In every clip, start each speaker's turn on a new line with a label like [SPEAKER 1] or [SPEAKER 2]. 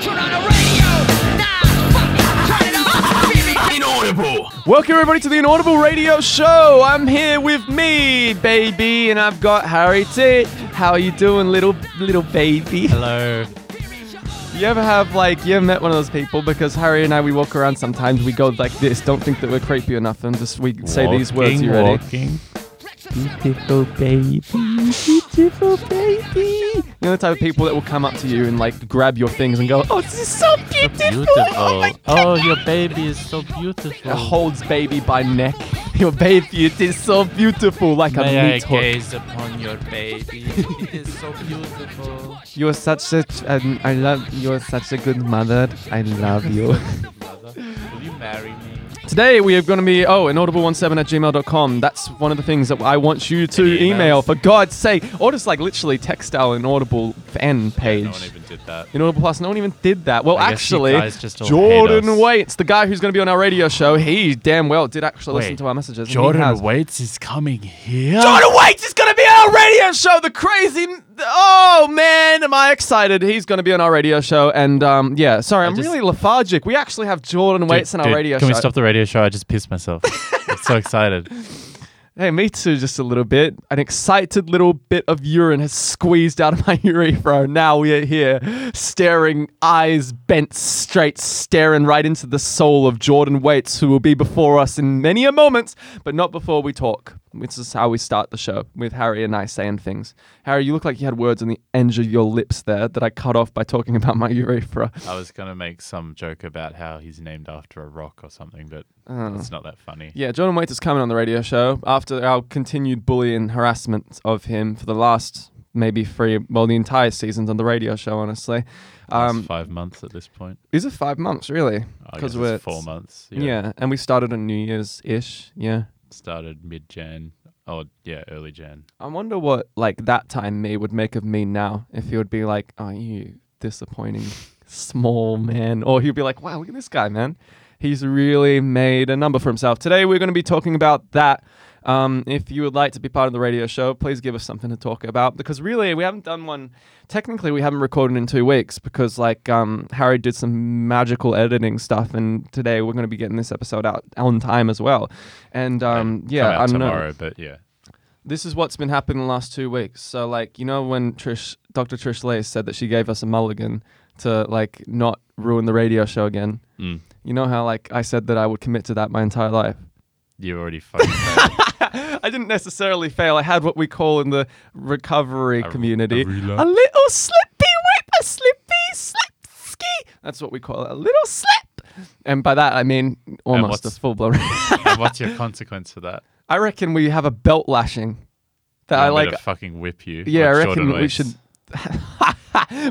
[SPEAKER 1] Turn on the radio. Nah, fuck it. Turn it off. Baby,
[SPEAKER 2] Inaudible.
[SPEAKER 3] Welcome everybody to the Inaudible Radio Show. I'm here with me, baby, and I've got Harry T. How you doing, little little baby?
[SPEAKER 4] Hello.
[SPEAKER 3] You ever have like you ever met one of those people? Because Harry and I, we walk around sometimes. We go like this. Don't think that we're creepy or nothing. Just we say these words. You ready?
[SPEAKER 4] Walking.
[SPEAKER 3] Beautiful baby, beautiful baby. You know the type of people that will come up to you and like grab your things and go, "Oh, this is so beautiful!"
[SPEAKER 4] Beautiful.
[SPEAKER 3] Oh my
[SPEAKER 4] Oh, your baby is so beautiful.
[SPEAKER 3] It holds baby by neck. Your baby, it is so beautiful, like a
[SPEAKER 4] May I
[SPEAKER 3] meat hook.
[SPEAKER 4] gaze upon your baby? it is so beautiful.
[SPEAKER 3] You're such a, um, I love. You're such a good mother. I love you.
[SPEAKER 4] Mother, will you marry me?
[SPEAKER 3] Today we are going to be oh inaudible17 at gmail.com. That's one of the things that I want you to
[SPEAKER 4] Any emails?
[SPEAKER 3] email for God's sake, or just like literally text our inaudible fan page.
[SPEAKER 4] No one even did that.
[SPEAKER 3] Inaudible Plus. No one even did that. Well,
[SPEAKER 4] I guess you
[SPEAKER 3] actually,
[SPEAKER 4] guys just all hate
[SPEAKER 3] Jordan
[SPEAKER 4] us.
[SPEAKER 3] Waits, the guy who's going to be on our radio show, he damn well did actually listen
[SPEAKER 4] Wait,
[SPEAKER 3] to our messages. and he has-
[SPEAKER 4] Jordan Waits is coming here.
[SPEAKER 3] Jordan Waits is going to be on our radio show. The crazy. Oh, man. Am I excited? He's going to be on our radio show. And um, yeah, sorry, I'm
[SPEAKER 4] just-
[SPEAKER 3] really lethargic. We actually have Jordan Waits on our radio
[SPEAKER 4] Can
[SPEAKER 3] show.
[SPEAKER 4] we stop the radio show? I just pissed myself. I'm so excited.
[SPEAKER 3] Hey, me too, just a little bit. An excited little bit of urine has squeezed out of my urethra. Now we are here, staring, eyes bent straight, staring right into the soul of Jordan Waits, who will be before us in many a moment, but not before we talk. This is how we start the show with Harry and I saying things. Harry, you look like you had words on the end of your lips there that I cut off by talking about my urethra.
[SPEAKER 4] I was gonna make some joke about how he's named after a rock or something, but it's not that funny.
[SPEAKER 3] Uh. Yeah, Jordan Waits is coming on the radio show after our continued bullying harassment of him for the last maybe three, well, the entire seasons on the radio show, honestly.
[SPEAKER 4] Last
[SPEAKER 3] Um,
[SPEAKER 4] five months at this point.
[SPEAKER 3] is it five months, really?
[SPEAKER 4] I guess
[SPEAKER 3] we're-
[SPEAKER 4] it's four months.
[SPEAKER 3] Yeah. and we started on New Year's ish. Yeah.
[SPEAKER 4] started mid Jan. Oh yeah, early Jan.
[SPEAKER 3] I wonder what, like, that time me would make of me now if he would be like, oh, you disappointing small man. Or he'd be like, wow, look at this guy, man. He's really made a number for himself. Today, we're going to be talking about that. Um, if you would like to be part of the radio show, please give us something to talk about because really, we haven't done one. Technically, we haven't recorded in two weeks because, like, um, Harry did some magical editing stuff, and today we're going to be getting this episode out on time as well. And um,
[SPEAKER 4] Come
[SPEAKER 3] yeah,
[SPEAKER 4] out
[SPEAKER 3] I don't know
[SPEAKER 4] tomorrow, but yeah.
[SPEAKER 3] this is what's been happening the last two weeks. So like you know when Trish, Dr. Trish Lace said that she gave us a mulligan to like not ruin the radio show again.
[SPEAKER 4] Mm.
[SPEAKER 3] You know how like I said that I would commit to that my entire life.
[SPEAKER 4] You already fucking failed.
[SPEAKER 3] I didn't necessarily fail. I had what we call in the recovery
[SPEAKER 4] a
[SPEAKER 3] community
[SPEAKER 4] relapse.
[SPEAKER 3] a little slippy whip, a slippy slip ski. That's what we call it, a little slip. And by that I mean almost a
[SPEAKER 4] what's-
[SPEAKER 3] full blown.
[SPEAKER 4] And what's your consequence for that?
[SPEAKER 3] I reckon we have a belt lashing. That I
[SPEAKER 4] I'm
[SPEAKER 3] like uh,
[SPEAKER 4] gonna fucking whip you.
[SPEAKER 3] Yeah,
[SPEAKER 4] like
[SPEAKER 3] I
[SPEAKER 4] Jordan
[SPEAKER 3] reckon we
[SPEAKER 4] Waits.
[SPEAKER 3] should.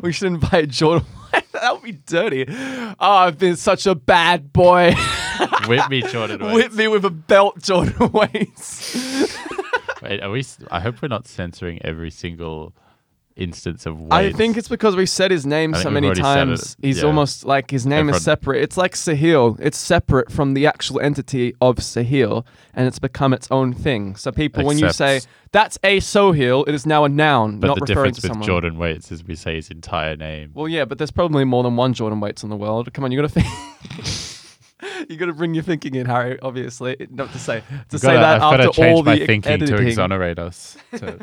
[SPEAKER 3] we should invite Jordan. that would be dirty. Oh, I've been such a bad boy.
[SPEAKER 4] whip me, Jordan. Waits.
[SPEAKER 3] Whip me with a belt, Jordan Waits.
[SPEAKER 4] Wait, are we? s- I hope we're not censoring every single instance of Waits.
[SPEAKER 3] I think it's because we said his name
[SPEAKER 4] I think
[SPEAKER 3] so
[SPEAKER 4] we've
[SPEAKER 3] many
[SPEAKER 4] already said
[SPEAKER 3] times.
[SPEAKER 4] it,
[SPEAKER 3] He's
[SPEAKER 4] yeah.
[SPEAKER 3] almost like his name is
[SPEAKER 4] Everyone-
[SPEAKER 3] separate. It's like Sahil. It's separate from the actual entity of Sahil, and it's become its own thing. So people, when you say
[SPEAKER 4] Except-
[SPEAKER 3] that's a Sohil, it is now a noun,
[SPEAKER 4] but
[SPEAKER 3] not
[SPEAKER 4] the
[SPEAKER 3] referring
[SPEAKER 4] difference
[SPEAKER 3] to
[SPEAKER 4] with
[SPEAKER 3] someone.
[SPEAKER 4] Jordan Waits is we say his entire name.
[SPEAKER 3] Well, yeah, but there's probably more than one Jordan Waits in the world. Come on, you gotta think. you gotta bring your thinking in, Harry. Obviously, not to say to say
[SPEAKER 4] Gotta- I've
[SPEAKER 3] that
[SPEAKER 4] got to
[SPEAKER 3] after
[SPEAKER 4] change
[SPEAKER 3] all the
[SPEAKER 4] my
[SPEAKER 3] e-
[SPEAKER 4] thinking
[SPEAKER 3] editing.
[SPEAKER 4] to exonerate us. To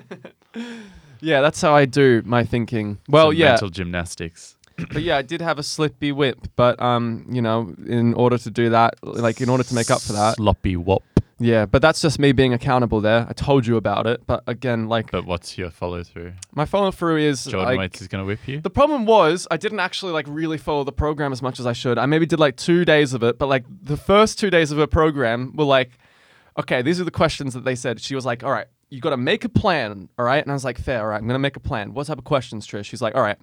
[SPEAKER 3] yeah, that's how I do my thinking. Well,
[SPEAKER 4] some
[SPEAKER 3] Oh, yeah,
[SPEAKER 4] mental gymnastics.
[SPEAKER 3] but yeah, I did have a slippy whip, but um, you know, in order to do that, like in order to make up for that,
[SPEAKER 4] sloppy wop.
[SPEAKER 3] yeah. But that's just me being accountable there. I told you about it, but again, like
[SPEAKER 4] But what's your follow through?
[SPEAKER 3] my follow through is
[SPEAKER 4] Jordan
[SPEAKER 3] like,
[SPEAKER 4] Waits is gonna whip you.
[SPEAKER 3] The problem was I didn't actually like really follow the program as much as I should. I maybe did like two days of it, but like the first two days of her program were like, okay, these are the questions that they said. She was like, all right, you got to make a plan, all right? And I was like, fair, all right, I'm gonna make a plan. What type of questions, Trish? She's like, all right,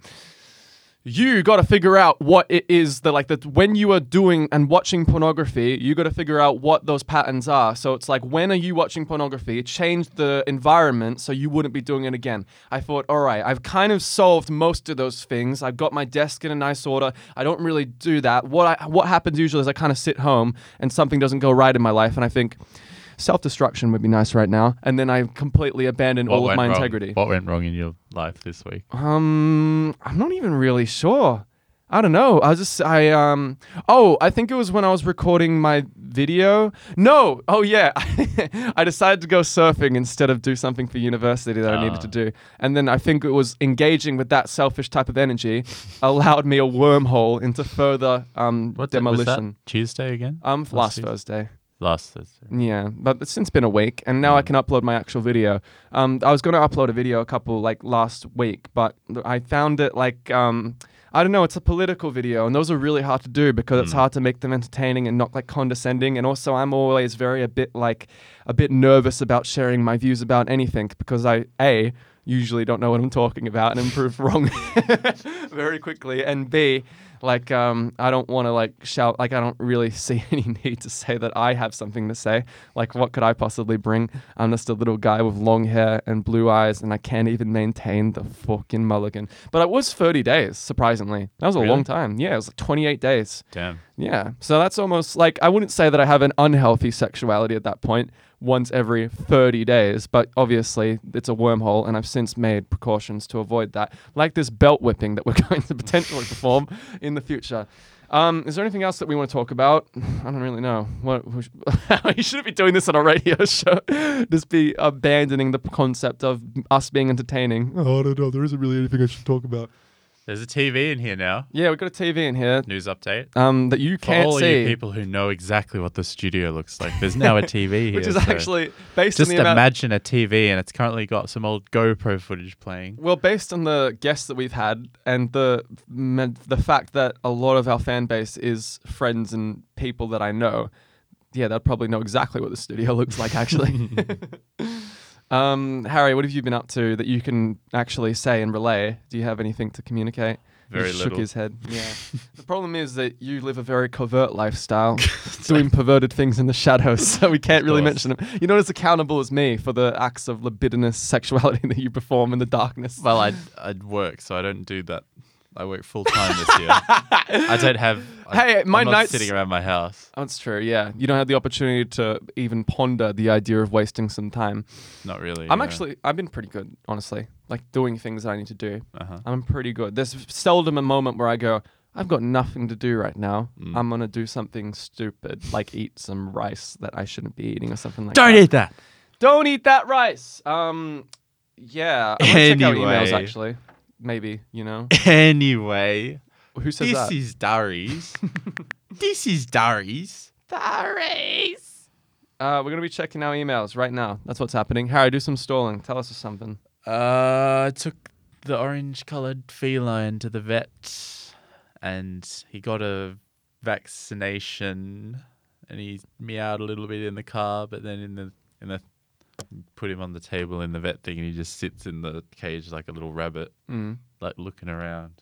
[SPEAKER 3] you got to figure out what it is that like that when you are doing and watching pornography you got to figure out what those patterns are so it's like when are you watching pornography change the environment so you wouldn't be doing it again i thought all right i've kind of solved most of those things i've got my desk in a nice order i don't really do that what i what happens usually is i kind of sit home and something doesn't go right in my life and i think self-destruction would be nice right now and then i completely abandon
[SPEAKER 4] What
[SPEAKER 3] all of
[SPEAKER 4] went
[SPEAKER 3] my
[SPEAKER 4] wrong?
[SPEAKER 3] integrity
[SPEAKER 4] What went wrong in your life this week?
[SPEAKER 3] um, I'm not even really sure. I don't know. I was just I um oh I think it was when I was recording my video. No, oh yeah, I decided to go surfing instead of do something for university that I needed
[SPEAKER 4] Ah.
[SPEAKER 3] to do, and then I think it was engaging with that selfish type of energy allowed me a wormhole into further um
[SPEAKER 4] What's it- was that
[SPEAKER 3] demolition.
[SPEAKER 4] Tuesday again?
[SPEAKER 3] Um,
[SPEAKER 4] Last
[SPEAKER 3] last
[SPEAKER 4] Tues-
[SPEAKER 3] Thursday.
[SPEAKER 4] Last Thursday.
[SPEAKER 3] Yeah, but it's since been a week, and now I can upload my actual video. Um, I was going to upload a video a couple like last week, but th- I found it like um, I don't know, it's a political video, and those are really hard to do because it's hard to make them entertaining and not like condescending. And also, I'm always very a bit like a bit nervous about sharing my views about anything because I a usually don't know what I'm talking about and improve wrong very quickly, and b like um, I don't want to like shout like I don't really see any need to say that I have something to say. Like what could I possibly bring? I'm just a little guy with long hair and blue eyes, and I can't even maintain the fucking mulligan. But it was 30 days surprisingly. That was a
[SPEAKER 4] Really?
[SPEAKER 3] long time. Yeah, it was like 28 days.
[SPEAKER 4] Damn.
[SPEAKER 3] Yeah, so that's almost like I wouldn't say that I have an unhealthy sexuality at that point. Once every 30 days, but obviously it's a wormhole, and I've since made precautions to avoid that, like this belt whipping that we're going to potentially perform in the future. Um, is there anything else that we want to talk about? I don't really know. What we sh- you shouldn't be doing this on a radio show. Just be abandoning the concept of us being entertaining. Oh, I don't know. There isn't really anything I should talk about.
[SPEAKER 4] There's a TV in here now.
[SPEAKER 3] Yeah, we've got a TV in here
[SPEAKER 4] News update.
[SPEAKER 3] um, that you
[SPEAKER 4] For
[SPEAKER 3] can't
[SPEAKER 4] all
[SPEAKER 3] see.
[SPEAKER 4] you people who know exactly what the studio looks like, there's now a TV here.
[SPEAKER 3] which is
[SPEAKER 4] so
[SPEAKER 3] actually based
[SPEAKER 4] just
[SPEAKER 3] on the amount.
[SPEAKER 4] imagine a TV and it's currently got some old GoPro footage playing.
[SPEAKER 3] Well, based on the guests that we've had and the men- the fact that a lot of our fan base is friends and people that I know, yeah, they'd probably know exactly what the studio looks like. Actually, um, Harry, what have you been up to that you can actually say and relay? Do you have anything to communicate?
[SPEAKER 4] Very
[SPEAKER 3] he shook
[SPEAKER 4] little.
[SPEAKER 3] his head. Yeah. the problem is that you live a very covert lifestyle, doing perverted things in the shadows, so we can't really
[SPEAKER 4] course.
[SPEAKER 3] mention them. You're not as accountable as me for the acts of libidinous sexuality that you perform in the darkness.
[SPEAKER 4] Well, I I work, so I don't do that. I work full time this year. I don't have. I,
[SPEAKER 3] Hey, my
[SPEAKER 4] I'm not
[SPEAKER 3] nights-
[SPEAKER 4] sitting around my house.
[SPEAKER 3] That's true, yeah. You don't have the opportunity to even ponder the idea of wasting some time.
[SPEAKER 4] Not really.
[SPEAKER 3] I'm
[SPEAKER 4] yeah.
[SPEAKER 3] actually, I've been pretty good, honestly, like doing things that I need to do.
[SPEAKER 4] Uh-huh.
[SPEAKER 3] I'm pretty good. There's seldom a moment where I go, I've got nothing to do right now.
[SPEAKER 4] Mm.
[SPEAKER 3] I'm going to do something stupid, like eat some rice that I shouldn't be eating or something like that.
[SPEAKER 4] Don't eat that.
[SPEAKER 3] Don't eat that rice. Um, yeah. I'm gonna check out emails,
[SPEAKER 4] Anyway.
[SPEAKER 3] actually. Maybe, you know.
[SPEAKER 4] Anyway,
[SPEAKER 3] Who says
[SPEAKER 4] this
[SPEAKER 3] that?
[SPEAKER 4] is Darius. this is Darius. Darius.
[SPEAKER 3] Uh, we're going to be checking our emails right now. That's what's happening. Harry, do some stalling. Tell us something.
[SPEAKER 4] Uh, I took the orange-colored feline to the vet, and he got a vaccination, and he meowed a little bit in the car, but then in the in the put him on the table in the vet thing, and he just sits in the cage like a little rabbit,
[SPEAKER 3] Mm.
[SPEAKER 4] like looking around.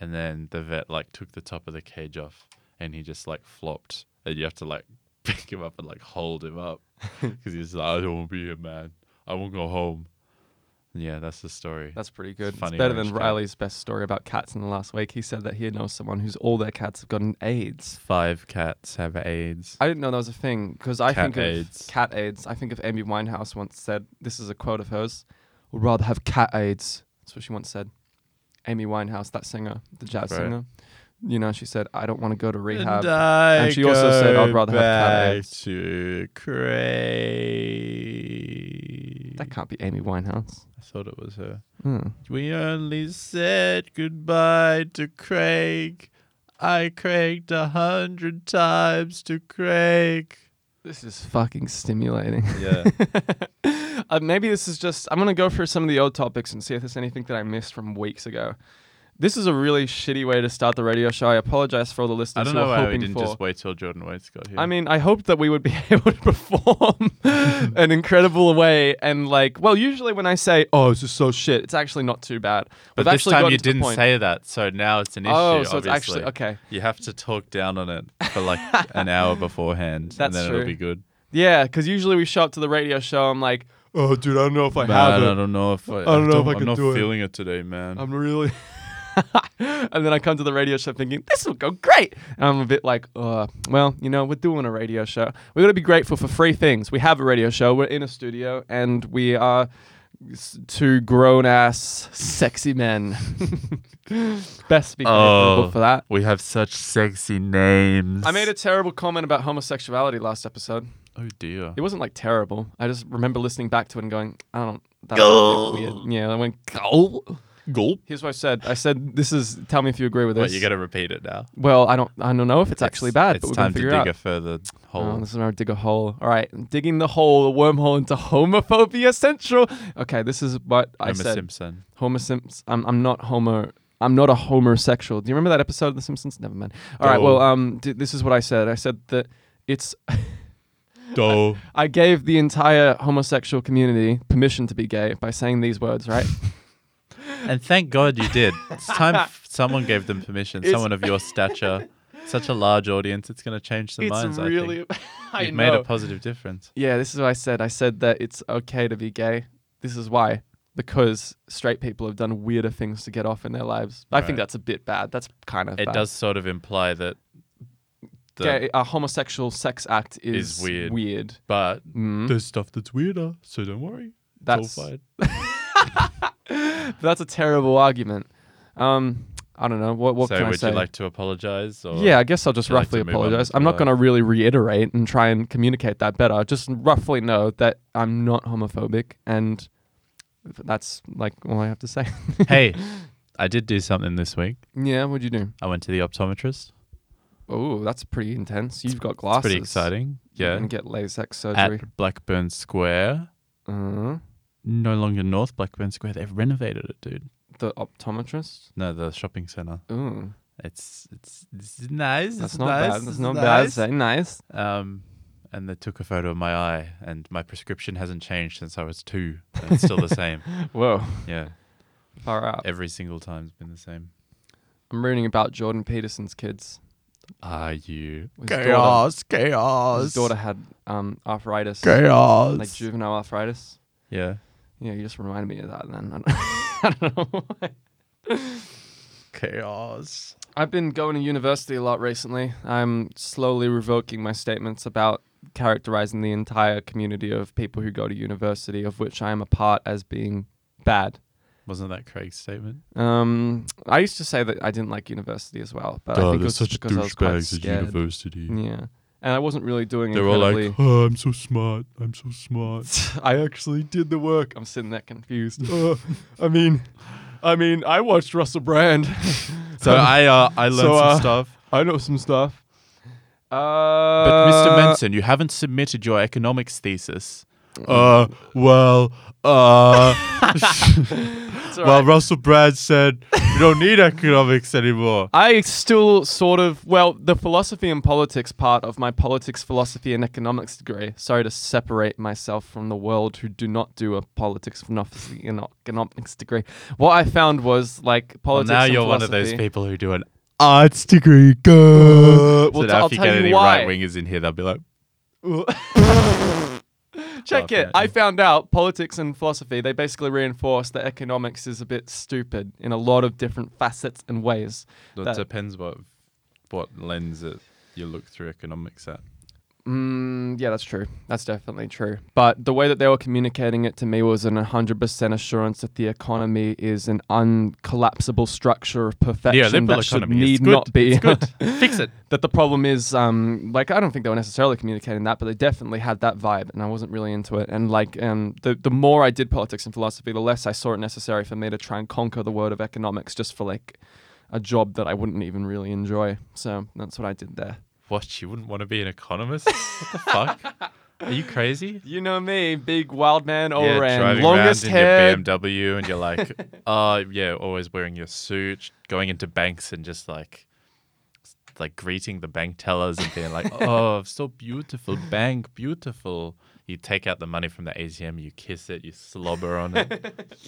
[SPEAKER 4] And then the vet like took the top of the cage off, and he just like flopped, and you have to like pick him up and like hold him up because he's like, I don't want to be here, man. I won't go home. Yeah, that's the story.
[SPEAKER 3] That's pretty good. It's
[SPEAKER 4] funny
[SPEAKER 3] better than
[SPEAKER 4] orange cat.
[SPEAKER 3] Riley's best story about cats in the last week. He said that he knows someone who's all their cats have gotten AIDS.
[SPEAKER 4] five cats have AIDS.
[SPEAKER 3] I didn't know that was a thing because I
[SPEAKER 4] Cat
[SPEAKER 3] think of
[SPEAKER 4] AIDS.
[SPEAKER 3] cat AIDS. I think of Amy Winehouse once said, this is a quote of hers, would rather have cat AIDS. That's what she once said. Amy Winehouse, that singer, the jazz
[SPEAKER 4] Right. uh,
[SPEAKER 3] singer. You know, she said, I don't want to go to rehab.
[SPEAKER 4] I
[SPEAKER 3] And she also said,
[SPEAKER 4] go
[SPEAKER 3] "I'd rather have cat
[SPEAKER 4] back
[SPEAKER 3] AIDS."
[SPEAKER 4] to crazy.
[SPEAKER 3] that can't be Amy Winehouse.
[SPEAKER 4] I thought it was her.
[SPEAKER 3] Hmm.
[SPEAKER 4] We only said goodbye to Craig. I cranked a hundred times to Craig.
[SPEAKER 3] This is fucking stimulating.
[SPEAKER 4] Yeah.
[SPEAKER 3] uh, maybe this is just. I'm gonna go through some of the old topics and see if there's anything that I missed from weeks ago. This is a really shitty way to start the radio show. I apologize for all the listeners
[SPEAKER 4] I don't
[SPEAKER 3] who
[SPEAKER 4] know
[SPEAKER 3] are
[SPEAKER 4] why we
[SPEAKER 3] hoping
[SPEAKER 4] didn't
[SPEAKER 3] for.
[SPEAKER 4] just wait till Jordan Waits got here.
[SPEAKER 3] I mean, I hoped that we would be able to perform an incredible way and like. Well, usually when I say, "Oh, this is so shit," it's actually not too bad.
[SPEAKER 4] but
[SPEAKER 3] We've
[SPEAKER 4] this
[SPEAKER 3] actually
[SPEAKER 4] time
[SPEAKER 3] gotten
[SPEAKER 4] you
[SPEAKER 3] to the
[SPEAKER 4] didn't
[SPEAKER 3] point-
[SPEAKER 4] say that, so now it's an issue.
[SPEAKER 3] Oh, so it's
[SPEAKER 4] obviously.
[SPEAKER 3] actually okay.
[SPEAKER 4] You have to talk down on it for like an hour beforehand,
[SPEAKER 3] That's
[SPEAKER 4] and then
[SPEAKER 3] true.
[SPEAKER 4] it'll be good.
[SPEAKER 3] Yeah, because usually we show up to the radio show. I'm like, "Oh, dude, I don't know if I have
[SPEAKER 4] Man,
[SPEAKER 3] it."
[SPEAKER 4] I don't know if I, I
[SPEAKER 3] don't know if I
[SPEAKER 4] I'm
[SPEAKER 3] can
[SPEAKER 4] not
[SPEAKER 3] do it.
[SPEAKER 4] feeling it today, man.
[SPEAKER 3] I'm really. and then I come to the radio show thinking this will go great, and I'm a bit like, uh, well, you know, we're doing a radio show. We're gonna be grateful for free things. We have a radio show. We're in a studio, and we are s- two grown ass sexy men. Best speaking
[SPEAKER 4] Oh,
[SPEAKER 3] for that.
[SPEAKER 4] we have such sexy names.
[SPEAKER 3] I made a terrible comment about homosexuality last episode.
[SPEAKER 4] Oh dear.
[SPEAKER 3] It wasn't like terrible. I just remember listening back to it and going, I don't. That was a bit weird. Yeah, I went. Go.
[SPEAKER 4] Gulp.
[SPEAKER 3] Here's what I said. I said, "This is. Tell me if you agree with this."
[SPEAKER 4] Wait, you gotta repeat it now.
[SPEAKER 3] well, I don't. I don't know if it's, actually bad,
[SPEAKER 4] It's
[SPEAKER 3] but we're
[SPEAKER 4] time to
[SPEAKER 3] gonna figure
[SPEAKER 4] dig
[SPEAKER 3] it out.
[SPEAKER 4] a further hole.
[SPEAKER 3] Oh, this is where I dig a hole. All right, I'm digging the hole, the wormhole into homophobia central. Okay, this is what I
[SPEAKER 4] Homer
[SPEAKER 3] said.
[SPEAKER 4] Simpson.
[SPEAKER 3] Homer Simpson. I'm, I'm not Homer. I'm not a homosexual. Do you remember that episode of The Simpsons? Never mind. All right.
[SPEAKER 4] No.
[SPEAKER 3] Well, um, d- this is what I said. I said that it's.
[SPEAKER 4] Doe.
[SPEAKER 3] I gave the entire homosexual community permission to be gay by saying these words. Right.
[SPEAKER 4] And thank God you did. It's time f- someone gave them permission.
[SPEAKER 3] It's-
[SPEAKER 4] someone of your stature, such a large audience, it's going to change some minds.
[SPEAKER 3] it's really.
[SPEAKER 4] I
[SPEAKER 3] I
[SPEAKER 4] think you've
[SPEAKER 3] know.
[SPEAKER 4] made a positive difference.
[SPEAKER 3] Yeah, this is what I said. I said that it's okay to be gay. This is why. Because straight people have done weirder things to get off in their lives. I
[SPEAKER 4] Right.
[SPEAKER 3] think that's a bit bad. That's kind of
[SPEAKER 4] It
[SPEAKER 3] bad.
[SPEAKER 4] does sort of imply that. The,
[SPEAKER 3] Gay, a homosexual sex act is,
[SPEAKER 4] Is weird.
[SPEAKER 3] Weird.
[SPEAKER 4] But
[SPEAKER 3] Mm.
[SPEAKER 4] there's stuff that's weirder, so don't worry.
[SPEAKER 3] That's that's a terrible argument. Um, I don't know. What what
[SPEAKER 4] so
[SPEAKER 3] can I
[SPEAKER 4] would
[SPEAKER 3] say?
[SPEAKER 4] you like to apologize? Or
[SPEAKER 3] yeah, I guess I'll just
[SPEAKER 4] would you like
[SPEAKER 3] roughly
[SPEAKER 4] to move on
[SPEAKER 3] apologize.
[SPEAKER 4] to
[SPEAKER 3] I'm not
[SPEAKER 4] the-
[SPEAKER 3] going to really reiterate and try and communicate that better. Just roughly know that I'm not homophobic, and that's like all I have to say.
[SPEAKER 4] hey, I did do something this week.
[SPEAKER 3] yeah, what'd you do?
[SPEAKER 4] I went to the optometrist.
[SPEAKER 3] Oh, that's pretty intense. You've got
[SPEAKER 4] It's
[SPEAKER 3] glasses.
[SPEAKER 4] pretty exciting.
[SPEAKER 3] You
[SPEAKER 4] Yeah.
[SPEAKER 3] can get LASIK surgery.
[SPEAKER 4] At Blackburn Square.
[SPEAKER 3] Uh,
[SPEAKER 4] No longer North Blackburn Square. They've renovated it, dude.
[SPEAKER 3] the optometrist.
[SPEAKER 4] No, the shopping centre.
[SPEAKER 3] Ooh,
[SPEAKER 4] It's it's, it's nice.
[SPEAKER 3] that's
[SPEAKER 4] it's
[SPEAKER 3] not
[SPEAKER 4] nice,
[SPEAKER 3] bad. That's
[SPEAKER 4] it's
[SPEAKER 3] not bad. eh?
[SPEAKER 4] nice.
[SPEAKER 3] That's very nice.
[SPEAKER 4] Um, and they took a photo of my eye, and my prescription hasn't changed since I was two. And it's still the same.
[SPEAKER 3] Whoa,
[SPEAKER 4] Yeah,
[SPEAKER 3] far out.
[SPEAKER 4] every single time's been the same.
[SPEAKER 3] I'm reading about Jordan Peterson's kids.
[SPEAKER 4] Are you
[SPEAKER 3] His daughter-
[SPEAKER 4] chaos?
[SPEAKER 3] His daughter had um, arthritis,
[SPEAKER 4] chaos.
[SPEAKER 3] like juvenile arthritis.
[SPEAKER 4] yeah,
[SPEAKER 3] Yeah, you just reminded me of that. Then I don't, I don't know. Why.
[SPEAKER 4] chaos.
[SPEAKER 3] I've been going to university a lot recently. I'm slowly revoking my statements about characterizing the entire community of people who go to university, of which I am a part, as being bad.
[SPEAKER 4] Wasn't that Craig's statement?
[SPEAKER 3] Um, I used to say that I didn't like university as well, but
[SPEAKER 4] Oh,
[SPEAKER 3] I think it was just because I was quite scared.
[SPEAKER 2] Mm.
[SPEAKER 4] university.
[SPEAKER 3] Yeah, and I wasn't really doing.
[SPEAKER 4] They're all
[SPEAKER 3] incredibly...
[SPEAKER 4] like, "Oh, I'm so smart. I'm so smart."
[SPEAKER 3] I actually did the work. I'm sitting there confused. Uh, I mean, I mean, I watched Russell Brand.
[SPEAKER 4] So I uh, I learned
[SPEAKER 3] So, uh,
[SPEAKER 4] some stuff.
[SPEAKER 3] I know some stuff. Uh,
[SPEAKER 4] But Mr.
[SPEAKER 3] Manson.
[SPEAKER 4] Manson, you haven't submitted your economics thesis. Uh,
[SPEAKER 3] Mm.
[SPEAKER 4] well, uh,
[SPEAKER 3] Uh,
[SPEAKER 4] well, Russell Brand said we don't need economics anymore.
[SPEAKER 3] I still sort of well the philosophy and politics part of my politics philosophy and economics degree. Sorry to separate myself from the world who do not do a politics philosophy and economics degree. What I found was like
[SPEAKER 4] Well,
[SPEAKER 3] politics.
[SPEAKER 4] now
[SPEAKER 3] and
[SPEAKER 4] you're one of those
[SPEAKER 3] philosophy-
[SPEAKER 4] people who do an arts degree. Go.
[SPEAKER 3] well,
[SPEAKER 4] so
[SPEAKER 3] t-
[SPEAKER 4] now
[SPEAKER 3] I'll
[SPEAKER 4] if you
[SPEAKER 3] tell
[SPEAKER 4] get
[SPEAKER 3] you
[SPEAKER 4] any
[SPEAKER 3] why.
[SPEAKER 4] right wingers in here, they'll be like,
[SPEAKER 3] Check it.
[SPEAKER 4] Definitely.
[SPEAKER 3] I found out politics and philosophy, they basically reinforce that economics is a bit stupid in a lot of different facets and ways.
[SPEAKER 4] "It
[SPEAKER 3] That-
[SPEAKER 4] depends what what lens it you look through economics at."
[SPEAKER 3] Mm, yeah, that's true. That's definitely true. But the way that they were communicating it to me was an 100% assurance that the economy is an uncollapsible structure of perfection
[SPEAKER 4] Neoliberal
[SPEAKER 3] that should
[SPEAKER 4] economy.
[SPEAKER 3] need
[SPEAKER 4] it's good.
[SPEAKER 3] not be.
[SPEAKER 4] It's good. Fix it.
[SPEAKER 3] that the problem is um like I don't think they were necessarily communicating that, but they definitely had that vibe, and I wasn't really into it. And like um the the more I did politics and philosophy, the less I saw it necessary for me to try and conquer the world of economics just for like a job that I wouldn't even really enjoy. So that's what I did there.
[SPEAKER 4] What? You wouldn't want to be an economist? what the fuck? Are you crazy?
[SPEAKER 3] You know me, big wild man,
[SPEAKER 4] yeah,
[SPEAKER 3] Oran,
[SPEAKER 4] driving
[SPEAKER 3] um, longest
[SPEAKER 4] around in your
[SPEAKER 3] hair.
[SPEAKER 4] BMW, and you're like, uh, yeah, always wearing your suit, going into banks and just like, like greeting the bank tellers and being like, oh, so beautiful, bank, beautiful. You take out the money from the ATM, you kiss it, you slobber on it,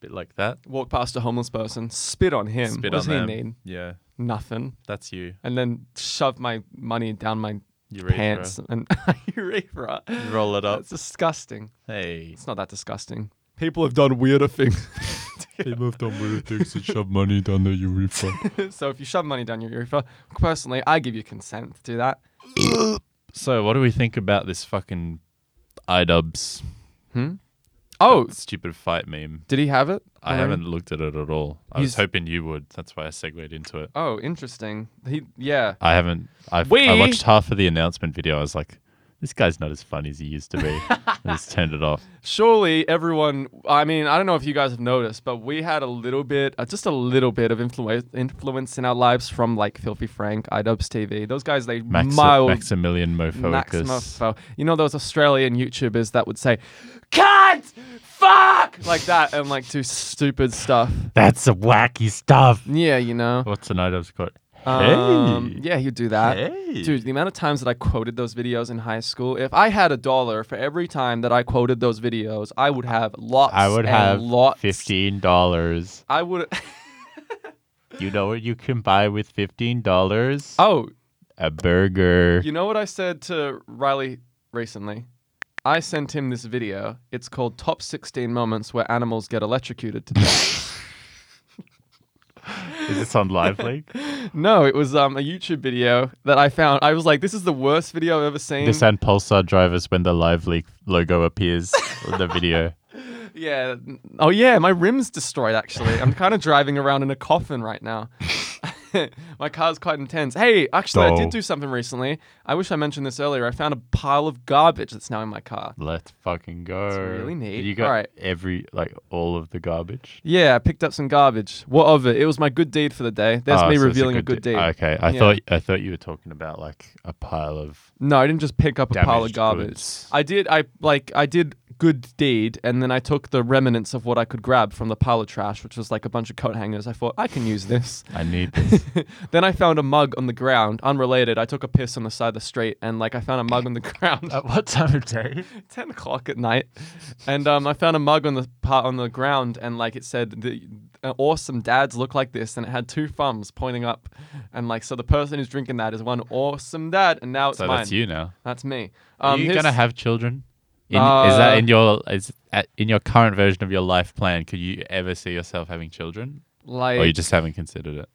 [SPEAKER 4] bit like that.
[SPEAKER 3] Walk past a homeless person, spit on him.
[SPEAKER 4] Spit
[SPEAKER 3] Um, what does
[SPEAKER 4] on
[SPEAKER 3] he
[SPEAKER 4] them.
[SPEAKER 3] need?
[SPEAKER 4] Yeah,
[SPEAKER 3] Nothing.
[SPEAKER 4] that's you.
[SPEAKER 3] And then shove my money down my
[SPEAKER 4] Urethra. Oh.
[SPEAKER 3] pants and urethra.
[SPEAKER 4] Roll it up.
[SPEAKER 3] That's disgusting.
[SPEAKER 4] Hey.
[SPEAKER 3] It's not that disgusting. People have done weirder things.
[SPEAKER 2] They moved on with the things and shoved money down the urethra.
[SPEAKER 3] so if you shove money down your urethra, personally, I give you consent to do that.
[SPEAKER 4] So, what do we think about this fucking iDubbbz?
[SPEAKER 3] Hmm? Oh,
[SPEAKER 4] that stupid fight meme.
[SPEAKER 3] did he have it?
[SPEAKER 4] I
[SPEAKER 3] already?
[SPEAKER 4] haven't looked at it at all. I was
[SPEAKER 3] He's-
[SPEAKER 4] hoping you would. That's why I segued into it.
[SPEAKER 3] Oh, interesting. He yeah.
[SPEAKER 4] I haven't. I've, I
[SPEAKER 3] We-
[SPEAKER 4] watched half of the announcement video. I was like, this guy's not as funny as he used to be. I just turned it off.
[SPEAKER 3] Surely everyone. I mean, I don't know if you guys have noticed, but we had a little bit, uh, just a little bit of influence influence in our lives from like Filthy Frank, iDubbbz TV. Those guys, they
[SPEAKER 4] Max-
[SPEAKER 3] mild
[SPEAKER 4] Maximilian Mofoicus.
[SPEAKER 3] Maximo. You know those Australian YouTubers that would say, "Cunt, fuck," like that, and like do stupid stuff.
[SPEAKER 4] That's some wacky stuff.
[SPEAKER 3] Yeah, you know.
[SPEAKER 4] What's an item's quote?
[SPEAKER 3] Um,
[SPEAKER 4] hey.
[SPEAKER 3] Yeah, he'd do that.
[SPEAKER 4] Hey.
[SPEAKER 3] Dude, the amount of times that I quoted those videos in high school, if I had a dollar for every time that I quoted those videos, I would have lots.
[SPEAKER 4] I would
[SPEAKER 3] and
[SPEAKER 4] have
[SPEAKER 3] lots.
[SPEAKER 4] fifteen dollars.
[SPEAKER 3] I would.
[SPEAKER 4] You know what you can buy with fifteen dollars?
[SPEAKER 3] oh,
[SPEAKER 4] A burger.
[SPEAKER 3] you know what I said to Riley recently? I sent him this video. It's called Top 16 Moments Where Animals Get Electrocuted to Death.
[SPEAKER 4] Is this on Live Leak?
[SPEAKER 3] no, it was um, a YouTube video that I found. I was like, this is the worst video I've ever seen.
[SPEAKER 4] this and Pulsar drivers when the Live Leak logo appears on the video.
[SPEAKER 3] Yeah. Oh yeah, my rim's destroyed actually. I'm kind of driving around in a coffin right now. my car's quite intense. Hey, actually I
[SPEAKER 4] Dull.
[SPEAKER 3] did do something recently. I wish I mentioned this earlier. I found a pile of garbage that's now in my car.
[SPEAKER 4] Let's fucking go. It's
[SPEAKER 3] really neat.
[SPEAKER 4] You got
[SPEAKER 3] Alright.
[SPEAKER 4] every like all of the garbage.
[SPEAKER 3] Yeah, I picked up some garbage. What of it? It was my good deed for the day. There's
[SPEAKER 4] Oh,
[SPEAKER 3] me
[SPEAKER 4] so it's
[SPEAKER 3] revealing a good
[SPEAKER 4] de-
[SPEAKER 3] deed.
[SPEAKER 4] Okay, I
[SPEAKER 3] Yeah.
[SPEAKER 4] thought I thought you were talking about like a pile of
[SPEAKER 3] No, I didn't just pick up a pile of
[SPEAKER 4] Damaged
[SPEAKER 3] garbage.
[SPEAKER 4] goods.
[SPEAKER 3] I did I like I did good deed and then I took the remnants of what I could grab from the pile of trash, which was like a bunch of coat hangers. I thought I can use this.
[SPEAKER 4] I need this.
[SPEAKER 3] then I found a mug on the ground, unrelated. I took a piss on the side of the street, and like I found a mug on the ground,
[SPEAKER 4] At what time of day?
[SPEAKER 3] ten o'clock at night, and um, I found a mug on the part on the ground, and like it said, the uh, awesome dads look like this, and it had two thumbs pointing up, and like so the person who's drinking that is one awesome dad, and now it's
[SPEAKER 4] So
[SPEAKER 3] mine.
[SPEAKER 4] that's you now.
[SPEAKER 3] That's me.
[SPEAKER 4] Are
[SPEAKER 3] Um,
[SPEAKER 4] you
[SPEAKER 3] here's-
[SPEAKER 4] gonna have children? In, is that
[SPEAKER 3] Uh,
[SPEAKER 4] in your is at, in your current version of your life plan? Could you ever see yourself having children,
[SPEAKER 3] like?
[SPEAKER 4] or you just haven't considered it?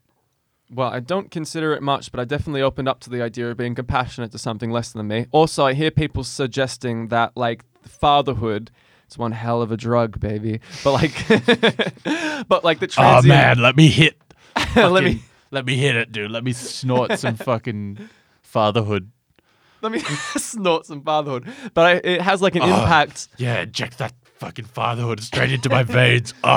[SPEAKER 3] Well, I don't consider it much, but I definitely opened up to the idea of being compassionate to something less than me. Also, I hear people suggesting that like fatherhood it's one hell of a drug, baby. But like but
[SPEAKER 4] Oh,
[SPEAKER 3] like the transient
[SPEAKER 4] let me hit.
[SPEAKER 3] let me
[SPEAKER 4] let me hit it, dude. Let me snort some fucking fatherhood.
[SPEAKER 3] let me snort some fatherhood. But I, it has like an
[SPEAKER 4] Ah.
[SPEAKER 3] impact
[SPEAKER 4] Yeah, inject that fucking fatherhood straight into my veins. Oh,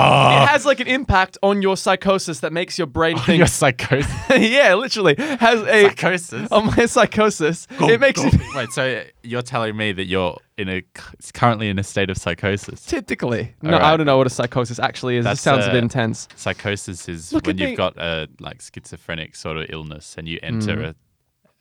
[SPEAKER 3] it has like an impact on your psychosis that makes your brain think
[SPEAKER 4] your psychosis.
[SPEAKER 3] Yeah, literally. Has a
[SPEAKER 4] psychosis.
[SPEAKER 3] on Oh my psychosis.
[SPEAKER 4] Oh,
[SPEAKER 3] it makes you
[SPEAKER 4] Wait, so you're telling me that you're in a c- currently in a state of psychosis?
[SPEAKER 3] typically. No,
[SPEAKER 4] Alright.
[SPEAKER 3] I don't know what a psychosis actually is.
[SPEAKER 4] That's,
[SPEAKER 3] This sounds a
[SPEAKER 4] uh,
[SPEAKER 3] bit intense.
[SPEAKER 4] Psychosis is
[SPEAKER 3] Look
[SPEAKER 4] when
[SPEAKER 3] at
[SPEAKER 4] you've
[SPEAKER 3] me.
[SPEAKER 4] got a like schizophrenic sort of illness and you enter
[SPEAKER 3] Mm.
[SPEAKER 4] a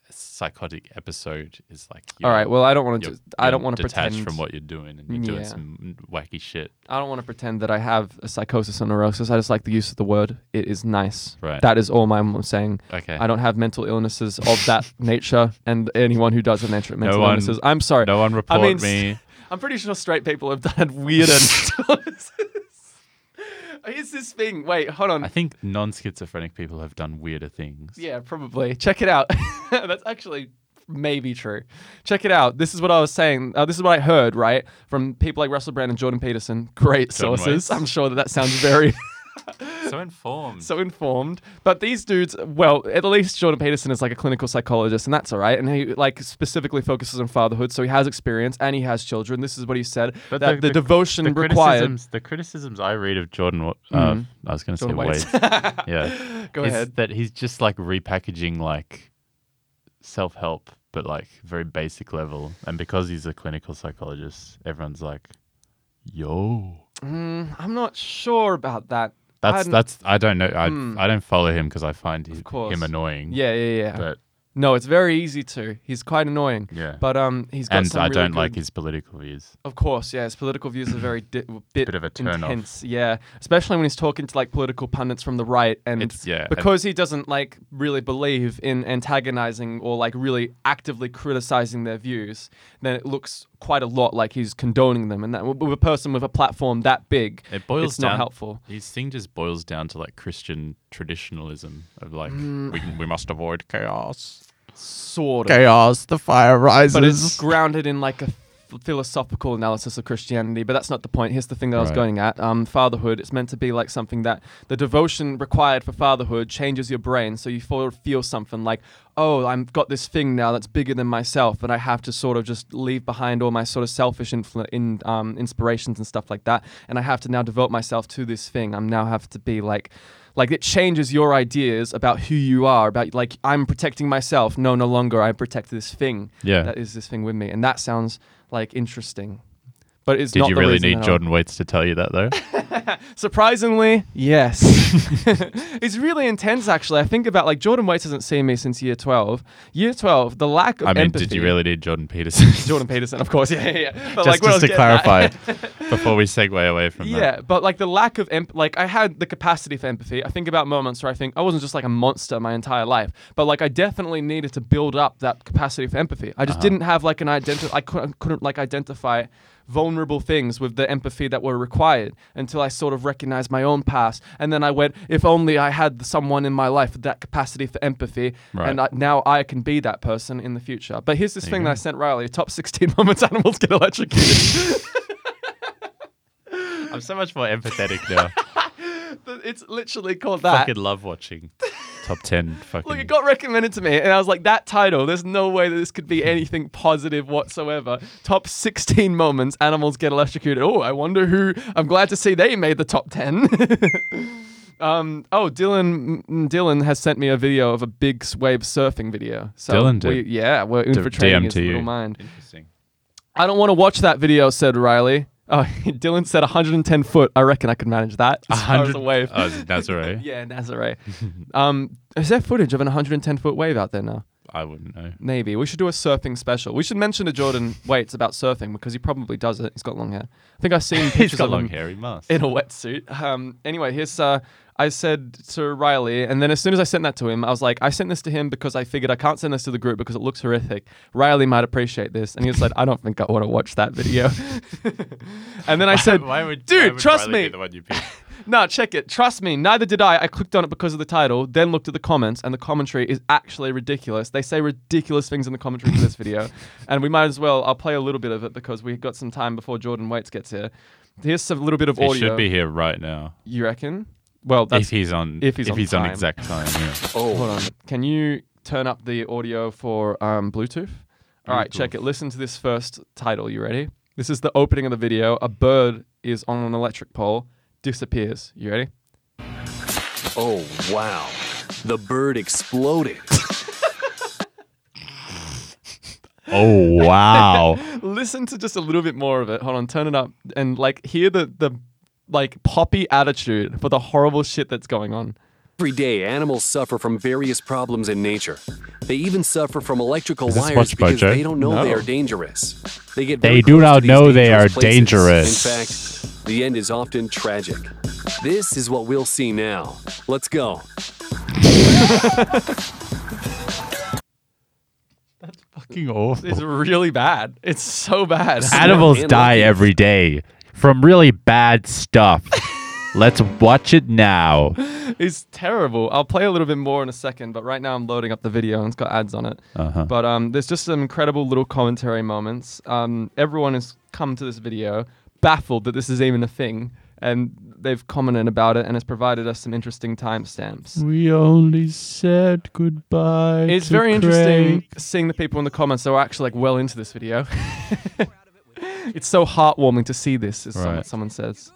[SPEAKER 4] psychotic episode. Is like
[SPEAKER 3] All right. Well, I don't want
[SPEAKER 4] you're-
[SPEAKER 3] to. I don't
[SPEAKER 4] you're
[SPEAKER 3] want to
[SPEAKER 4] detached
[SPEAKER 3] pretend.
[SPEAKER 4] from what you're doing and you're doing
[SPEAKER 3] Yeah.
[SPEAKER 4] some wacky shit.
[SPEAKER 3] I don't want to pretend that I have a psychosis or neurosis. I just like the use of the word. It is nice.
[SPEAKER 4] Right.
[SPEAKER 3] That is all my mom was saying.
[SPEAKER 4] Okay.
[SPEAKER 3] I don't have mental illnesses of that nature, and anyone who does have mental, mental
[SPEAKER 4] one-
[SPEAKER 3] illnesses, I'm sorry.
[SPEAKER 4] No one report
[SPEAKER 3] mean,
[SPEAKER 4] me.
[SPEAKER 3] I'm pretty sure straight people have done weirder. illnesses. Here's this thing. Wait, hold on.
[SPEAKER 4] I think non-schizophrenic people have done weirder things.
[SPEAKER 3] Yeah, probably. Check it out. That's actually maybe true. Check it out. This is what I was saying. Uh, this is what I heard, right? From people like Russell Brand and Jordan Peterson. Great
[SPEAKER 4] Jordan
[SPEAKER 3] sources.
[SPEAKER 4] Weitz.
[SPEAKER 3] I'm sure that that sounds very
[SPEAKER 4] So informed.
[SPEAKER 3] so informed. But these dudes, well, at least Jordan Peterson is like a clinical psychologist, and that's all right. And he like specifically focuses on fatherhood, so he has experience and he has children. This is what he said
[SPEAKER 4] But
[SPEAKER 3] that
[SPEAKER 4] the-
[SPEAKER 3] the,
[SPEAKER 4] the-
[SPEAKER 3] devotion
[SPEAKER 4] the
[SPEAKER 3] required. Mm-hmm.
[SPEAKER 4] criticisms, the criticisms I read of Jordan, Wa- uh, I was going to say
[SPEAKER 3] Jordan
[SPEAKER 4] Wade,
[SPEAKER 3] Weitz.
[SPEAKER 4] yeah,
[SPEAKER 3] Go
[SPEAKER 4] is
[SPEAKER 3] ahead.
[SPEAKER 4] That he's just like repackaging like self-help, but like very basic level. And because he's a clinical psychologist, everyone's like, "Yo,
[SPEAKER 3] Mm, I'm not sure about that.
[SPEAKER 4] that's
[SPEAKER 3] I'm-
[SPEAKER 4] that's." I don't know. I
[SPEAKER 3] Mm.
[SPEAKER 4] I don't follow him because I find his,
[SPEAKER 3] course.
[SPEAKER 4] him annoying.
[SPEAKER 3] Yeah, yeah, yeah.
[SPEAKER 4] but
[SPEAKER 3] no, it's very easy to. He's quite annoying.
[SPEAKER 4] Yeah.
[SPEAKER 3] But um, he's got
[SPEAKER 4] and
[SPEAKER 3] some
[SPEAKER 4] I
[SPEAKER 3] really
[SPEAKER 4] don't like
[SPEAKER 3] good-
[SPEAKER 4] his political views.
[SPEAKER 3] Of course, yeah. His political views are very di- bit,
[SPEAKER 4] Bit of a turn off.
[SPEAKER 3] intense, yeah. Especially when he's talking to like political pundits from the right, and
[SPEAKER 4] It's- yeah, and-
[SPEAKER 3] because he doesn't like really believe in antagonizing or like really actively criticizing their views, then it looks quite a lot like he's condoning them. And that with a person with a platform that big,
[SPEAKER 4] It boils
[SPEAKER 3] it's
[SPEAKER 4] down.
[SPEAKER 3] not helpful.
[SPEAKER 4] His thing just boils down to like Christian traditionalism of like
[SPEAKER 3] Hmm.
[SPEAKER 4] we, can- we must avoid chaos.
[SPEAKER 3] Sort of,
[SPEAKER 4] Chaos, the fire rises.
[SPEAKER 3] but it's grounded in like a ph- philosophical analysis of Christianity, but that's not the point. Here's the thing that I was
[SPEAKER 4] Right.
[SPEAKER 3] going at um, fatherhood. It's meant to be like something that the devotion required for fatherhood changes your brain, so you feel, feel something like, oh, I've got this thing now that's bigger than myself, and I have to sort of just leave behind all my sort of selfish influ- in, um, inspirations and stuff like that, and I have to now devote myself to this thing. I'm now have to be like. Like it changes your ideas about who you are, about like I'm protecting myself. No, no longer I protect this thing
[SPEAKER 4] Yeah.
[SPEAKER 3] that is this thing with me, and that sounds like interesting. But it's
[SPEAKER 4] Did
[SPEAKER 3] not
[SPEAKER 4] you
[SPEAKER 3] the
[SPEAKER 4] really
[SPEAKER 3] reason
[SPEAKER 4] need
[SPEAKER 3] that I-
[SPEAKER 4] Jordan Waits to tell you that though?
[SPEAKER 3] Surprisingly, yes. it's really intense, actually. I think about like Jordan Waits hasn't seen me since year twelve. Year twelve, the lack of
[SPEAKER 4] I mean,
[SPEAKER 3] empathy.
[SPEAKER 4] did you really need Jordan Peterson?
[SPEAKER 3] Jordan Peterson, of course, yeah, yeah. yeah. But
[SPEAKER 4] just
[SPEAKER 3] like, what I
[SPEAKER 4] just
[SPEAKER 3] was
[SPEAKER 4] to
[SPEAKER 3] getting at-
[SPEAKER 4] clarify before we segue away from that.
[SPEAKER 3] Yeah, but like the lack of emp- like I had the capacity for empathy. I think about moments where I think I wasn't just like a monster my entire life, but like I definitely needed to build up that capacity for empathy. I
[SPEAKER 4] Uh-huh.
[SPEAKER 3] just didn't have like an identi- I couldn't, couldn't like identify vulnerable things with the empathy that were required until I sort of recognized my own past, and then I went, if only I had someone in my life with that capacity for empathy,
[SPEAKER 4] Right.
[SPEAKER 3] and I, now I can be that person in the future. But here's this
[SPEAKER 4] There you
[SPEAKER 3] thing
[SPEAKER 4] go.
[SPEAKER 3] that I sent Riley: top 16 moments animals get electrocuted.
[SPEAKER 4] I'm so much more empathetic now.
[SPEAKER 3] it's literally called
[SPEAKER 4] I
[SPEAKER 3] that.
[SPEAKER 4] fucking love watching top ten fucking.
[SPEAKER 3] Look, it got recommended to me, and I was like, that title, there's no way that this could be anything positive whatsoever. Top 16 moments animals get electrocuted. Oh, I wonder who. I'm glad to see they made the top 10. um, oh, Dylan mm, Dylan has sent me a video of a big s- wave surfing video. So
[SPEAKER 4] Dylan did?
[SPEAKER 3] we- yeah, we're infiltrating
[SPEAKER 4] DM
[SPEAKER 3] his
[SPEAKER 4] to you.
[SPEAKER 3] little mind.
[SPEAKER 4] Interesting.
[SPEAKER 3] I don't want to watch that video, said Riley. Oh, Dylan said 110 foot. I reckon I could manage that. As far as a wave.
[SPEAKER 4] Oh, is it Nazare?
[SPEAKER 3] Yeah, Nazare. um, is there footage of an 110 foot wave out there now?
[SPEAKER 4] I wouldn't know.
[SPEAKER 3] Maybe we should do a surfing special. We should mention to Jordan Waits about surfing because he probably does it. He's got long hair. I think I've seen pictures
[SPEAKER 4] He's got
[SPEAKER 3] of
[SPEAKER 4] long
[SPEAKER 3] him
[SPEAKER 4] hair. He must.
[SPEAKER 3] in a wetsuit. Um, anyway, here's uh, I said to Riley, and then as soon as I sent that to him, I was like, I sent this to him because I figured I can't send this to the group because it looks horrific. Riley might appreciate this, and he was like, I don't think I want to watch that video. and then I said, Dude, trust me. No, check it. Trust me, neither did I. I clicked on it because of the title, then looked at the comments, and the commentary is actually ridiculous. They say ridiculous things in the commentary for this video. And we might as well, I'll play a little bit of it because we've got some time before Jordan Waits gets here. Here's a little bit of
[SPEAKER 4] He
[SPEAKER 3] audio.
[SPEAKER 4] should be here right now.
[SPEAKER 3] You reckon? Well, that's.
[SPEAKER 4] if he's on,
[SPEAKER 3] if he's on time.
[SPEAKER 4] exact time. yeah.
[SPEAKER 3] Hold on. Can you turn up the audio for um, Bluetooth? All right, check it. Listen to this first title. You ready? This is the opening of the video. A bird is on an electric pole, disappears. You ready?
[SPEAKER 5] Oh, wow. The bird exploded.
[SPEAKER 4] Oh wow!
[SPEAKER 3] listen to just a little bit more of it. Hold on, turn it up and like hear the the like poppy attitude for the horrible shit that's going on.
[SPEAKER 5] Every day, animals suffer from various problems in nature. They even suffer from electrical
[SPEAKER 4] this
[SPEAKER 5] wires
[SPEAKER 4] Watch
[SPEAKER 5] because
[SPEAKER 4] Mojo?
[SPEAKER 5] they don't know they
[SPEAKER 3] No.
[SPEAKER 5] are dangerous. They get
[SPEAKER 4] They
[SPEAKER 5] very
[SPEAKER 4] do
[SPEAKER 5] close
[SPEAKER 4] not
[SPEAKER 5] to these
[SPEAKER 4] know they are
[SPEAKER 5] places.
[SPEAKER 4] dangerous.
[SPEAKER 5] In fact, the end is often tragic. This is what we'll see now. Let's go.
[SPEAKER 4] Fucking awful.
[SPEAKER 3] It's really bad. It's so bad.
[SPEAKER 4] Animals
[SPEAKER 5] Animal
[SPEAKER 4] die
[SPEAKER 5] abuse.
[SPEAKER 4] every day from really bad stuff. Let's watch it now.
[SPEAKER 3] It's terrible. I'll play a little bit more in a second, but right now I'm loading up the video and it's got ads on it.
[SPEAKER 4] Uh-huh.
[SPEAKER 3] But um, there's just some incredible little commentary moments. Um, everyone has come to this video baffled that this is even a thing, and they've commented about it and has provided us some interesting timestamps.
[SPEAKER 2] We only said goodbye.
[SPEAKER 3] It's very interesting seeing the people in the comments that were actually like well into this video. it's so heartwarming to see this, is some-
[SPEAKER 4] Right.
[SPEAKER 3] someone says.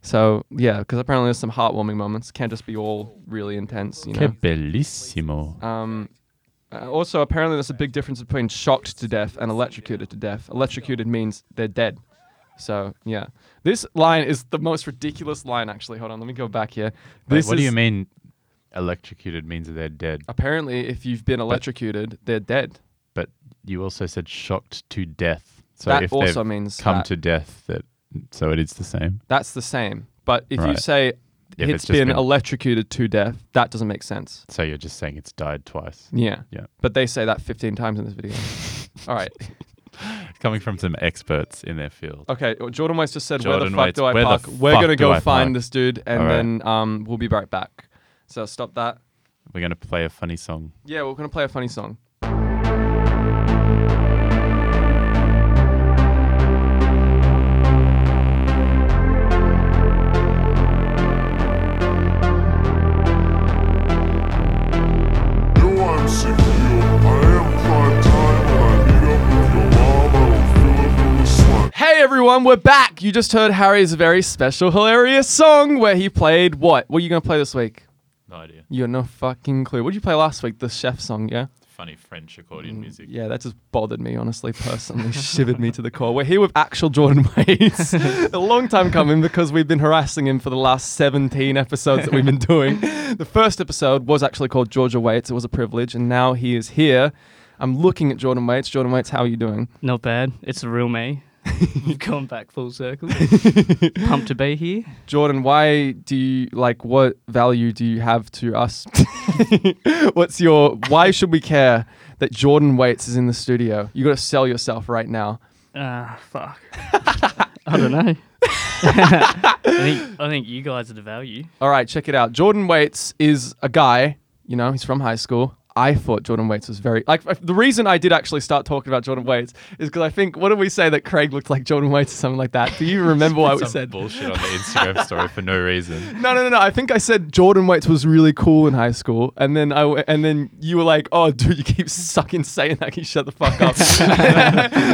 [SPEAKER 3] So yeah, because apparently there's some heartwarming moments. Can't just be all really intense, you
[SPEAKER 4] Che
[SPEAKER 3] know.
[SPEAKER 4] bellissimo.
[SPEAKER 3] Um, uh, also, apparently there's a big difference between shocked to death and electrocuted to death. Electrocuted means they're dead. So yeah, this line is the most ridiculous line actually. Hold on, let me go back here.
[SPEAKER 4] Wait,
[SPEAKER 3] This
[SPEAKER 4] what do you
[SPEAKER 3] is-
[SPEAKER 4] mean? Electrocuted means that they're dead,
[SPEAKER 3] Apparently, if you've been electrocuted, they're dead.
[SPEAKER 4] but you also said shocked to death. So
[SPEAKER 3] That
[SPEAKER 4] if
[SPEAKER 3] also
[SPEAKER 4] they've
[SPEAKER 3] means
[SPEAKER 4] come
[SPEAKER 3] that.
[SPEAKER 4] to death, that so it is the same.
[SPEAKER 3] That's the same. But if you
[SPEAKER 4] Right.
[SPEAKER 3] say
[SPEAKER 4] If
[SPEAKER 3] it's
[SPEAKER 4] it's just
[SPEAKER 3] been,
[SPEAKER 4] been-
[SPEAKER 3] electrocuted to death, that doesn't make sense.
[SPEAKER 4] So you're just saying it's died twice.
[SPEAKER 3] Yeah.
[SPEAKER 4] Yeah.
[SPEAKER 3] But they say that 15 times in this video. All right.
[SPEAKER 4] Coming from some experts in their field.
[SPEAKER 3] Okay. well, Jordan Weiss just said, "Where the
[SPEAKER 4] Jordan
[SPEAKER 3] fuck
[SPEAKER 4] Weiss,
[SPEAKER 3] do I
[SPEAKER 4] where the
[SPEAKER 3] park?" We're
[SPEAKER 4] fuck
[SPEAKER 3] gonna
[SPEAKER 4] do
[SPEAKER 3] go
[SPEAKER 4] I
[SPEAKER 3] find
[SPEAKER 4] park?
[SPEAKER 3] this dude, and
[SPEAKER 4] All right.
[SPEAKER 3] then um, we'll be right back. So stop that.
[SPEAKER 4] We're gonna play a funny song.
[SPEAKER 3] Yeah, we're gonna play a funny song.
[SPEAKER 6] sick meal. I am prime time when I meet up with your mom. I will fill it from the slut.
[SPEAKER 3] Hey everyone, we're back. You just heard Harry's very special, hilarious song where he played what? What are you gonna play this week?
[SPEAKER 4] No idea.
[SPEAKER 3] You got no fucking clue. What did you play last week? The chef song, yeah?
[SPEAKER 4] Funny French accordion music.
[SPEAKER 3] Mm, Yeah, that just bothered me, honestly, personally. shivered me to the core. We're here with actual Jordan Waits. a long time coming because we've been harassing him for the last 17 episodes that we've been doing. The first episode was actually called Georgia Waits. It was a privilege, and now he is here. I'm looking at Jordan Waits. Jordan Waits, how are you doing?
[SPEAKER 7] Not bad. It's the real me. We've gone back full circle. Pumped to be here.
[SPEAKER 3] Jordan, why do you like what value do you have to us? What's your why should we care that Jordan Waits is in the studio? You got to sell yourself right now.
[SPEAKER 7] Ah, fuck. I don't know. I think I think you guys are the value.
[SPEAKER 3] All right, check it out. Jordan Waits is a guy, you know, he's from high school. I thought Jordan Waits was very like the reason I did actually start talking about Jordan Waits is because I think what did we say that Craig looked like Jordan Waits or something like that? Do you remember what we
[SPEAKER 4] Some
[SPEAKER 3] said?
[SPEAKER 4] bullshit on the Instagram story for no reason.
[SPEAKER 3] No, no, no, no. I think I said Jordan Waits was really cool in high school, and then I w- and then you were like, "Oh, dude, you keep sucking saying that. Can you shut the fuck up?"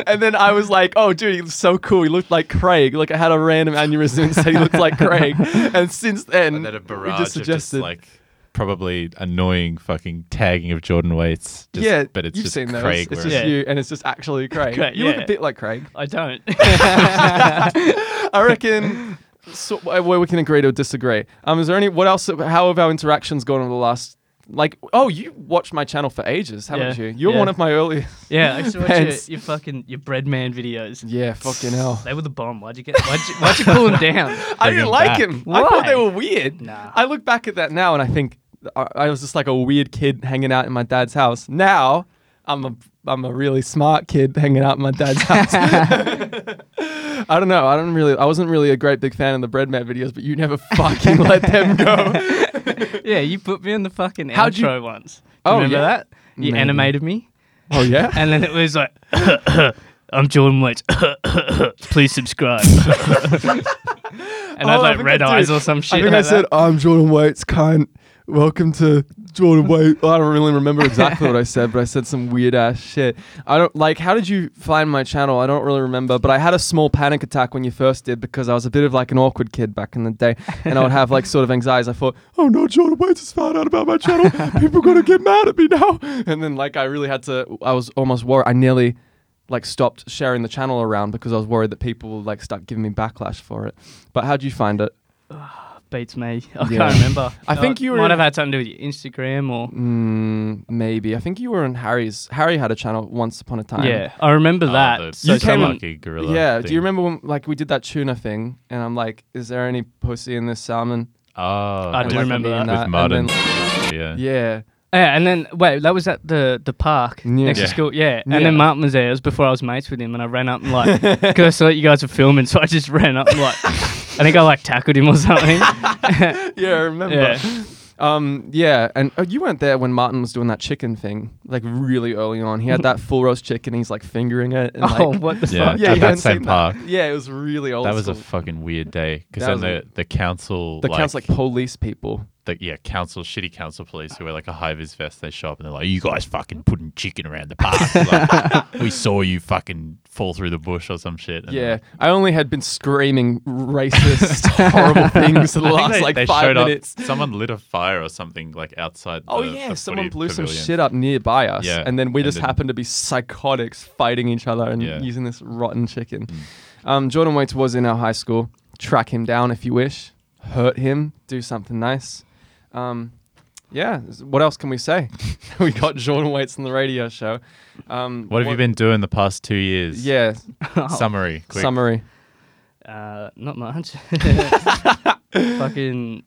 [SPEAKER 3] and then I was like, "Oh, dude, he was so cool. He looked like Craig. Like I had a random aneurysm and said he looked like Craig." And since then,
[SPEAKER 4] And then a
[SPEAKER 3] we
[SPEAKER 4] barrage
[SPEAKER 3] just
[SPEAKER 4] of
[SPEAKER 3] suggested,
[SPEAKER 4] just like probably annoying fucking tagging of Jordan Waits. Just,
[SPEAKER 3] yeah,
[SPEAKER 4] but it's
[SPEAKER 3] you've
[SPEAKER 4] just
[SPEAKER 3] seen those.
[SPEAKER 4] Craig.
[SPEAKER 3] It's
[SPEAKER 4] wearing-
[SPEAKER 3] just
[SPEAKER 7] it.
[SPEAKER 3] you, and it's just actually Craig.
[SPEAKER 7] Craig,
[SPEAKER 3] you look
[SPEAKER 7] yeah.
[SPEAKER 3] a bit like Craig.
[SPEAKER 7] I don't.
[SPEAKER 3] I reckon. So, uh, well, we can agree to disagree. Um, is there any? What else? How have our interactions gone over the last? Like, oh, you watched my channel for ages, haven't
[SPEAKER 7] Yeah,
[SPEAKER 3] you? You're
[SPEAKER 7] yeah.
[SPEAKER 3] one of my early.
[SPEAKER 7] yeah, I used to watch your,
[SPEAKER 3] Pants.
[SPEAKER 7] your fucking your bread man videos.
[SPEAKER 3] Yeah, fucking hell.
[SPEAKER 7] They were the bomb. Why'd you get? Why'd you, why'd you cool them down?
[SPEAKER 3] I didn't
[SPEAKER 4] him
[SPEAKER 3] like
[SPEAKER 4] back.
[SPEAKER 3] him. I thought they
[SPEAKER 7] Why?
[SPEAKER 3] were weird.
[SPEAKER 7] Nah.
[SPEAKER 3] I look back at that now and I think I, I was just like a weird kid hanging out in my dad's house. Now I'm a I'm a really smart kid hanging out in my dad's house. I don't know. I don't really. I wasn't really a great big fan of the bread man videos, but you never fucking let them go.
[SPEAKER 7] Yeah, you put me on the fucking
[SPEAKER 3] How'd you-
[SPEAKER 7] outro once. Do
[SPEAKER 3] Oh,
[SPEAKER 7] you remember
[SPEAKER 3] yeah.
[SPEAKER 7] that? You
[SPEAKER 3] Maybe.
[SPEAKER 7] animated me,
[SPEAKER 3] Oh yeah.
[SPEAKER 7] and then it was like, "I'm Jordan Waits. Please subscribe." and
[SPEAKER 3] Oh,
[SPEAKER 7] I
[SPEAKER 3] I
[SPEAKER 7] had like
[SPEAKER 3] think I
[SPEAKER 7] red eyes
[SPEAKER 3] did.
[SPEAKER 7] or some shit.
[SPEAKER 3] I think I
[SPEAKER 7] like
[SPEAKER 3] said,
[SPEAKER 7] that.
[SPEAKER 3] "I'm Jordan Waits, cunt. Welcome to Jordan Waits." I don't really remember exactly what I said, but I said some weird ass shit. I don't like. How did you find my channel? I don't really remember, but I had a small panic attack when you first did because I was a bit of like an awkward kid back in the day, and I would have like sort of anxieties. I thought, "Oh no, Jordan Waits has found out about my channel. People gonna get mad at me now." And then like I really had to. I was almost worried. I nearly. Like stopped sharing the channel around because I was worried that people would like start giving me backlash for it. But how'd you find it?
[SPEAKER 7] Beats me. I
[SPEAKER 3] Yeah.
[SPEAKER 7] can't remember.
[SPEAKER 3] I think you were
[SPEAKER 7] might
[SPEAKER 3] in-
[SPEAKER 7] have had something to do with your Instagram or
[SPEAKER 3] Mm, maybe. I think you were on Harry's. Harry had a channel once upon a time.
[SPEAKER 7] yeah. I remember
[SPEAKER 4] Oh,
[SPEAKER 7] that.
[SPEAKER 4] the
[SPEAKER 7] so
[SPEAKER 3] You came
[SPEAKER 7] someone,
[SPEAKER 4] lucky gorilla.
[SPEAKER 3] Yeah. Do
[SPEAKER 4] thing.
[SPEAKER 3] you remember when like we did that tuna thing? And I'm like, is there any pussy in this salmon?
[SPEAKER 4] Oh,
[SPEAKER 7] I
[SPEAKER 3] And,
[SPEAKER 7] do
[SPEAKER 3] like,
[SPEAKER 7] remember
[SPEAKER 3] me and
[SPEAKER 7] that.
[SPEAKER 4] With
[SPEAKER 3] and
[SPEAKER 4] Martin.
[SPEAKER 3] then-
[SPEAKER 4] yeah.
[SPEAKER 3] yeah.
[SPEAKER 7] yeah, and then wait, that was at the the park next
[SPEAKER 3] Yeah.
[SPEAKER 7] to school. Yeah, and
[SPEAKER 3] Yeah.
[SPEAKER 7] then Martin was there. It was before I was mates with him, and I ran up and like, because I saw that you guys were filming, so I just ran up and like, I think I like tackled him or something.
[SPEAKER 3] Yeah, I remember.
[SPEAKER 7] yeah,
[SPEAKER 3] Um, yeah, and oh, you weren't there when Martin was doing that chicken thing, like really early on. He had that full roast chicken. He's like fingering it. And,
[SPEAKER 7] oh,
[SPEAKER 3] like,
[SPEAKER 7] what the
[SPEAKER 4] Yeah.
[SPEAKER 7] fuck?
[SPEAKER 4] at
[SPEAKER 3] you
[SPEAKER 4] that
[SPEAKER 3] hadn't
[SPEAKER 4] same
[SPEAKER 3] seen
[SPEAKER 4] park.
[SPEAKER 3] Yeah, it was really old.
[SPEAKER 4] That was a
[SPEAKER 3] school.
[SPEAKER 4] fucking weird day because
[SPEAKER 3] That
[SPEAKER 4] then
[SPEAKER 3] was
[SPEAKER 4] the,
[SPEAKER 3] a-
[SPEAKER 4] the council
[SPEAKER 3] the
[SPEAKER 4] like,
[SPEAKER 3] council like police people.
[SPEAKER 4] the, yeah council shitty council
[SPEAKER 3] Uh.
[SPEAKER 4] police who wear like a high vis vest they show up and they're like you guys fucking putting chicken around the park like, we saw you fucking fall through the bush or some shit and
[SPEAKER 3] Yeah, I only had been screaming racist, horrible things for the
[SPEAKER 4] I think
[SPEAKER 3] last
[SPEAKER 4] they,
[SPEAKER 3] like
[SPEAKER 4] they
[SPEAKER 3] five
[SPEAKER 4] showed
[SPEAKER 3] minutes.
[SPEAKER 4] Up, someone lit a fire or something like outside.
[SPEAKER 3] Oh
[SPEAKER 4] the-
[SPEAKER 3] yeah,
[SPEAKER 4] the
[SPEAKER 3] someone
[SPEAKER 4] footy
[SPEAKER 3] blew some
[SPEAKER 4] pavilion.
[SPEAKER 3] shit up nearby us,
[SPEAKER 4] Yeah,
[SPEAKER 3] and then we
[SPEAKER 4] and
[SPEAKER 3] just
[SPEAKER 4] then-
[SPEAKER 3] happened to be psychotics fighting each other and
[SPEAKER 4] Yeah. Mm.
[SPEAKER 3] using this rotten chicken. Um, Jordan Waits was in our high school. Track him down if you wish, hurt him, do something nice. Um, yeah, s- what else can we say? we got Jordan Waits on the radio show. Um,
[SPEAKER 4] What have you been doing the past two years?
[SPEAKER 3] Yeah,
[SPEAKER 4] Summary. Quick.
[SPEAKER 3] summary.
[SPEAKER 7] Uh, not much. Fucking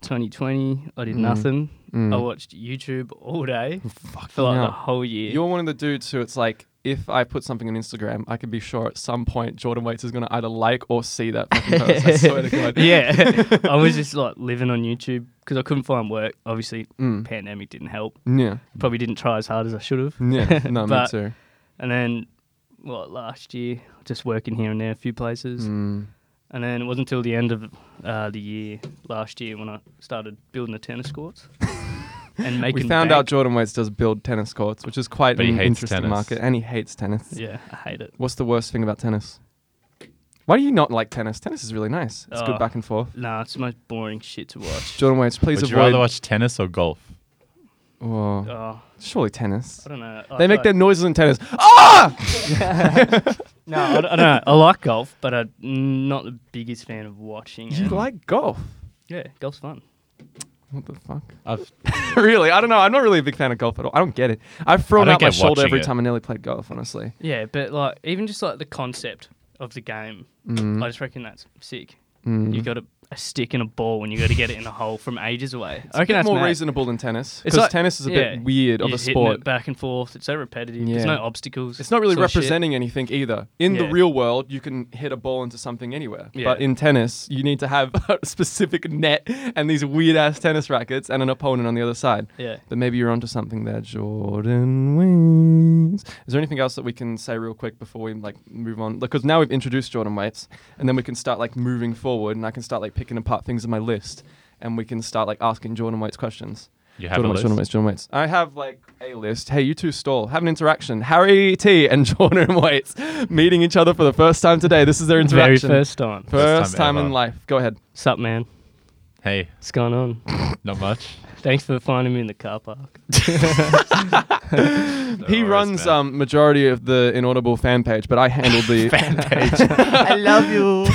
[SPEAKER 7] 2020,
[SPEAKER 3] Mm.
[SPEAKER 7] I did nothing. I watched YouTube all day for
[SPEAKER 3] hell.
[SPEAKER 7] like the whole year.
[SPEAKER 3] You're one of the dudes who it's like, if I put something on Instagram, I can be sure at some point Jordan Waits is going to either like or see that fucking post. I swear to God.
[SPEAKER 7] yeah, I was just like living on YouTube because I couldn't find work. Obviously,
[SPEAKER 3] Mm.
[SPEAKER 7] pandemic didn't help.
[SPEAKER 3] Yeah.
[SPEAKER 7] Probably didn't try as hard as I should have.
[SPEAKER 3] Yeah. No, me
[SPEAKER 7] But-
[SPEAKER 3] too.
[SPEAKER 7] And then, what last year, just working here and there, a few places.
[SPEAKER 3] Mm.
[SPEAKER 7] And then it wasn't until the end of uh, the year last year when I started building the tennis courts. and make
[SPEAKER 3] we found out Jordan Waits does build tennis courts, which is quite
[SPEAKER 4] But he
[SPEAKER 3] an
[SPEAKER 4] hates
[SPEAKER 3] interesting
[SPEAKER 4] tennis.
[SPEAKER 3] market, and he hates tennis.
[SPEAKER 7] Yeah, I hate it.
[SPEAKER 3] What's the worst thing about tennis? Why do you not like tennis? Tennis is really nice. It's
[SPEAKER 7] Oh.
[SPEAKER 3] good back and forth.
[SPEAKER 7] Nah, it's the most boring shit to watch.
[SPEAKER 3] Jordan Waits, please
[SPEAKER 4] Would you
[SPEAKER 3] avoid.
[SPEAKER 4] rather watch tennis or golf?
[SPEAKER 3] Whoa.
[SPEAKER 7] Oh,
[SPEAKER 3] surely tennis.
[SPEAKER 7] I don't know.
[SPEAKER 3] They make their
[SPEAKER 7] that.
[SPEAKER 3] noises in tennis.
[SPEAKER 7] No, I don't, I don't know. I like golf, but I'm not the biggest fan of watching
[SPEAKER 3] You
[SPEAKER 7] it.
[SPEAKER 3] like golf?
[SPEAKER 7] yeah, golf's fun.
[SPEAKER 3] What the fuck?
[SPEAKER 4] I've,
[SPEAKER 3] really? I don't know. I'm not really a big fan of golf at all. I don't get it. I've thrown
[SPEAKER 4] I don't
[SPEAKER 3] out my
[SPEAKER 4] get
[SPEAKER 3] shoulder
[SPEAKER 4] watching
[SPEAKER 3] every
[SPEAKER 4] it.
[SPEAKER 3] time I nearly played golf. Honestly.
[SPEAKER 7] Yeah, but like even just like the concept of the game,
[SPEAKER 3] Mm.
[SPEAKER 7] I just reckon that's sick. You got a, a stick and a ball, and you got to get it in a hole from ages away. I
[SPEAKER 3] It's a
[SPEAKER 7] reckon
[SPEAKER 3] bit
[SPEAKER 7] that's
[SPEAKER 3] more
[SPEAKER 7] mad.
[SPEAKER 3] reasonable than tennis.
[SPEAKER 7] It's
[SPEAKER 3] Because
[SPEAKER 7] like-
[SPEAKER 3] tennis is a
[SPEAKER 7] yeah,
[SPEAKER 3] bit weird of
[SPEAKER 7] You're
[SPEAKER 3] a
[SPEAKER 7] just hitting
[SPEAKER 3] sport.
[SPEAKER 7] it back and forth. It's so repetitive.
[SPEAKER 3] Yeah.
[SPEAKER 7] There's no obstacles.
[SPEAKER 3] It's not really
[SPEAKER 7] sort of shit.
[SPEAKER 3] representing anything either. In the
[SPEAKER 7] Yeah.
[SPEAKER 3] real world, you can hit a ball into something anywhere.
[SPEAKER 7] Yeah.
[SPEAKER 3] But in tennis, you need to have a specific net and these weird ass tennis rackets and an opponent on the other side.
[SPEAKER 7] Yeah.
[SPEAKER 3] But maybe you're onto something there, Jordan Waits. Is there anything else that we can say real quick before we like move on? Because now we've introduced Jordan Waits, and then we can start like moving forward, and I can start like picking apart things in my list, and we can start like asking Jordan Waits questions.
[SPEAKER 4] You have
[SPEAKER 3] Jordan
[SPEAKER 4] a
[SPEAKER 3] Waits, Jordan
[SPEAKER 4] list?
[SPEAKER 3] Waits, Jordan Waits. I have like a list. Hey, you two stall. Have an interaction. Harry T and Jordan Waits meeting each other for the first time today. This is their
[SPEAKER 7] Very
[SPEAKER 3] interaction.
[SPEAKER 7] first time.
[SPEAKER 3] First
[SPEAKER 4] First time
[SPEAKER 3] time, in
[SPEAKER 4] ever.
[SPEAKER 3] life. Go ahead.
[SPEAKER 7] Sup, man?
[SPEAKER 4] hey,
[SPEAKER 7] What's going on?
[SPEAKER 4] not much.
[SPEAKER 7] Thanks for finding me in the car park.
[SPEAKER 3] he runs um majority of the inaudible fan page, but I handled the fan page.
[SPEAKER 7] I love you.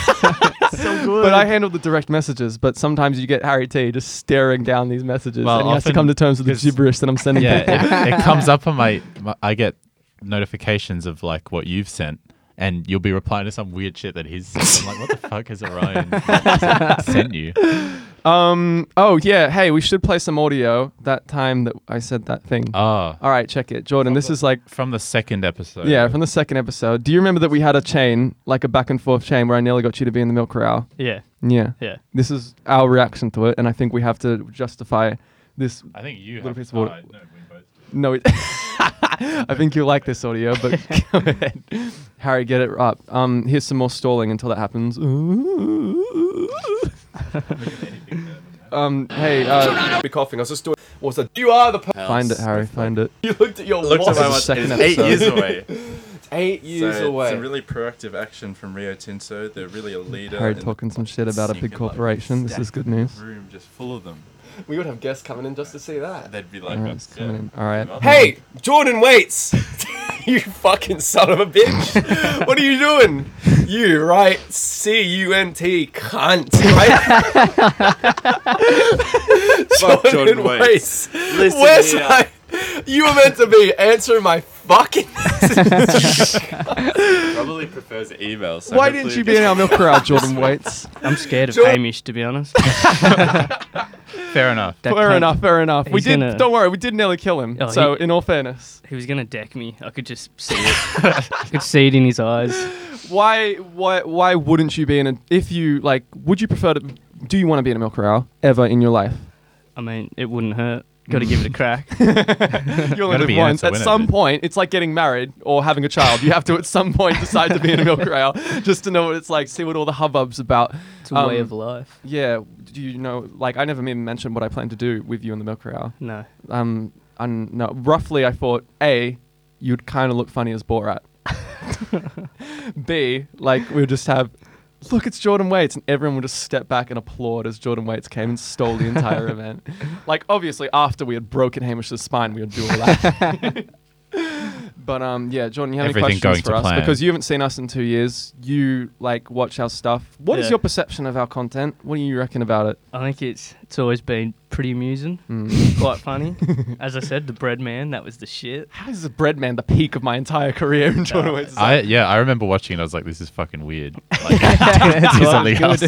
[SPEAKER 7] so good.
[SPEAKER 3] But I handled the direct messages. But sometimes you get Harry T just staring down these messages,
[SPEAKER 4] Well,
[SPEAKER 3] and he has to
[SPEAKER 4] often-
[SPEAKER 3] come to terms with the
[SPEAKER 4] 'cause-
[SPEAKER 3] gibberish that I'm sending. people.
[SPEAKER 4] Yeah, it, it comes up on my, my. I get notifications of like what you've sent, and you'll be replying to some weird shit that he's. sent. I'm like, what the fuck has Orion sent you?
[SPEAKER 3] Um. Oh yeah. Hey, we should play some audio. That time that I said that thing.
[SPEAKER 4] Ah,
[SPEAKER 3] All right, check it, Jordan. This is like.
[SPEAKER 4] from the second episode.
[SPEAKER 3] Yeah, from the second episode. Do you remember that we had a chain, like a back and forth chain, where I nearly got you to be in the milk corral?
[SPEAKER 7] yeah,
[SPEAKER 3] Yeah.
[SPEAKER 7] yeah.
[SPEAKER 3] This is our reaction to it, and I think we have to justify this.
[SPEAKER 4] I think you.
[SPEAKER 3] Little
[SPEAKER 4] Have,
[SPEAKER 3] piece of water.
[SPEAKER 4] uh, no, we both.
[SPEAKER 3] No, it, I think you like this audio, but go ahead, Harry, get it up. Um, here's some more stalling until that happens. um, hey, uh,
[SPEAKER 8] be coughing. I was just doing. What was that? You are the. Per-
[SPEAKER 3] find it, Harry, find it.
[SPEAKER 8] you looked at your
[SPEAKER 4] Looked
[SPEAKER 8] watch.
[SPEAKER 4] at my watch.
[SPEAKER 3] second
[SPEAKER 4] It's eight
[SPEAKER 3] episode.
[SPEAKER 4] years away.
[SPEAKER 8] Eight years
[SPEAKER 9] so
[SPEAKER 8] away.
[SPEAKER 9] It's a really proactive action from Rio Tinto. They're really a leader.
[SPEAKER 3] Harry
[SPEAKER 9] in
[SPEAKER 3] talking some shit about a big
[SPEAKER 9] Sneaking like
[SPEAKER 3] corporation. This is good news.
[SPEAKER 9] the room just full of them.
[SPEAKER 8] we would have guests coming in just to see that.
[SPEAKER 9] They'd be like,
[SPEAKER 3] All right,
[SPEAKER 9] "That's
[SPEAKER 3] it's coming in. All right.
[SPEAKER 8] Hey, Jordan Waits. you fucking son of a bitch. what are you doing? You right? C U N T cunt. Right?
[SPEAKER 9] Fuck Jordan
[SPEAKER 8] Waits. Where's
[SPEAKER 9] here.
[SPEAKER 8] my? You were meant to be answering my fucking.
[SPEAKER 9] Probably prefers email. So
[SPEAKER 3] Why didn't you be in our milk crowd, Jordan Waits?
[SPEAKER 7] I'm scared of
[SPEAKER 8] Sure.
[SPEAKER 7] Hamish, to be honest.
[SPEAKER 4] Fair enough.
[SPEAKER 7] That
[SPEAKER 3] Fair
[SPEAKER 7] cunt,
[SPEAKER 3] enough, fair enough. We
[SPEAKER 7] He's
[SPEAKER 3] did.
[SPEAKER 7] gonna-
[SPEAKER 3] Don't worry, we did nearly kill him.
[SPEAKER 7] Oh,
[SPEAKER 3] so,
[SPEAKER 7] he-
[SPEAKER 3] in all fairness,
[SPEAKER 7] He was gonna deck me. I could just see it. I could see it in his eyes.
[SPEAKER 3] why, why, why wouldn't you be in a? If you like, would you prefer to? Do you want to be in a milk corral ever in your life?
[SPEAKER 7] I mean, it wouldn't hurt. Got to give it a crack.
[SPEAKER 3] You only
[SPEAKER 4] Gotta be in it
[SPEAKER 3] live once.
[SPEAKER 4] to
[SPEAKER 3] At
[SPEAKER 4] win it,
[SPEAKER 3] some
[SPEAKER 4] dude.
[SPEAKER 3] point, it's like getting married or having a child. You have to, at some point, decide to be in a milk corral just to know what it's like, see what all the hubbub's about.
[SPEAKER 7] It's a way
[SPEAKER 3] Um,
[SPEAKER 7] of life.
[SPEAKER 3] Yeah. Do you know? Like, I never even mentioned what I plan to do with you in the milk corral.
[SPEAKER 7] No.
[SPEAKER 3] Um, and no, roughly, I thought a, you'd kind of look funny as Borat. B, like we'll just have, look, it's Jordan Waits, and everyone would just step back and applaud as Jordan Waits came and stole the entire event. Like obviously, after we had broken Hamish's spine, we would do all that. But um, yeah, Jordan, you have any
[SPEAKER 4] Everything going
[SPEAKER 3] questions for
[SPEAKER 4] to
[SPEAKER 3] us
[SPEAKER 4] plan.
[SPEAKER 3] because you haven't seen us in two years. You like watch our stuff. What is
[SPEAKER 7] Yeah.
[SPEAKER 3] your perception of our content? What do you reckon about it?
[SPEAKER 7] I think it's it's always been pretty amusing,
[SPEAKER 3] Hmm.
[SPEAKER 7] quite funny. As I said, the bread man, that was the shit.
[SPEAKER 3] How is the bread man the peak of my entire career in Jordan Waits? is
[SPEAKER 4] I yeah, I remember watching it. I was like, "This is fucking weird." Like, do something else.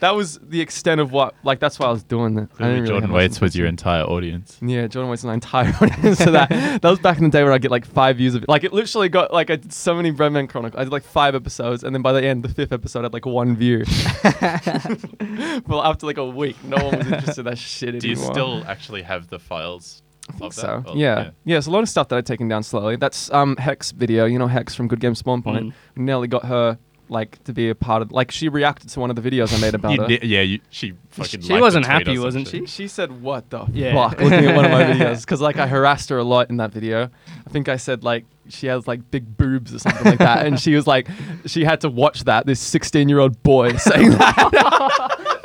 [SPEAKER 3] That was the extent of what, like, that's why I was doing it. I didn't really
[SPEAKER 4] Jordan
[SPEAKER 3] have
[SPEAKER 4] Waits
[SPEAKER 3] much-
[SPEAKER 4] was your entire audience.
[SPEAKER 3] Yeah, Jordan Waits was my entire audience for that. That was back in the day where I get like five views of it. Like, it literally got like I did so many Breadman Chronicles. I did like five episodes, and then by the end, the fifth episode had like one view. well, after like a week, no one was interested in that shit anymore.
[SPEAKER 4] Do you still Oh, actually have the files? I think
[SPEAKER 3] so? yeah. yeah, It's a lot of stuff that I've taken down slowly. That's um Hex video. You know Hex from Good Game Spawn Point.
[SPEAKER 7] Mm.
[SPEAKER 3] We nearly got her like to be a part of. Like she reacted to one of the videos I made about
[SPEAKER 4] You
[SPEAKER 3] it.
[SPEAKER 4] di- yeah, you, she fucking.
[SPEAKER 7] She
[SPEAKER 4] liked the
[SPEAKER 7] wasn't
[SPEAKER 4] tweet or
[SPEAKER 7] happy,
[SPEAKER 4] some
[SPEAKER 7] wasn't
[SPEAKER 4] shit.
[SPEAKER 7] she?
[SPEAKER 3] She said, "What the
[SPEAKER 7] Yeah.
[SPEAKER 3] fuck?" Looking at one of my videos because like I harassed her a lot in that video. I think I said like she has like big boobs or something like that, and she was like, she had to watch that this sixteen-year-old boy saying that.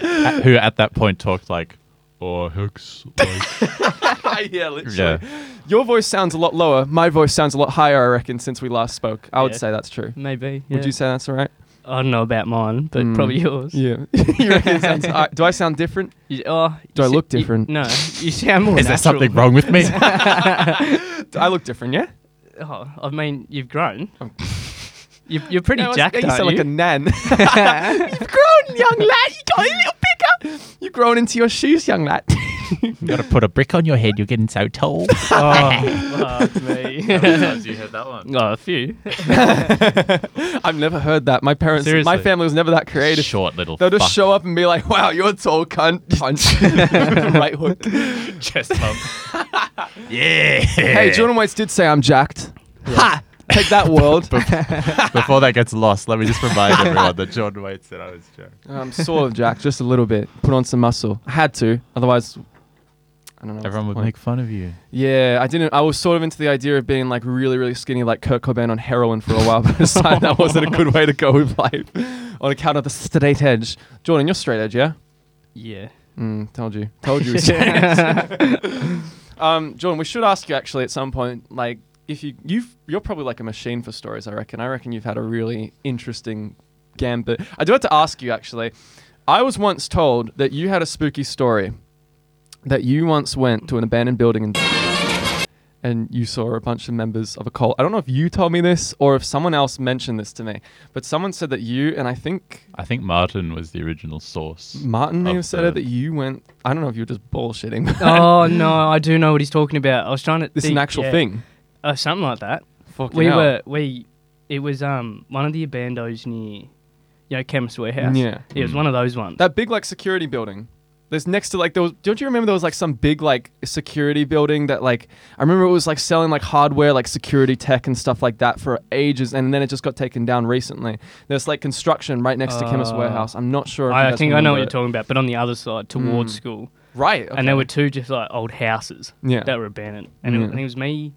[SPEAKER 4] At- Who at that point talked like, "Oh hex." Like,
[SPEAKER 3] yeah, literally.
[SPEAKER 4] yeah,
[SPEAKER 3] Your voice sounds a lot lower. My voice sounds a lot higher, I reckon, since we last spoke. I would
[SPEAKER 7] Yeah.
[SPEAKER 3] say that's true.
[SPEAKER 7] Maybe.
[SPEAKER 3] Would you say that's all right?
[SPEAKER 7] I don't know about mine, but
[SPEAKER 3] Mm.
[SPEAKER 7] probably yours.
[SPEAKER 3] Yeah. you reckon it sounds, I- do I sound different?
[SPEAKER 7] You- oh,
[SPEAKER 3] Do
[SPEAKER 7] you
[SPEAKER 3] I
[SPEAKER 7] s-
[SPEAKER 3] look
[SPEAKER 7] you-
[SPEAKER 3] different?
[SPEAKER 7] no, you sound more.
[SPEAKER 4] is there
[SPEAKER 7] natural.
[SPEAKER 4] something wrong with me?
[SPEAKER 3] Do I look different, yeah?
[SPEAKER 7] Oh, I mean, you've grown. You, you're pretty
[SPEAKER 3] Oh. No, I was-
[SPEAKER 7] jacked,
[SPEAKER 3] You
[SPEAKER 7] aren't
[SPEAKER 3] sound like a
[SPEAKER 7] you?
[SPEAKER 3] nan. You've grown, young lad. You got a little bigger. You've grown into your shoes, young lad.
[SPEAKER 4] Gotta put a brick on your head. You're getting so tall.
[SPEAKER 7] oh, fuck me.
[SPEAKER 4] Sometimes you heard that one.
[SPEAKER 7] oh, a few.
[SPEAKER 3] I've never heard that. My parents, my
[SPEAKER 4] Seriously.
[SPEAKER 3] family was never that creative.
[SPEAKER 4] Short little.
[SPEAKER 3] They'll just
[SPEAKER 4] fuck.
[SPEAKER 3] show up and be like, "Wow, you're tall, cunt." Punch. right hook.
[SPEAKER 4] chest hump. yeah.
[SPEAKER 3] Hey, Jordan Waits did say I'm jacked. Ha! Take that world.
[SPEAKER 4] Before that gets lost, let me just remind everyone that Jordan Wade said I was joking.
[SPEAKER 3] I'm sort of jacked, just a little bit. Put on some muscle. I had to, otherwise, I don't know.
[SPEAKER 4] Everyone would
[SPEAKER 3] Like-
[SPEAKER 4] make fun of you.
[SPEAKER 3] Yeah, I didn't. I was sort of into the idea of being like really, really skinny, like Kurt Cobain on heroin for a while, but I decided that wasn't a good way to go with life on account of the straight edge. Jordan, you're straight edge, yeah?
[SPEAKER 7] Yeah.
[SPEAKER 3] Mm, told you. Told you. we said. um, Jordan, we should ask you actually at some point, like, if you you've you're probably like a machine for stories. I reckon. I reckon you've had a really interesting gambit. I do have to ask you actually. I was once told that you had a spooky story. That you once went to an abandoned building and and you saw a bunch of members of a cult. I don't know if you told me this or if someone else mentioned this to me, but someone said that you and I think
[SPEAKER 4] I think Martin was the original source.
[SPEAKER 3] Martin may
[SPEAKER 4] of
[SPEAKER 3] have said it
[SPEAKER 4] the-
[SPEAKER 3] that you went. I don't know if you were just bullshitting. but
[SPEAKER 7] Oh no, I do know what he's talking about. I was trying to.
[SPEAKER 3] This is an
[SPEAKER 7] think-
[SPEAKER 3] actual
[SPEAKER 7] yeah.
[SPEAKER 3] thing.
[SPEAKER 7] Uh, something like that.
[SPEAKER 3] Fucking
[SPEAKER 7] we
[SPEAKER 3] hell.
[SPEAKER 7] were we it was um one of the abandos near you know chemist warehouse
[SPEAKER 3] Yeah. Mm.
[SPEAKER 7] it was one of those ones
[SPEAKER 3] that big like security building. There's next to like there was. Don't you remember there was like some big like security building that like I remember it was like selling like hardware like security tech and stuff like that for ages, and then it just got taken down recently. There's like construction right next to Chemist
[SPEAKER 7] Uh,
[SPEAKER 3] Warehouse. I'm not sure. If you
[SPEAKER 7] I, I
[SPEAKER 3] guys
[SPEAKER 7] think I know what
[SPEAKER 3] remember
[SPEAKER 7] you're
[SPEAKER 3] it.
[SPEAKER 7] talking about but on the other side towards school
[SPEAKER 3] Right.
[SPEAKER 7] and
[SPEAKER 3] Mm. okay.
[SPEAKER 7] there were two just like old houses
[SPEAKER 3] Yeah.
[SPEAKER 7] that were abandoned and, it,
[SPEAKER 3] Yeah.
[SPEAKER 7] and it was me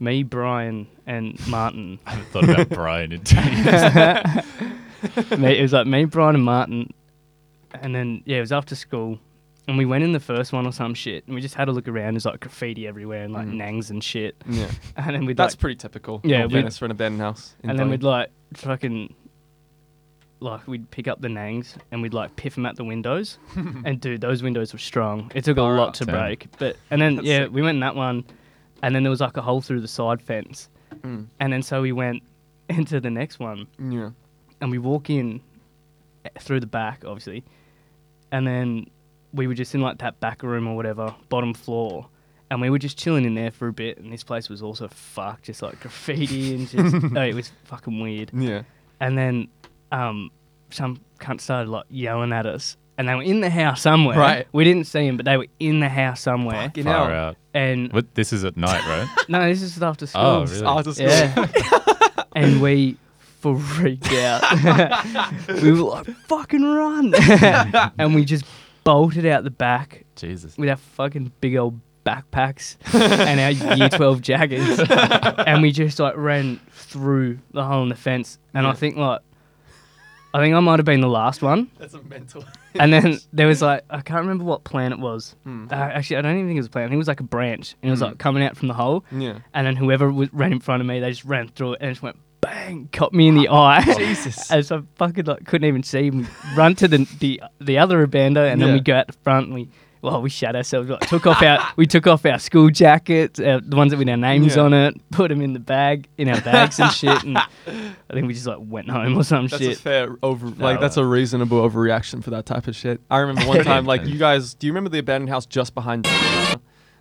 [SPEAKER 7] me Brian and Martin
[SPEAKER 4] I haven't thought about Brian in 10 years.
[SPEAKER 7] Me- it was like me Brian and Martin and then yeah it was after school and we went in the first one or some shit and we just had a look around there's like graffiti everywhere and like nangs and shit
[SPEAKER 3] Yeah.
[SPEAKER 7] and then we'd
[SPEAKER 3] Mm-hmm. That's
[SPEAKER 7] like,
[SPEAKER 3] pretty typical.
[SPEAKER 7] Yeah,
[SPEAKER 3] Yeah,
[SPEAKER 7] we-
[SPEAKER 3] for an abandoned house. in
[SPEAKER 7] and then
[SPEAKER 3] Dunedin.
[SPEAKER 7] we'd like fucking like we'd pick up the nangs and we'd like piff them at the windows and dude those windows were strong it took a lot to
[SPEAKER 4] Damn.
[SPEAKER 7] break but and then
[SPEAKER 3] That's
[SPEAKER 7] yeah
[SPEAKER 3] sick.
[SPEAKER 7] we went in that one and then there was like a hole through the side fence
[SPEAKER 3] Mm.
[SPEAKER 7] and then so we went into the next one
[SPEAKER 3] Yeah.
[SPEAKER 7] and we walk in eh, through the back obviously and then we were just in like that back room or whatever bottom floor and we were just chilling in there for a bit and this place was also fucked just like graffiti and just oh, it was fucking weird
[SPEAKER 3] Yeah.
[SPEAKER 7] and then um, some cunt started like yelling at us, and they were in the house somewhere.
[SPEAKER 3] Right.
[SPEAKER 7] We didn't see them, but they were in the house somewhere.
[SPEAKER 3] Fucking
[SPEAKER 4] Far
[SPEAKER 3] hell.
[SPEAKER 4] out.
[SPEAKER 7] And
[SPEAKER 4] But this is at night, right?
[SPEAKER 7] no, this is after school.
[SPEAKER 4] Oh, really?
[SPEAKER 3] After school.
[SPEAKER 7] Yeah. and we freaked out. we were like, "Fucking run!" and we just bolted out the back
[SPEAKER 4] Jesus.
[SPEAKER 7] with our fucking big old backpacks and our year 12 jackets and we just like ran through the hole in the fence and i think like i think i might have been the last one
[SPEAKER 3] That's a mental.
[SPEAKER 7] and then there was like i can't remember what plant it was
[SPEAKER 3] Hmm.
[SPEAKER 7] uh, actually i don't even think it was a plant i think it was like a branch and it was like coming out from the hole
[SPEAKER 3] Yeah.
[SPEAKER 7] and then whoever was, ran in front of me they just ran through it and just went bang caught me in the eye
[SPEAKER 3] Jesus.
[SPEAKER 7] and so I fucking like couldn't even see him run to the the, the other abando, and
[SPEAKER 3] Yeah.
[SPEAKER 7] then we go out the front and we well we shut ourselves like, took off our we took off our school jackets uh, the ones that with our names
[SPEAKER 3] Yeah.
[SPEAKER 7] on it put them in the bag in our bags and shit and I think we just like went home or some
[SPEAKER 3] That's
[SPEAKER 7] shit
[SPEAKER 3] a fair over like that's a reasonable overreaction for that type of shit. I remember one time like you guys do you remember the abandoned house just behind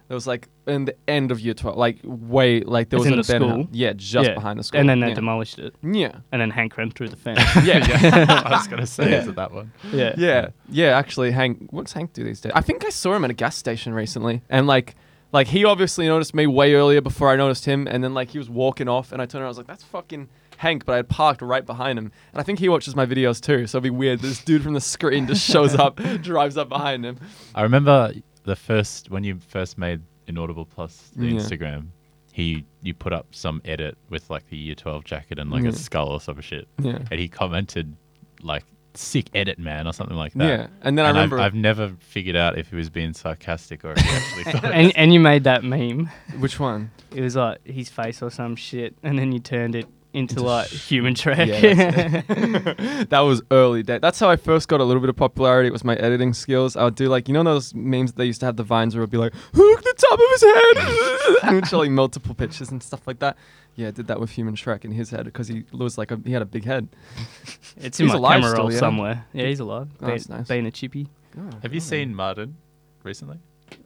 [SPEAKER 3] There was like in the end of year twelve like way like there
[SPEAKER 7] As
[SPEAKER 3] was
[SPEAKER 7] in
[SPEAKER 3] an
[SPEAKER 7] the
[SPEAKER 3] abandoned
[SPEAKER 7] school?
[SPEAKER 3] house. Yeah, just
[SPEAKER 7] Yeah.
[SPEAKER 3] behind the school.
[SPEAKER 7] and then they
[SPEAKER 3] yeah.
[SPEAKER 7] demolished it
[SPEAKER 3] yeah.
[SPEAKER 7] and then Hank ran through the fence
[SPEAKER 3] Yeah, yeah.
[SPEAKER 4] I was going to say, is it that one?
[SPEAKER 7] yeah
[SPEAKER 3] Yeah, yeah. Actually, Hank, what's Hank do these days? I think I saw him at a gas station recently, and like, like he obviously noticed me way earlier before I noticed him, and then like he was walking off, and I turned around, I was like, "That's fucking Hank, but I had parked right behind him. And I think he watches my videos too, so it'd be weird. This dude from the screen just shows up, drives up behind him.
[SPEAKER 4] I remember the first when you first made Inaudible Plus the
[SPEAKER 3] Yeah.
[SPEAKER 4] Instagram. He you put up some edit with like the Year Twelve jacket and like
[SPEAKER 3] Yeah.
[SPEAKER 4] a skull or some shit.
[SPEAKER 3] Yeah.
[SPEAKER 4] And he commented like "sick edit man" or something like that.
[SPEAKER 3] Yeah. And then I
[SPEAKER 4] And I've,
[SPEAKER 3] remember
[SPEAKER 4] I've never figured out if he was being sarcastic or if he actually thought it.
[SPEAKER 7] and, and you made that meme.
[SPEAKER 3] which one?
[SPEAKER 7] It was like his face or some shit, and then you turned it into, like human track.
[SPEAKER 3] Yeah, That was early day. That's how I first got a little bit of popularity. It was my editing skills. I would do like you know those memes that they used to have the vines where it'd be like, hook the top of his head, and it would show like multiple pictures and stuff like that. Yeah, I did that with Human Shrek in his head because he was like a, he had a big head.
[SPEAKER 7] it's in
[SPEAKER 3] He's
[SPEAKER 7] my
[SPEAKER 3] alive
[SPEAKER 7] camera
[SPEAKER 3] still,
[SPEAKER 7] roll
[SPEAKER 3] yeah?
[SPEAKER 7] somewhere. Yeah, he's alive.
[SPEAKER 3] Oh,
[SPEAKER 7] being,
[SPEAKER 3] that's nice.
[SPEAKER 7] being a chippy.
[SPEAKER 4] Have you seen Martin recently?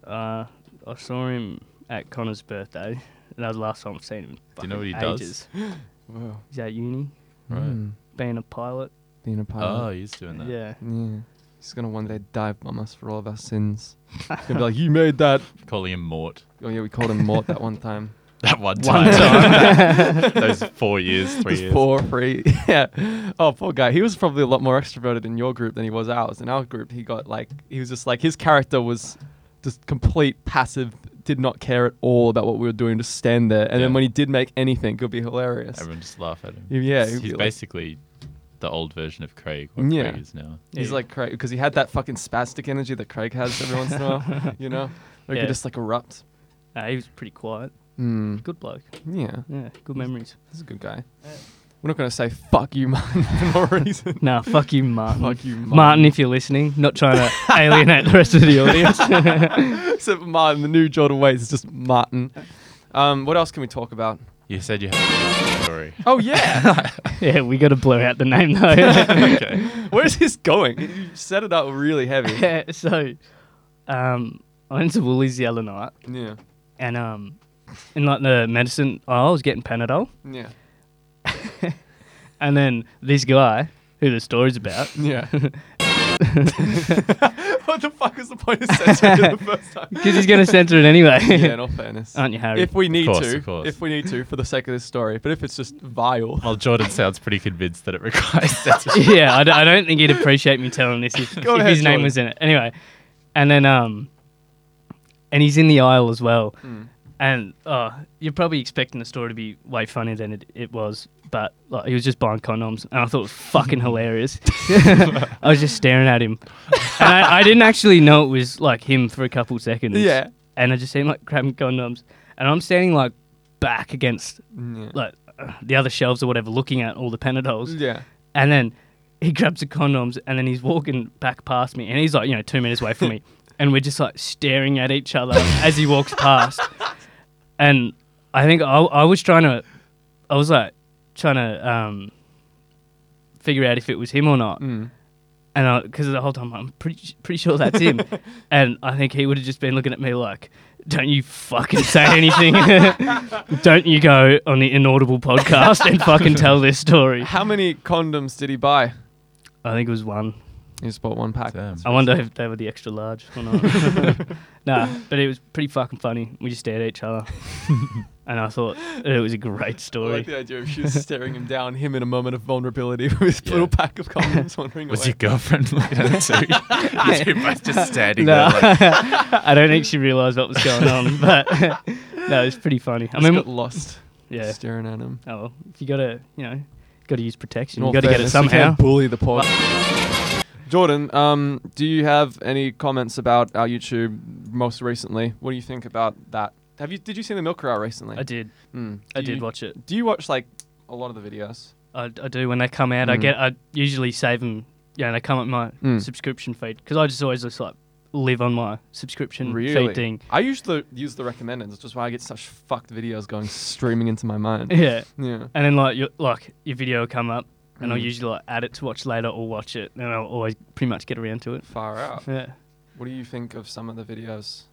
[SPEAKER 7] Uh, I saw him at Connor's birthday. and That was the last time I've seen him.
[SPEAKER 4] Do you know what he
[SPEAKER 7] in
[SPEAKER 4] does?
[SPEAKER 7] ages.
[SPEAKER 3] Wow.
[SPEAKER 7] He's at uni,
[SPEAKER 4] Right.
[SPEAKER 7] being a pilot.
[SPEAKER 3] Being a
[SPEAKER 4] Oh,
[SPEAKER 3] pilot.
[SPEAKER 4] he's doing that.
[SPEAKER 7] Yeah.
[SPEAKER 3] Yeah. He's gonna one day dive bomb us for all of our sins. He's gonna be like, you made that.
[SPEAKER 4] Calling him Mort.
[SPEAKER 3] Oh yeah, we called him Mort that one time.
[SPEAKER 4] That one time. Those four years, three
[SPEAKER 3] Just
[SPEAKER 4] years.
[SPEAKER 3] poor free. yeah. Oh, poor guy. He was probably a lot more extroverted in your group than he was ours. In our group, he got like he was just like his character was just complete passive, did not care at all about what we were doing, just stand there. And then
[SPEAKER 4] Yeah.
[SPEAKER 3] when he did make anything, could be hilarious.
[SPEAKER 4] Everyone just laugh at him.
[SPEAKER 3] Yeah, he'd be
[SPEAKER 4] he's
[SPEAKER 3] like-
[SPEAKER 4] basically the old version of Craig. What
[SPEAKER 3] Yeah.
[SPEAKER 4] Craig is now.
[SPEAKER 3] He's
[SPEAKER 7] Yeah.
[SPEAKER 3] like Craig because he had that fucking spastic energy that Craig has every once in a while. You know, where he
[SPEAKER 7] Yeah.
[SPEAKER 3] could just like erupt.
[SPEAKER 7] Nah, he was pretty quiet.
[SPEAKER 3] Hmm.
[SPEAKER 7] Good bloke.
[SPEAKER 3] Yeah,
[SPEAKER 7] Yeah, good memories.
[SPEAKER 3] he's a good guy. We're not gonna say fuck you, man, for no reason.
[SPEAKER 7] Nah, fuck you, Martin.
[SPEAKER 3] fuck you, Martin.
[SPEAKER 7] Martin, if you're listening, not trying to alienate the rest of the audience.
[SPEAKER 3] Except for Martin, the new Jordan Waits is just Martin. Um, what else can we talk about?
[SPEAKER 4] You said you had a story.
[SPEAKER 3] Oh yeah,
[SPEAKER 7] yeah, we got to blur out the name though.
[SPEAKER 4] okay.
[SPEAKER 3] where's this going? You set it up really heavy.
[SPEAKER 7] so, um, I went to Woolies the other night,
[SPEAKER 3] Yeah,
[SPEAKER 7] and um, in like the medicine aisle, I was getting Panadol,
[SPEAKER 3] yeah,
[SPEAKER 7] and then this guy, who the story's about,
[SPEAKER 3] yeah. what the fuck was the point of censoring it the first time?
[SPEAKER 7] because he's gonna censor it anyway.
[SPEAKER 3] Yeah, in all fairness.
[SPEAKER 7] Aren't you, Harry?
[SPEAKER 3] If we need
[SPEAKER 4] course,
[SPEAKER 3] to,
[SPEAKER 4] of course.
[SPEAKER 3] if we need to, for the sake of this story. But if it's just vile,
[SPEAKER 4] Well, Jordan sounds pretty convinced that it requires censorship.
[SPEAKER 7] yeah, I, d- I don't think he'd appreciate me telling this if, if
[SPEAKER 3] ahead,
[SPEAKER 7] his name
[SPEAKER 3] Jordan.
[SPEAKER 7] was in it. Anyway, and then um, and he's in the aisle as well.
[SPEAKER 3] Hmm.
[SPEAKER 7] And uh, you're probably expecting the story to be way funnier than it, it was, but like, he was just buying condoms, and I thought it was fucking hilarious. I was just staring at him, and I, I didn't actually know it was like him for a couple seconds.
[SPEAKER 3] Yeah.
[SPEAKER 7] and I just seen like grabbing condoms, and I'm standing like back against like uh, the other shelves or whatever, looking at all the Panadols.
[SPEAKER 3] yeah,
[SPEAKER 7] And then he grabs the condoms and then he's walking back past me and he's like, you know, two meters away from me. And we're just like staring at each other as he walks past. And I think I, I was trying to, I was like trying to um, figure out if it was him or not. And because the whole time I'm pretty pretty sure that's him, and I think he would have just been looking at me like, "Don't you fucking say anything! Don't you go on the inaudible podcast and fucking tell this story!"
[SPEAKER 3] how many condoms did he buy?
[SPEAKER 7] I think it was one.
[SPEAKER 3] He just bought one pack.
[SPEAKER 4] Damn.
[SPEAKER 7] I wonder if they were the extra large or not. nah, but it was pretty fucking funny. We just stared at each other. and I thought it was a great
[SPEAKER 3] I
[SPEAKER 7] story.
[SPEAKER 3] like the idea of she was staring him down, him in a moment of vulnerability with his
[SPEAKER 4] Yeah.
[SPEAKER 3] little pack of condoms wandering
[SPEAKER 4] Was
[SPEAKER 3] away.
[SPEAKER 4] your girlfriend looking at it too? you both just standing
[SPEAKER 7] No.
[SPEAKER 4] there. Like,
[SPEAKER 7] I don't think she realised what was going on, but no, it was pretty funny. I
[SPEAKER 3] I mean,
[SPEAKER 7] mean,
[SPEAKER 3] got lost
[SPEAKER 7] yeah.
[SPEAKER 3] staring at him.
[SPEAKER 7] Oh, well, if you gotta, you know, gotta use protection.
[SPEAKER 3] In all
[SPEAKER 7] You gotta get it
[SPEAKER 3] fairness, you
[SPEAKER 7] somehow.
[SPEAKER 3] can't bully the pod. Jordan, um, do you have any comments about our YouTube most recently? What do you think about that? Have you did you see the Milk Hour recently?
[SPEAKER 7] I did.
[SPEAKER 3] Mm.
[SPEAKER 7] I
[SPEAKER 3] Do
[SPEAKER 7] did
[SPEAKER 3] you-
[SPEAKER 7] watch it.
[SPEAKER 3] Do you watch like a lot of the videos?
[SPEAKER 7] I, I do when they come out. I
[SPEAKER 3] Mm.
[SPEAKER 7] get. I usually save them. Yeah, they come up my
[SPEAKER 3] Mm.
[SPEAKER 7] subscription feed because I just always just like live on my subscription
[SPEAKER 3] Really?
[SPEAKER 7] feed thing.
[SPEAKER 3] I usually use the recommended. It's just why I get such fucked videos going streaming into my mind.
[SPEAKER 7] Yeah.
[SPEAKER 3] Yeah.
[SPEAKER 7] And then like your like your video will come up, and I'll
[SPEAKER 3] Mm.
[SPEAKER 7] usually like add it to watch later or watch it, and I'll always pretty much get around to it.
[SPEAKER 3] Far out.
[SPEAKER 7] Yeah,
[SPEAKER 3] What do you think of some of the videos?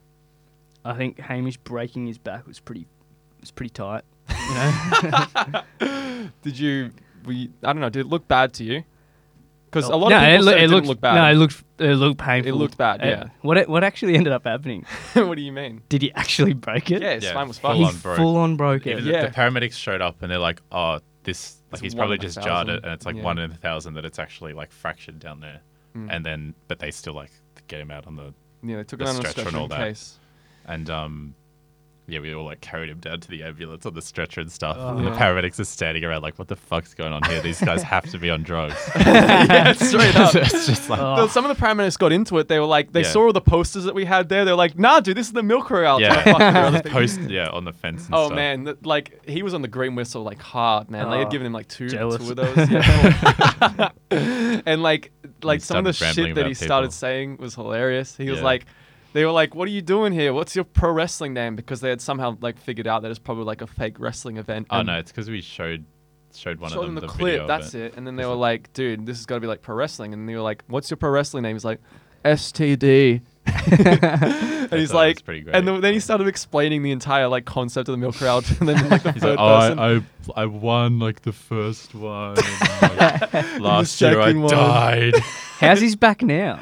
[SPEAKER 7] I think Hamish breaking his back was pretty was pretty tight.
[SPEAKER 3] Did you? We I don't know. Did it look bad to you? Because a lot
[SPEAKER 7] no,
[SPEAKER 3] of people
[SPEAKER 7] it, loo-
[SPEAKER 3] said it,
[SPEAKER 7] it
[SPEAKER 3] didn't
[SPEAKER 7] looked
[SPEAKER 3] look bad.
[SPEAKER 7] No, it looked it looked painful.
[SPEAKER 3] looked bad,
[SPEAKER 7] Uh,
[SPEAKER 3] yeah.
[SPEAKER 7] what it, what actually ended up happening?
[SPEAKER 3] what do you mean?
[SPEAKER 7] Did he actually break it?
[SPEAKER 3] Yeah, his
[SPEAKER 4] Yeah,
[SPEAKER 3] spine was
[SPEAKER 4] full
[SPEAKER 3] fucked.
[SPEAKER 7] he
[SPEAKER 4] on broke.
[SPEAKER 7] full on broke
[SPEAKER 4] even
[SPEAKER 7] it.
[SPEAKER 4] the-
[SPEAKER 3] Yeah.
[SPEAKER 4] The paramedics showed up and they're like, "Oh, this Like
[SPEAKER 3] It's
[SPEAKER 4] he's
[SPEAKER 3] one
[SPEAKER 4] probably
[SPEAKER 3] in a
[SPEAKER 4] just jarred it,
[SPEAKER 3] thousand.
[SPEAKER 4] and it's like
[SPEAKER 3] Yeah. Mm.
[SPEAKER 4] one in a thousand that it's actually like fractured down there, and then but they still like get him out on the
[SPEAKER 3] Yeah, they took
[SPEAKER 4] The
[SPEAKER 3] it on a
[SPEAKER 4] stretcher
[SPEAKER 3] stretcher
[SPEAKER 4] and all
[SPEAKER 3] in
[SPEAKER 4] that.
[SPEAKER 3] case.
[SPEAKER 4] and um. Yeah, we all like carried him down to the ambulance on the stretcher and stuff.
[SPEAKER 7] Oh.
[SPEAKER 4] and the
[SPEAKER 3] Yeah.
[SPEAKER 4] paramedics are standing around like, "What the fuck's going on here? These guys have to be on drugs."
[SPEAKER 3] yeah, straight up.
[SPEAKER 4] it's just like,
[SPEAKER 3] Though
[SPEAKER 7] Oh,
[SPEAKER 3] Some of the prime ministers got into it. They were like, they
[SPEAKER 4] Yeah.
[SPEAKER 3] saw all the posters that we had there. They're like, nah, dude, this is the milk royale.
[SPEAKER 4] yeah,
[SPEAKER 3] Oh, Fuck it, they're
[SPEAKER 4] on
[SPEAKER 3] on
[SPEAKER 4] the
[SPEAKER 3] the
[SPEAKER 4] post, yeah, on the fence. And
[SPEAKER 3] Oh
[SPEAKER 4] stuff.
[SPEAKER 3] man, th- like he was on the green whistle like hard, man. they
[SPEAKER 7] Oh,
[SPEAKER 3] had given him like two, two
[SPEAKER 7] jealous.
[SPEAKER 3] of those, yeah. and like like
[SPEAKER 4] he
[SPEAKER 3] some of the
[SPEAKER 4] started
[SPEAKER 3] shit
[SPEAKER 4] rambling
[SPEAKER 3] that he
[SPEAKER 4] about
[SPEAKER 3] started
[SPEAKER 4] people.
[SPEAKER 3] saying was hilarious. He was
[SPEAKER 4] Yeah.
[SPEAKER 3] like, they were like, "What are you doing here? What's your pro wrestling name?" Because they had somehow like figured out that it's probably like a fake wrestling event.
[SPEAKER 4] Oh
[SPEAKER 3] and
[SPEAKER 4] no, it's because we showed showed one
[SPEAKER 3] showed
[SPEAKER 4] of them
[SPEAKER 3] them the,
[SPEAKER 4] video
[SPEAKER 3] clip.
[SPEAKER 4] of
[SPEAKER 3] That's
[SPEAKER 4] it.
[SPEAKER 3] it. And then they were like, "Dude, this has got to be like pro wrestling." And they were like, "What's your pro wrestling name?" He's like, "STD." and he's
[SPEAKER 4] thought that was
[SPEAKER 3] like,
[SPEAKER 4] pretty
[SPEAKER 3] and
[SPEAKER 4] great.
[SPEAKER 3] then he started explaining the entire like concept of the milk crowd, and then like the
[SPEAKER 4] He's
[SPEAKER 3] third
[SPEAKER 4] like,
[SPEAKER 2] Oh,
[SPEAKER 3] person.
[SPEAKER 2] I, I, I won like the first one. Like,
[SPEAKER 4] Last year I
[SPEAKER 3] second one.
[SPEAKER 4] died.
[SPEAKER 7] how's his back now?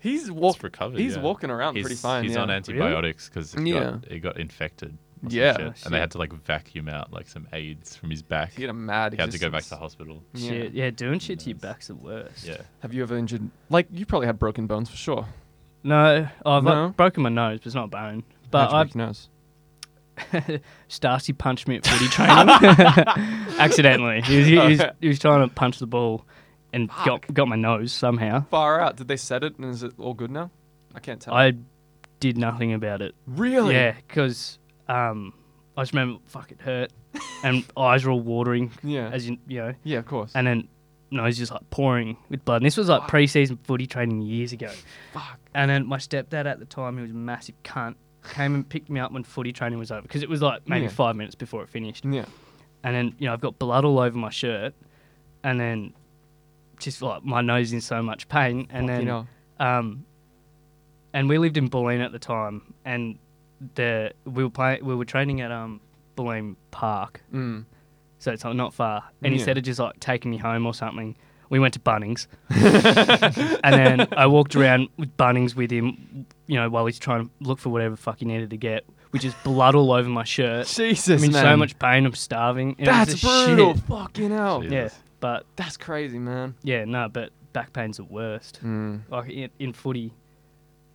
[SPEAKER 3] He's walk-
[SPEAKER 4] recovered,
[SPEAKER 3] He's
[SPEAKER 4] yeah.
[SPEAKER 3] walking around
[SPEAKER 4] he's,
[SPEAKER 3] pretty fine.
[SPEAKER 4] He's
[SPEAKER 3] yeah.
[SPEAKER 4] on antibiotics because it,
[SPEAKER 3] Yeah.
[SPEAKER 4] got, it got infected. or some
[SPEAKER 3] Yeah.
[SPEAKER 4] shit, and they had to like vacuum out like some AIDS from his back.
[SPEAKER 3] He had
[SPEAKER 4] He
[SPEAKER 3] a mad.
[SPEAKER 4] had to go back to
[SPEAKER 3] existence.
[SPEAKER 4] hospital.
[SPEAKER 3] Yeah.
[SPEAKER 7] Shit, yeah, doing shit to your back's the worst.
[SPEAKER 4] Yeah,
[SPEAKER 3] Have you ever injured? Like you probably had broken bones for sure.
[SPEAKER 7] No, I've like,
[SPEAKER 3] No?
[SPEAKER 7] broken my nose, but it's not bone.
[SPEAKER 3] How'd
[SPEAKER 7] But
[SPEAKER 3] you
[SPEAKER 7] I've
[SPEAKER 3] break your nose?
[SPEAKER 7] Starsy punched me at footy training accidentally. He was, he,
[SPEAKER 3] Oh.
[SPEAKER 7] was, he was trying to punch the ball and got got my nose somehow.
[SPEAKER 3] Far out. Did they set it? And is it all good now? I can't tell.
[SPEAKER 7] I did nothing about it.
[SPEAKER 3] really.
[SPEAKER 7] Yeah, because um, I just remember fuck it hurt, and eyes were all watering
[SPEAKER 3] Yeah.
[SPEAKER 7] as you you know,
[SPEAKER 3] yeah. Of course.
[SPEAKER 7] and then nose just like pouring with blood. And this was like pre-season footy training years ago.
[SPEAKER 3] Fuck.
[SPEAKER 7] And then my stepdad at the time, he was a massive cunt, came and picked me up when footy training was over because it was like maybe
[SPEAKER 3] Yeah.
[SPEAKER 7] five minutes before it finished.
[SPEAKER 3] Yeah.
[SPEAKER 7] and then you know I've got blood all over my shirt, and then just like my nose in so much pain,
[SPEAKER 3] Fucking
[SPEAKER 7] and then
[SPEAKER 3] hell.
[SPEAKER 7] um, and we lived in Bulleen at the time, and the we were playing we were training at um Bulleen Park,
[SPEAKER 3] Mm.
[SPEAKER 7] so it's like not far, and
[SPEAKER 3] Yeah.
[SPEAKER 7] instead of just like taking me home or something. We went to Bunnings, and then uh, I walked around with Bunnings with him, you know, while he's trying to look for whatever fuck he needed to get, which is blood all over my shirt.
[SPEAKER 3] Jesus,
[SPEAKER 7] I'm in
[SPEAKER 3] man.
[SPEAKER 7] so much pain. I'm starving. and it was
[SPEAKER 3] That's
[SPEAKER 7] the
[SPEAKER 3] brutal.
[SPEAKER 7] shit.
[SPEAKER 3] Fucking hell.
[SPEAKER 4] Jeez.
[SPEAKER 7] Yeah, but
[SPEAKER 3] That's crazy, man.
[SPEAKER 7] yeah, no, but back pain's the worst.
[SPEAKER 4] Mm.
[SPEAKER 7] Like in, in footy,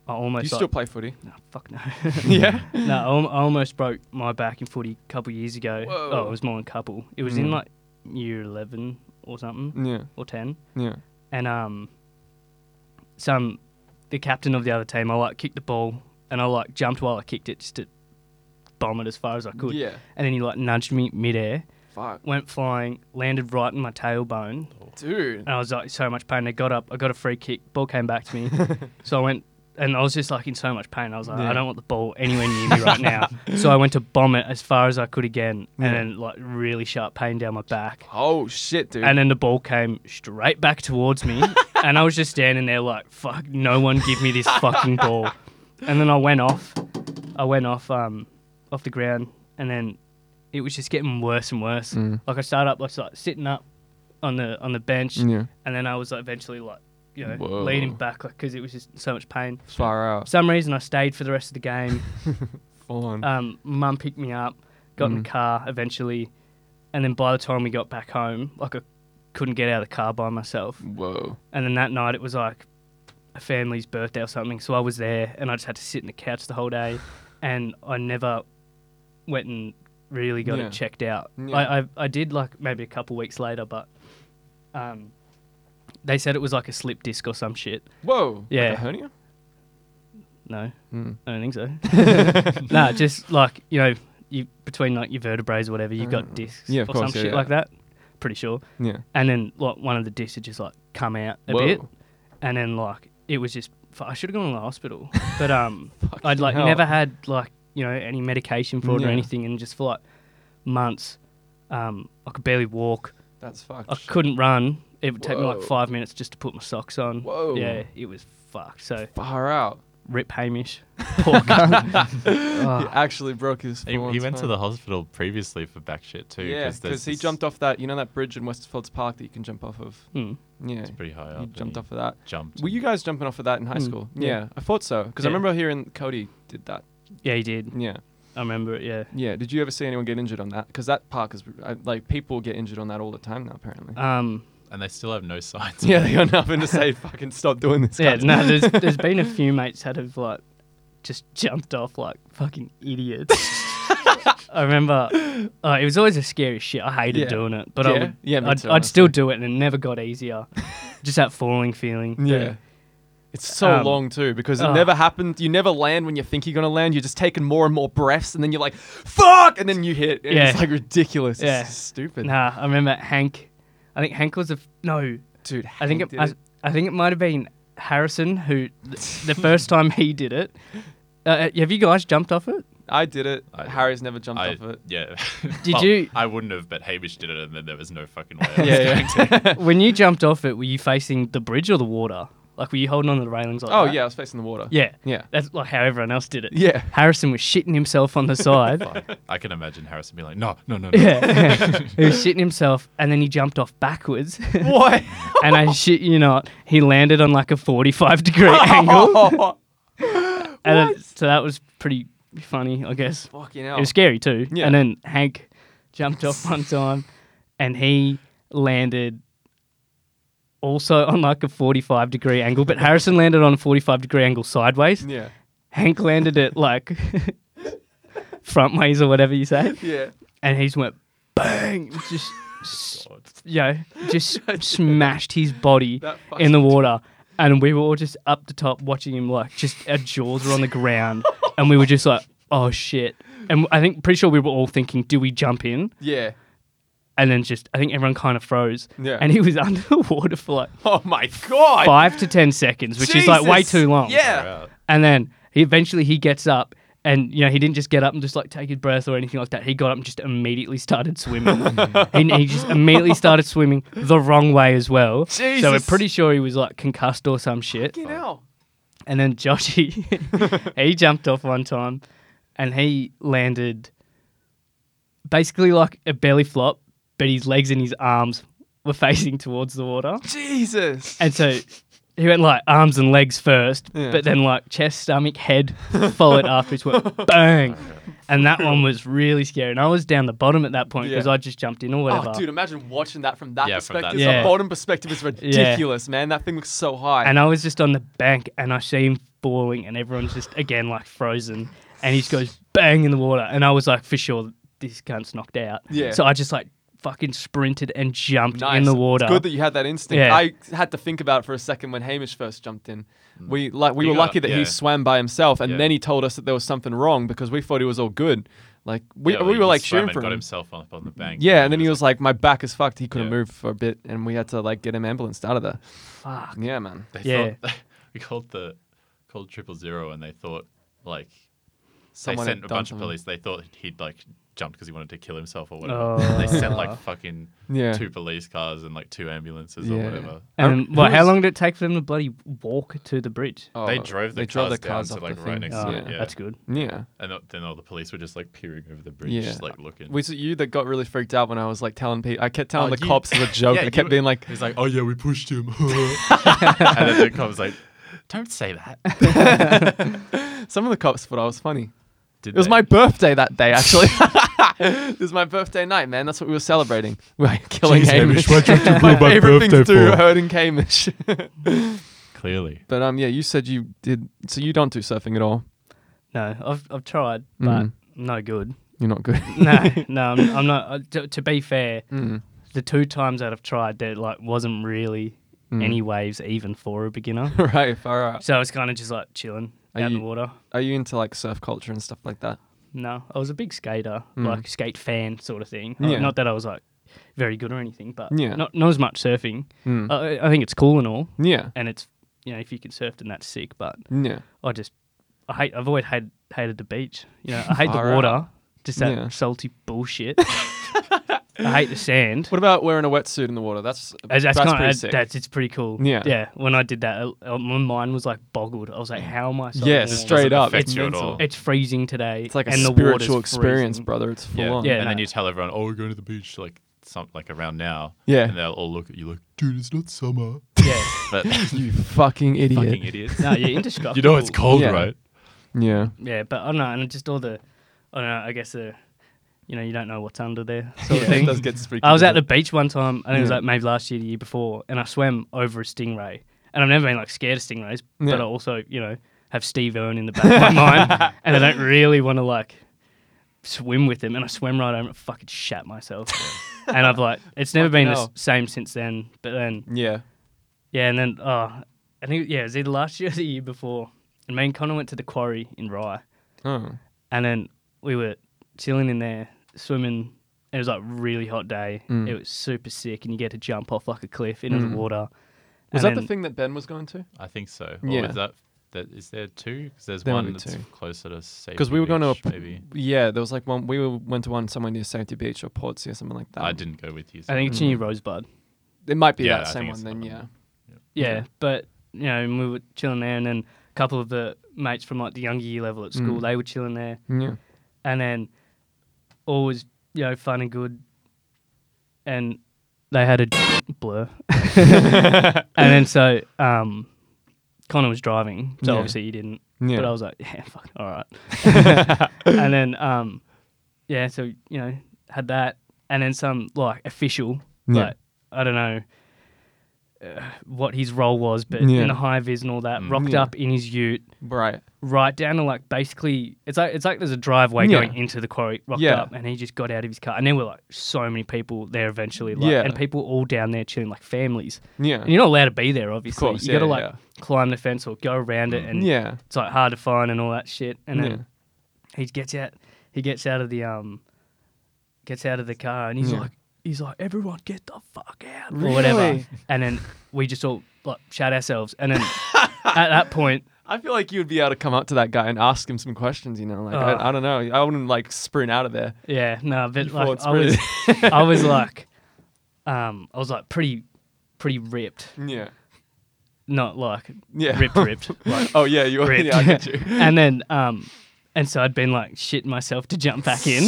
[SPEAKER 7] I almost
[SPEAKER 3] Hmm. you
[SPEAKER 7] like,
[SPEAKER 3] still play footy?
[SPEAKER 7] No, fuck no.
[SPEAKER 3] yeah.
[SPEAKER 7] no, I, al- I almost broke my back in footy a couple years ago.
[SPEAKER 3] Whoa. Hmm.
[SPEAKER 7] Oh, it was more than couple. It was in like year eleven or something
[SPEAKER 3] Yeah.
[SPEAKER 7] or ten,
[SPEAKER 3] Yeah.
[SPEAKER 7] and um, some the captain of the other team, I like kicked the ball and I like jumped while I kicked it just to bomb it as far as I could.
[SPEAKER 3] Yeah.
[SPEAKER 7] And then he like nudged me midair,
[SPEAKER 3] Fuck,
[SPEAKER 7] went flying, landed right in my tailbone.
[SPEAKER 3] dude.
[SPEAKER 7] and I was like so much pain. I got up, I got a free kick, ball came back to me, so I went and I was just like in so much pain. I was like, I don't want the ball anywhere near me right now. so I went to bomb it as far as I could again, and then like really sharp pain down my back.
[SPEAKER 3] Oh shit, dude.
[SPEAKER 7] And then the ball came straight back towards me, and I was just standing there like, fuck, no one give me this fucking ball. And then I went off, I went off, um, off the ground, and then it was just getting worse and worse. Like I started up, I was like sitting up on the on the bench,
[SPEAKER 3] yeah.
[SPEAKER 7] and then I was like, eventually like you know
[SPEAKER 3] Whoa.
[SPEAKER 7] leaning back because it was just so much pain.
[SPEAKER 3] Far
[SPEAKER 7] For
[SPEAKER 3] out.
[SPEAKER 7] some reason, I stayed for the rest of the game.
[SPEAKER 3] Full on.
[SPEAKER 7] Um, Mum picked me up, got in the car eventually, and then by the time we got back home, like I couldn't get out of the car by myself.
[SPEAKER 3] Whoa.
[SPEAKER 7] And then that night it was like a family's birthday or something, so I was there and I just had to sit in the couch the whole day, and I never went and really got
[SPEAKER 3] Yeah.
[SPEAKER 7] it checked out.
[SPEAKER 3] Yeah.
[SPEAKER 7] I, I I did like maybe a couple weeks later, but um, they said it was like a slip disc or some shit.
[SPEAKER 3] Whoa.
[SPEAKER 7] Yeah.
[SPEAKER 3] Like a hernia?
[SPEAKER 7] No,
[SPEAKER 4] Mm.
[SPEAKER 3] Hmm.
[SPEAKER 7] I don't think so. nah, just like you know, you between like your vertebrae or whatever, you've got discs
[SPEAKER 3] Mm. Yeah,
[SPEAKER 7] or
[SPEAKER 3] of course,
[SPEAKER 7] some
[SPEAKER 3] yeah,
[SPEAKER 7] shit
[SPEAKER 3] yeah.
[SPEAKER 7] like that. Pretty sure.
[SPEAKER 3] Yeah.
[SPEAKER 7] And then like one of the discs had just like come out a
[SPEAKER 3] Whoa.
[SPEAKER 7] bit, and then like it was just fu- I should have gone to the hospital, but um, I'd like
[SPEAKER 3] hell.
[SPEAKER 7] never had like you know any medication for it
[SPEAKER 3] Yeah.
[SPEAKER 7] or anything, and just for like months, um, I could barely walk.
[SPEAKER 3] That's fucked.
[SPEAKER 7] I couldn't run. It would take me like
[SPEAKER 3] Whoa.
[SPEAKER 7] five minutes just to put my socks on.
[SPEAKER 3] Whoa.
[SPEAKER 7] Yeah, it was fucked. So
[SPEAKER 3] Far out.
[SPEAKER 7] rip Hamish, poor Oh, cunt. Ah.
[SPEAKER 3] He actually broke his.
[SPEAKER 4] he, he
[SPEAKER 3] forearm's
[SPEAKER 4] went to
[SPEAKER 3] bone.
[SPEAKER 4] the hospital previously for back shit too.
[SPEAKER 3] Yeah,
[SPEAKER 4] there's
[SPEAKER 3] because he
[SPEAKER 4] this-
[SPEAKER 3] jumped off that. You know that bridge in Westfields Park that you can jump off of.
[SPEAKER 7] Hmm.
[SPEAKER 3] Yeah,
[SPEAKER 4] It's pretty high up.
[SPEAKER 3] he
[SPEAKER 4] and
[SPEAKER 3] jumped
[SPEAKER 4] he
[SPEAKER 3] off of that.
[SPEAKER 4] Jumped.
[SPEAKER 3] Were you guys jumping off of that in high
[SPEAKER 7] Mm,
[SPEAKER 3] school?
[SPEAKER 7] yeah.
[SPEAKER 3] Yeah. I thought so because
[SPEAKER 7] Yeah.
[SPEAKER 3] I remember hearing Cody did that.
[SPEAKER 7] Yeah, he did.
[SPEAKER 3] Yeah,
[SPEAKER 7] I remember it. Yeah.
[SPEAKER 3] Yeah. Did you ever see anyone get injured on that? Because that park is I- like people get injured on that all the time now. Apparently.
[SPEAKER 7] Um,
[SPEAKER 4] and they still have no signs.
[SPEAKER 3] yeah, they got nothing to say. Fucking stop doing this.
[SPEAKER 7] yeah.
[SPEAKER 3] guys.
[SPEAKER 7] No, there's there's been a few mates that have like just jumped off like fucking idiots. I remember. Oh, it was always a scary shit. I hated
[SPEAKER 3] Yeah.
[SPEAKER 7] doing it, but I
[SPEAKER 3] Yeah.
[SPEAKER 7] would.
[SPEAKER 3] Yeah, me
[SPEAKER 7] I'd,
[SPEAKER 3] too,
[SPEAKER 7] I'd still do it, and it never got easier. just that falling feeling.
[SPEAKER 3] Yeah. It's so
[SPEAKER 7] Um,
[SPEAKER 3] long too because it
[SPEAKER 7] uh,
[SPEAKER 3] never happened. You never land when you think you're gonna land. You're just taking more and more breaths, and then you're like, "Fuck!" and then you hit. And It's
[SPEAKER 7] Yeah.
[SPEAKER 3] like ridiculous. It's
[SPEAKER 7] Yeah.
[SPEAKER 3] stupid.
[SPEAKER 7] Nah, I remember Hank. I think Hank was a f- no.
[SPEAKER 3] Dude,
[SPEAKER 7] I think it,
[SPEAKER 3] did
[SPEAKER 7] I,
[SPEAKER 3] it.
[SPEAKER 7] I think it might have been Harrison who th- the first time he did it. Uh, have you guys jumped off it?
[SPEAKER 3] I did it.
[SPEAKER 4] I did.
[SPEAKER 3] Harry's never jumped
[SPEAKER 4] I,
[SPEAKER 3] off it.
[SPEAKER 4] yeah.
[SPEAKER 7] Did
[SPEAKER 4] Well,
[SPEAKER 7] you-
[SPEAKER 4] I wouldn't have, but Hamish did it, and then there was no fucking way. I was
[SPEAKER 3] Yeah, yeah.
[SPEAKER 4] going to.
[SPEAKER 7] when you jumped off it, were you facing the bridge or the water? Like, were you holding on to the railings like
[SPEAKER 3] Oh
[SPEAKER 7] that?
[SPEAKER 3] yeah, I was facing the water.
[SPEAKER 7] Yeah.
[SPEAKER 3] Yeah.
[SPEAKER 7] That's like how everyone else did it.
[SPEAKER 3] Yeah.
[SPEAKER 7] Harrison was shitting himself on the side.
[SPEAKER 4] I can imagine Harrison being like, no, no, no, no.
[SPEAKER 7] yeah. he was shitting himself and then he jumped off backwards.
[SPEAKER 3] What?
[SPEAKER 7] and I shit you not, he landed on like a 45 degree angle.
[SPEAKER 3] oh,
[SPEAKER 7] And then- so that was pretty funny, I guess.
[SPEAKER 3] fucking hell.
[SPEAKER 7] It was scary too.
[SPEAKER 3] Yeah.
[SPEAKER 7] And then Hank jumped off one time and he landed also on like a 45 degree angle, but Harrison landed on a 45 degree angle sideways.
[SPEAKER 3] Yeah.
[SPEAKER 7] Hank landed it like front ways or whatever you say.
[SPEAKER 3] Yeah.
[SPEAKER 7] And he's went bang, just, s- you know, just smashed his body
[SPEAKER 3] That
[SPEAKER 7] in the water. And we were all just up the top watching him like just our jaws were on the ground and we were just like, oh shit. And I think pretty sure we were all thinking, do we jump in?
[SPEAKER 3] Yeah.
[SPEAKER 7] And then just I think everyone kind of froze.
[SPEAKER 3] Yeah.
[SPEAKER 7] And he was under the water for like
[SPEAKER 3] Oh my god.
[SPEAKER 7] five to ten seconds, which is like way
[SPEAKER 3] Jesus.
[SPEAKER 7] too long.
[SPEAKER 3] Yeah.
[SPEAKER 7] And then he eventually he gets up and you know he didn't just get up and just like take his breath or anything like that. He got up and just immediately started swimming. and he just immediately started swimming the wrong way as well. So we're
[SPEAKER 3] Jesus.
[SPEAKER 7] pretty sure he was like concussed or some shit.
[SPEAKER 3] Fucking hell.
[SPEAKER 7] And then Joshy he jumped off one time and he landed basically like a belly flop, but his legs and his arms were facing towards the water.
[SPEAKER 3] Jesus.
[SPEAKER 7] And so he went like arms and legs first,
[SPEAKER 3] Yeah.
[SPEAKER 7] but then like chest, stomach, head, followed afterwards, went bang. And that one was really scary. And I was down the bottom at that point because
[SPEAKER 3] Yeah.
[SPEAKER 7] I just jumped in or whatever.
[SPEAKER 3] Oh, dude, imagine watching that from that
[SPEAKER 4] Yeah, from
[SPEAKER 3] perspective.
[SPEAKER 4] that
[SPEAKER 3] the
[SPEAKER 7] side.
[SPEAKER 3] bottom perspective is ridiculous, man. That thing looks so high.
[SPEAKER 7] And I was just on the bank and I see him falling and everyone's just again like frozen. And he just goes bang in the water. And I was like, for sure, this cunt's knocked out.
[SPEAKER 3] Yeah.
[SPEAKER 7] So I just like fucking sprinted and jumped
[SPEAKER 3] nice.
[SPEAKER 7] in the
[SPEAKER 3] It's
[SPEAKER 7] water.
[SPEAKER 3] good that you had that instinct.
[SPEAKER 7] Yeah.
[SPEAKER 3] I had to think about it for a second when Hamish first jumped in. We like we
[SPEAKER 4] You
[SPEAKER 3] were
[SPEAKER 4] Mm. got-
[SPEAKER 3] lucky that
[SPEAKER 4] yeah.
[SPEAKER 3] he swam by himself, and
[SPEAKER 4] Yeah.
[SPEAKER 3] then he told us that there was something wrong because we thought he was all good. Like we,
[SPEAKER 4] Yeah,
[SPEAKER 3] we
[SPEAKER 4] he
[SPEAKER 3] were like
[SPEAKER 4] swam
[SPEAKER 3] cheering
[SPEAKER 4] and
[SPEAKER 3] for
[SPEAKER 4] got
[SPEAKER 3] him.
[SPEAKER 4] himself up on the bank.
[SPEAKER 3] Yeah, and then he was like, "My back is fucked. He couldn't
[SPEAKER 4] Yeah.
[SPEAKER 3] move for a bit, and we had to like get him ambulanced out of there."
[SPEAKER 7] Fuck.
[SPEAKER 3] Yeah, man.
[SPEAKER 4] They
[SPEAKER 7] Yeah.
[SPEAKER 4] Thought, we called the called triple zero, and they thought like
[SPEAKER 3] Someone
[SPEAKER 4] they
[SPEAKER 3] had
[SPEAKER 4] sent a
[SPEAKER 3] done
[SPEAKER 4] bunch
[SPEAKER 3] something.
[SPEAKER 4] of police. They thought he'd like jumped because he wanted to kill himself or whatever.
[SPEAKER 7] Oh.
[SPEAKER 4] they sent like fucking
[SPEAKER 3] Yeah.
[SPEAKER 4] two police cars and like two ambulances
[SPEAKER 3] Yeah.
[SPEAKER 4] or whatever.
[SPEAKER 7] And
[SPEAKER 3] Who
[SPEAKER 7] then, what, how
[SPEAKER 3] was-
[SPEAKER 7] long did it take for them to bloody walk to the bridge?
[SPEAKER 3] Oh,
[SPEAKER 4] they drove the
[SPEAKER 3] they
[SPEAKER 4] cars
[SPEAKER 3] drove the cars
[SPEAKER 4] down to
[SPEAKER 3] off the
[SPEAKER 4] like
[SPEAKER 3] thing.
[SPEAKER 4] right next
[SPEAKER 7] Oh,
[SPEAKER 4] to it. Yeah.
[SPEAKER 7] That's good.
[SPEAKER 3] Yeah.
[SPEAKER 4] And th- then all the police were just like peering over the bridge,
[SPEAKER 3] Yeah.
[SPEAKER 4] just like looking.
[SPEAKER 3] Was it you that got really freaked out when I was like telling people? I kept telling
[SPEAKER 4] Oh,
[SPEAKER 3] the
[SPEAKER 4] you-
[SPEAKER 3] cops as a joke.
[SPEAKER 4] Yeah,
[SPEAKER 3] I
[SPEAKER 4] you
[SPEAKER 3] kept
[SPEAKER 4] were-
[SPEAKER 3] being like,
[SPEAKER 4] He's like,
[SPEAKER 2] Oh yeah, we pushed
[SPEAKER 4] and
[SPEAKER 2] him.
[SPEAKER 4] then the cop was like, "Don't say that."
[SPEAKER 3] some of the cops thought I was funny.
[SPEAKER 4] Did
[SPEAKER 3] It was
[SPEAKER 4] they?
[SPEAKER 3] my birthday that day, actually. it was my birthday night, man. That's what we were celebrating. We were killing
[SPEAKER 2] Jeez,
[SPEAKER 3] Hamish.
[SPEAKER 2] Hamish, why'd you have to
[SPEAKER 3] my
[SPEAKER 2] ruin my
[SPEAKER 3] favorite thing to
[SPEAKER 2] birthday
[SPEAKER 3] do,
[SPEAKER 2] for?
[SPEAKER 3] hurting Hamish.
[SPEAKER 4] clearly.
[SPEAKER 3] but um, yeah, you said you did. So you don't do surfing at all.
[SPEAKER 7] No, I've I've tried, but
[SPEAKER 3] Mm.
[SPEAKER 7] no good.
[SPEAKER 3] You're not good.
[SPEAKER 7] No, no, I'm, I'm not. Uh, to, to be fair,
[SPEAKER 3] Mm.
[SPEAKER 7] the two times that I've tried, there like wasn't really
[SPEAKER 3] Mm.
[SPEAKER 7] any waves even for a beginner.
[SPEAKER 3] right, far out.
[SPEAKER 7] so I was kind of just like chilling
[SPEAKER 3] Are
[SPEAKER 7] out in
[SPEAKER 3] you-
[SPEAKER 7] the water.
[SPEAKER 3] Are you into like surf culture and stuff like that?
[SPEAKER 7] No, I was a big skater,
[SPEAKER 3] Mm.
[SPEAKER 7] like skate fan sort of thing. Uh,
[SPEAKER 3] Yeah.
[SPEAKER 7] Not that I was like very good or anything, but
[SPEAKER 3] Yeah.
[SPEAKER 7] not not as much surfing.
[SPEAKER 3] Mm.
[SPEAKER 7] I, I think it's cool and all,
[SPEAKER 3] yeah.
[SPEAKER 7] and it's you know if you can surf, then that's sick. But
[SPEAKER 3] Yeah.
[SPEAKER 7] I just I hate I've always had hated the beach. You know, I hate the
[SPEAKER 3] Far out.
[SPEAKER 7] water. Just that
[SPEAKER 3] Yeah.
[SPEAKER 7] salty bullshit. I hate the sand.
[SPEAKER 3] What about wearing a wetsuit in the water? That's
[SPEAKER 7] That's,
[SPEAKER 3] that's,
[SPEAKER 7] that's,
[SPEAKER 3] pretty
[SPEAKER 7] kind of
[SPEAKER 3] sick.
[SPEAKER 7] that's it's pretty cool.
[SPEAKER 3] Yeah.
[SPEAKER 7] yeah. When I did that, uh, uh, my mind was like boggled. I was like, "How am I?" so
[SPEAKER 3] yeah,
[SPEAKER 7] warm?
[SPEAKER 3] straight up.
[SPEAKER 4] affect
[SPEAKER 3] It's
[SPEAKER 4] you at
[SPEAKER 3] mental.
[SPEAKER 4] all.
[SPEAKER 7] It's freezing today.
[SPEAKER 3] It's like a
[SPEAKER 7] and the water's
[SPEAKER 3] spiritual experience,
[SPEAKER 7] freezing.
[SPEAKER 3] brother. It's full
[SPEAKER 4] Yeah.
[SPEAKER 3] on.
[SPEAKER 7] Yeah,
[SPEAKER 4] and
[SPEAKER 7] no.
[SPEAKER 4] then you tell everyone, "Oh, we're going to the beach like some like around now."
[SPEAKER 3] Yeah.
[SPEAKER 4] And they'll all look at you like,
[SPEAKER 2] Dude, it's not summer.
[SPEAKER 7] Yeah,
[SPEAKER 4] "But
[SPEAKER 3] You fucking idiot.
[SPEAKER 4] fucking idiots."
[SPEAKER 2] Oh,
[SPEAKER 7] no, you're indestructible.
[SPEAKER 4] You know it's cold,
[SPEAKER 3] Yeah.
[SPEAKER 4] right?
[SPEAKER 3] Yeah.
[SPEAKER 7] Yeah, but I don't know, and just all the I don't know. I guess uh, you know you don't know what's under there sort of
[SPEAKER 3] It
[SPEAKER 7] thing.
[SPEAKER 3] does get spooky.
[SPEAKER 7] I was at the
[SPEAKER 3] doesn't
[SPEAKER 7] beach one time. I think it was like maybe last year, the year before, and I swam over a stingray. And I've never been like scared of stingrays,
[SPEAKER 3] Yeah.
[SPEAKER 7] but I also you know have Steve Irwin in the back of my mind, and I don't really want to like swim with him. And I swam right over, and I fucking shat myself. and I've like it's never been the s-
[SPEAKER 3] hell.
[SPEAKER 7] same since then. But then
[SPEAKER 3] it? Yeah.
[SPEAKER 7] yeah, and then oh, I think yeah, it was either last year or the year before. And me and Connor went to the quarry in Rye,
[SPEAKER 3] Oh.
[SPEAKER 7] and then we were chilling in there swimming. It was like a really hot day.
[SPEAKER 3] Mm.
[SPEAKER 7] It was super sick, and you get to jump off like a cliff into the water.
[SPEAKER 3] Was
[SPEAKER 7] And
[SPEAKER 3] that the
[SPEAKER 7] then-
[SPEAKER 3] thing that Ben was going to?
[SPEAKER 4] I think so.
[SPEAKER 3] Yeah.
[SPEAKER 4] Or is that, that is there two? Because there's
[SPEAKER 3] There might
[SPEAKER 4] one
[SPEAKER 3] be
[SPEAKER 4] that's
[SPEAKER 3] two.
[SPEAKER 4] closer to safety.
[SPEAKER 3] Because we were going to a
[SPEAKER 4] Beach, maybe.
[SPEAKER 3] Yeah, there was like one. We were, went to one somewhere near Safety Beach or Portsea or something like that.
[SPEAKER 4] I didn't go with you. so-
[SPEAKER 7] I think
[SPEAKER 3] Mm.
[SPEAKER 7] it's in your Rosebud.
[SPEAKER 3] It might be
[SPEAKER 4] Yeah,
[SPEAKER 3] that
[SPEAKER 4] I
[SPEAKER 3] same
[SPEAKER 4] think
[SPEAKER 3] one
[SPEAKER 4] it's
[SPEAKER 3] then.
[SPEAKER 4] that
[SPEAKER 3] Yeah.
[SPEAKER 4] one.
[SPEAKER 7] Yeah, but you know, and we were chilling there, and then a couple of the mates from like the younger year level at
[SPEAKER 3] Mm.
[SPEAKER 7] school, they were chilling there,
[SPEAKER 3] Yeah.
[SPEAKER 7] and then all was you know fun and good, and they had a blur, and then so um, Connor was driving, so
[SPEAKER 3] Yeah.
[SPEAKER 7] obviously he didn't,
[SPEAKER 3] Yeah.
[SPEAKER 7] but I was like, yeah, fuck, all right, and then um, yeah, so you know had that, and then some like official,
[SPEAKER 3] Yeah.
[SPEAKER 7] like I don't know. Uh, what his role was, but
[SPEAKER 3] Yeah. Mm.
[SPEAKER 7] in a high vis and all that, rocked
[SPEAKER 3] Yeah.
[SPEAKER 7] up in his ute,
[SPEAKER 3] Right.
[SPEAKER 7] right down to like basically it's like it's like there's a driveway
[SPEAKER 3] Yeah.
[SPEAKER 7] going into the quarry rocked
[SPEAKER 3] Yeah.
[SPEAKER 7] up and he just got out of his car and there were like so many people there eventually like
[SPEAKER 3] Yeah.
[SPEAKER 7] and people all down there chilling like families
[SPEAKER 3] Yeah.
[SPEAKER 7] and you're not allowed to be there obviously
[SPEAKER 3] course,
[SPEAKER 7] you gotta
[SPEAKER 3] yeah,
[SPEAKER 7] like
[SPEAKER 3] yeah.
[SPEAKER 7] climb the fence or go around it and
[SPEAKER 3] Yeah.
[SPEAKER 7] it's like hard to find and all that shit and then
[SPEAKER 3] Yeah.
[SPEAKER 7] he gets out he gets out of the um gets out of the car and he's
[SPEAKER 3] Yeah.
[SPEAKER 7] like he's like everyone get the fuck out or whatever
[SPEAKER 3] Really?
[SPEAKER 7] and then we just all like shout ourselves and then at that point
[SPEAKER 3] I feel like you'd be able to come up to that guy and ask him some questions. You know, like I,
[SPEAKER 7] Uh.
[SPEAKER 3] I don't know. I wouldn't like sprint out of there.
[SPEAKER 7] Yeah, no, but
[SPEAKER 3] thought
[SPEAKER 7] like I was,
[SPEAKER 3] sprint.
[SPEAKER 7] I was like, um, I was like pretty, pretty ripped,
[SPEAKER 3] Yeah.
[SPEAKER 7] not like
[SPEAKER 3] Yeah.
[SPEAKER 7] ripped, ripped, like
[SPEAKER 3] Oh yeah, you.
[SPEAKER 7] ripped.
[SPEAKER 3] Yeah, I get you.
[SPEAKER 7] and then, um, and so I'd been like shitting myself to jump back in,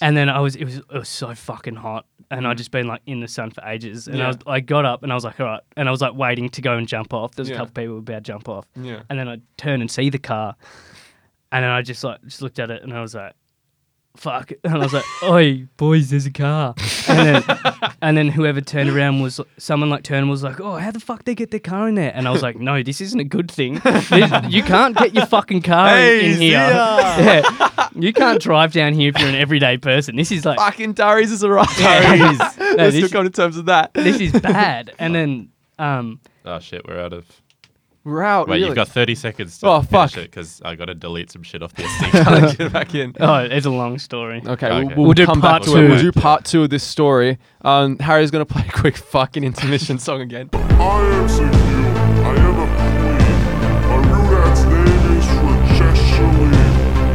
[SPEAKER 7] and then I was, it was, it was so fucking hot, and I'd just been like in the sun for ages, and
[SPEAKER 3] Mm. Yeah.
[SPEAKER 7] I was, I got up and I was like, all right, and I was like waiting to go and jump off. There was
[SPEAKER 3] Yeah.
[SPEAKER 7] a couple people about to jump off,
[SPEAKER 3] Yeah.
[SPEAKER 7] and then I turn and see the car, and then I just like just looked at it and I was like, "Fuck!" And I was like, "Oi, boys, there's a car!" And then, and then whoever turned around was someone like turned was like, "Oh, how the fuck they get their car in there?" And I was like, "No, this isn't a good thing. This- you can't get your fucking car in- in,
[SPEAKER 3] Hey,
[SPEAKER 7] here. Yeah. You can't drive down here if you're an everyday person. This is like."
[SPEAKER 3] Fucking diaries is a right.
[SPEAKER 7] Yeah, no,
[SPEAKER 3] Let's
[SPEAKER 7] this,
[SPEAKER 3] still come to terms with that.
[SPEAKER 7] this is bad. And then, um,
[SPEAKER 4] Oh shit, we're out of.
[SPEAKER 3] We're out.
[SPEAKER 4] Wait,
[SPEAKER 3] really.
[SPEAKER 4] you've got 30 seconds to
[SPEAKER 3] Oh, fuck.
[SPEAKER 4] because I got to delete some shit off the SD.
[SPEAKER 3] Let's get back in.
[SPEAKER 7] oh, it's a long story.
[SPEAKER 3] Okay,
[SPEAKER 4] Okay.
[SPEAKER 3] We'll, we'll,
[SPEAKER 7] We'll do
[SPEAKER 3] come
[SPEAKER 7] part
[SPEAKER 3] back to it. We'll
[SPEAKER 7] two.
[SPEAKER 3] do part two of this story. Um, Harry's gonna play a quick fucking intermission song again.
[SPEAKER 6] I answered you. I am a queen. My real dad's name is Rajeshali.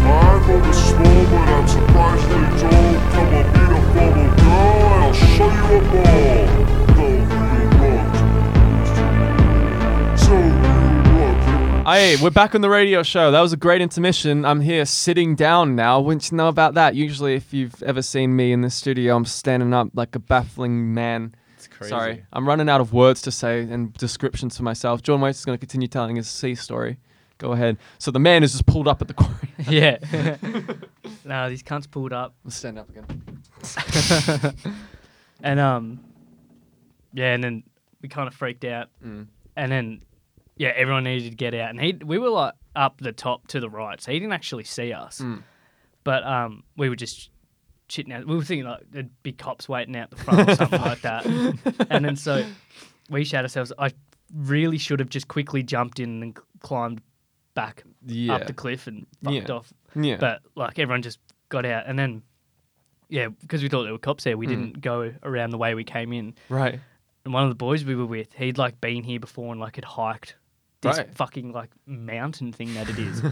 [SPEAKER 6] My iPhone is small, but I'm surprisingly tall. Come on, be the formal girl, and I'll show you a ball. Though you look, so you look.
[SPEAKER 3] Hey, we're back on the radio show. That was a great intermission. I'm here sitting down now. Wouldn't you know about that? Usually, if you've ever seen me in the studio, I'm standing up like a baffling man.
[SPEAKER 4] it's crazy.
[SPEAKER 3] Sorry, I'm running out of words to say and descriptions for myself. John Waits is going to continue telling his sea story. Go ahead. So the man is just pulled up at the corner.
[SPEAKER 7] Yeah. no, these cunts pulled up.
[SPEAKER 3] Let's stand up again.
[SPEAKER 7] And um, yeah, and then we kind of freaked out,
[SPEAKER 3] Mm.
[SPEAKER 7] and then yeah, everyone needed to get out, and he we were like up the top to the right, so he didn't actually see us,
[SPEAKER 3] Mm.
[SPEAKER 7] but um, we were just chitting out. We were thinking like there'd be cops waiting out the front or something like that, and then so we shout ourselves. I really should have just quickly jumped in and climbed back
[SPEAKER 3] Yeah.
[SPEAKER 7] up the cliff and fucked
[SPEAKER 3] Yeah.
[SPEAKER 7] off.
[SPEAKER 3] Yeah.
[SPEAKER 7] But like everyone just got out, and then yeah, because we thought there were cops there, we
[SPEAKER 3] Hmm.
[SPEAKER 7] didn't go around the way we came in.
[SPEAKER 3] Right.
[SPEAKER 7] And one of the boys we were with, he'd like been here before and like had hiked this
[SPEAKER 3] Right.
[SPEAKER 7] fucking like mountain thing that it is.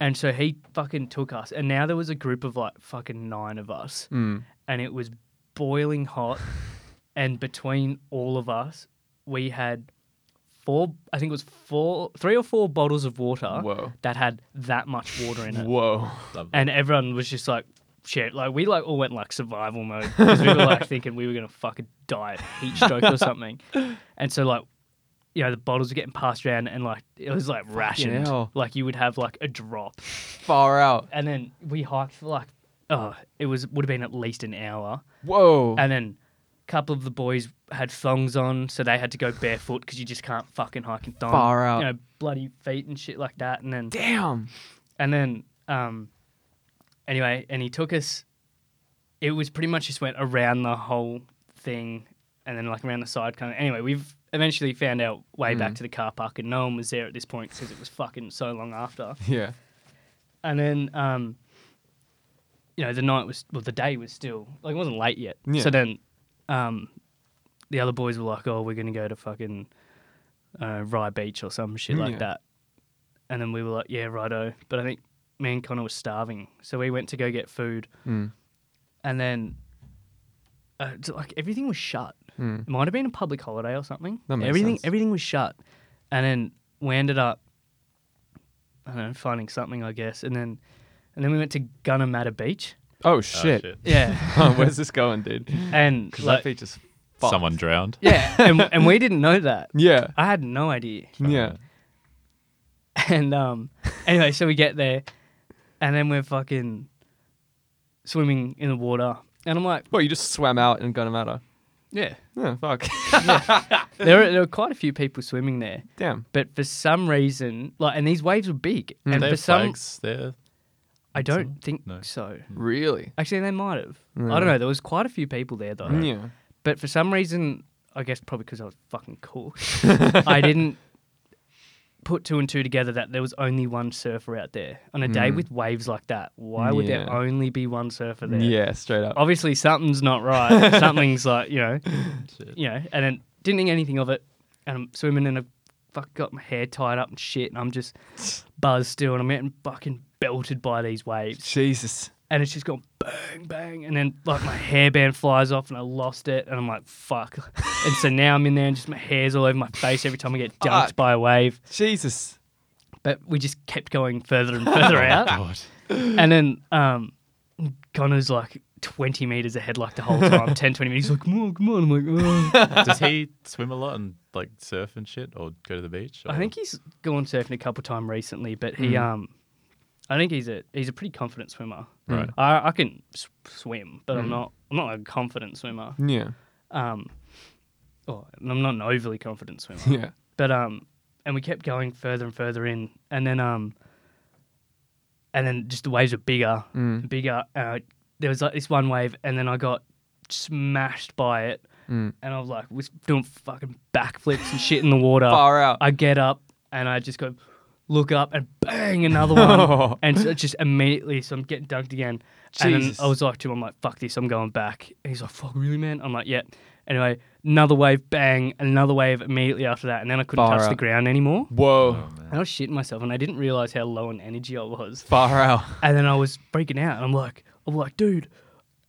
[SPEAKER 7] and so he fucking took us. And now there was a group of like fucking nine of us,
[SPEAKER 3] Hmm.
[SPEAKER 7] and it was boiling hot. and between all of us, we had four. I think it was four, three or four bottles of water
[SPEAKER 3] Whoa.
[SPEAKER 7] that had that much water in it
[SPEAKER 3] Whoa.
[SPEAKER 7] and everyone was just like shit like we like all went like survival mode because we were like thinking we were gonna fucking die of heat stroke or something and so like you know, the bottles were getting passed around and like it was like rationed.
[SPEAKER 3] hell.
[SPEAKER 7] Like you would have like a drop.
[SPEAKER 3] Far out.
[SPEAKER 7] And then we hiked for like oh, it was would have been at least an hour.
[SPEAKER 3] Whoa.
[SPEAKER 7] And then a couple of the boys had thongs on, so they had to go barefoot because you just can't fucking hike in thongs.
[SPEAKER 3] Far out.
[SPEAKER 7] You know, bloody feet and shit like that. And then
[SPEAKER 3] Damn.
[SPEAKER 7] and then um anyway, and he took us it was pretty much just went around the whole thing and then like around the side kind of anyway, we've eventually found our way back to the car park and no one was there at this point because it was fucking so long after.
[SPEAKER 3] Yeah.
[SPEAKER 7] And then, um, you know, the night was, well, the day was still, like, it wasn't late yet.
[SPEAKER 3] Yeah.
[SPEAKER 7] So then um, the other boys were like, oh, we're going to go to fucking uh, Rye Beach or some shit like
[SPEAKER 3] Yeah.
[SPEAKER 7] that. And then we were like, yeah, righto. But I think me and Connor was starving. So we went to go get food.
[SPEAKER 3] Mm.
[SPEAKER 7] And then, uh, it's like, everything was shut. It might have been a public holiday or something.
[SPEAKER 3] Hmm. That makes
[SPEAKER 7] everything,
[SPEAKER 3] sense.
[SPEAKER 7] everything was shut. And then we ended up I don't know, finding something, I guess. And then and then we went to Gunnamatta Beach.
[SPEAKER 3] Oh
[SPEAKER 4] Oh,
[SPEAKER 3] shit.
[SPEAKER 7] Yeah.
[SPEAKER 3] Huh, where's this going, dude?
[SPEAKER 7] and
[SPEAKER 3] Because that
[SPEAKER 7] like,
[SPEAKER 3] feature's fucked.
[SPEAKER 4] Someone drowned.
[SPEAKER 7] yeah, and, and we didn't know that.
[SPEAKER 3] Yeah.
[SPEAKER 7] I had no idea.
[SPEAKER 3] Yeah.
[SPEAKER 7] And um anyway, so we get there and then we're fucking swimming in the water. And I'm like,
[SPEAKER 3] Well, you just swam out and got him out.
[SPEAKER 7] yeah.
[SPEAKER 3] Yeah. Fuck.
[SPEAKER 7] There were, there were quite a few people swimming there.
[SPEAKER 3] Damn.
[SPEAKER 7] But for some reason, like, and these waves were big. And
[SPEAKER 4] They
[SPEAKER 7] for
[SPEAKER 4] have
[SPEAKER 7] some,
[SPEAKER 4] flags there.
[SPEAKER 7] I don't think
[SPEAKER 4] No.
[SPEAKER 7] so.
[SPEAKER 3] Really?
[SPEAKER 7] Actually, they might have. I don't know. There was quite a few people there though.
[SPEAKER 3] Yeah.
[SPEAKER 7] But for some reason, I guess probably because I was fucking cool, I didn't put two and two together that there was only one surfer out there on a day with waves like that. Why would there
[SPEAKER 3] Yeah.
[SPEAKER 7] only be one surfer there? Oh.
[SPEAKER 3] Yeah. Straight up.
[SPEAKER 7] Obviously, something's not right. Something's like you know, you know. And then didn't think anything of it. And I'm swimming and I've fuck got my hair tied up and shit. And I'm just buzzed still, and I'm getting fucking belted by these waves
[SPEAKER 3] Jesus.
[SPEAKER 7] and it's just going bang bang and then like my hairband flies off and I lost it and I'm like fuck and so now I'm in there and just my hair's all over my face every time I get dunked
[SPEAKER 3] Fuck.
[SPEAKER 7] by a wave
[SPEAKER 3] Jesus.
[SPEAKER 7] but we just kept going further and
[SPEAKER 4] Oh,
[SPEAKER 7] further out and then um Connor's like 20 meters ahead like the whole time 10 20 meters he's like come on come on I'm like oh.
[SPEAKER 4] Does he swim a lot and like surf and shit, or go to the beach?
[SPEAKER 7] I
[SPEAKER 4] or-
[SPEAKER 7] think he's gone surfing a couple time recently, but he um, I think he's a he's a pretty confident swimmer.
[SPEAKER 4] Right.
[SPEAKER 7] I, I can s- swim, but I'm not I'm not a confident swimmer.
[SPEAKER 3] Yeah.
[SPEAKER 7] Um, oh, and I'm not an overly confident swimmer.
[SPEAKER 3] Yeah.
[SPEAKER 7] But um, and we kept going further and further in, and then um, and then just the waves were bigger, and
[SPEAKER 3] Mm.
[SPEAKER 7] bigger. Uh, there was like this one wave, and then I got smashed by it,
[SPEAKER 3] Mm.
[SPEAKER 7] and I was like, was doing fucking backflips and shit in the water.
[SPEAKER 3] Far out.
[SPEAKER 7] I get up and I just go look up and bang another one, and so just immediately, so I'm getting dunked again. And then
[SPEAKER 3] Jesus.
[SPEAKER 7] I was like to him, I'm like, fuck this, I'm going back. And he's like, fuck, really, man? I'm like, yeah. Anyway, another wave, bang, another wave immediately after that, and then I couldn't
[SPEAKER 3] Far
[SPEAKER 7] touch the
[SPEAKER 3] out.
[SPEAKER 7] ground anymore.
[SPEAKER 3] Whoa.
[SPEAKER 7] And I was shitting myself, and I didn't realize how low on energy I was.
[SPEAKER 3] Far out.
[SPEAKER 7] And then I was freaking out, and I'm like, I'm like, dude,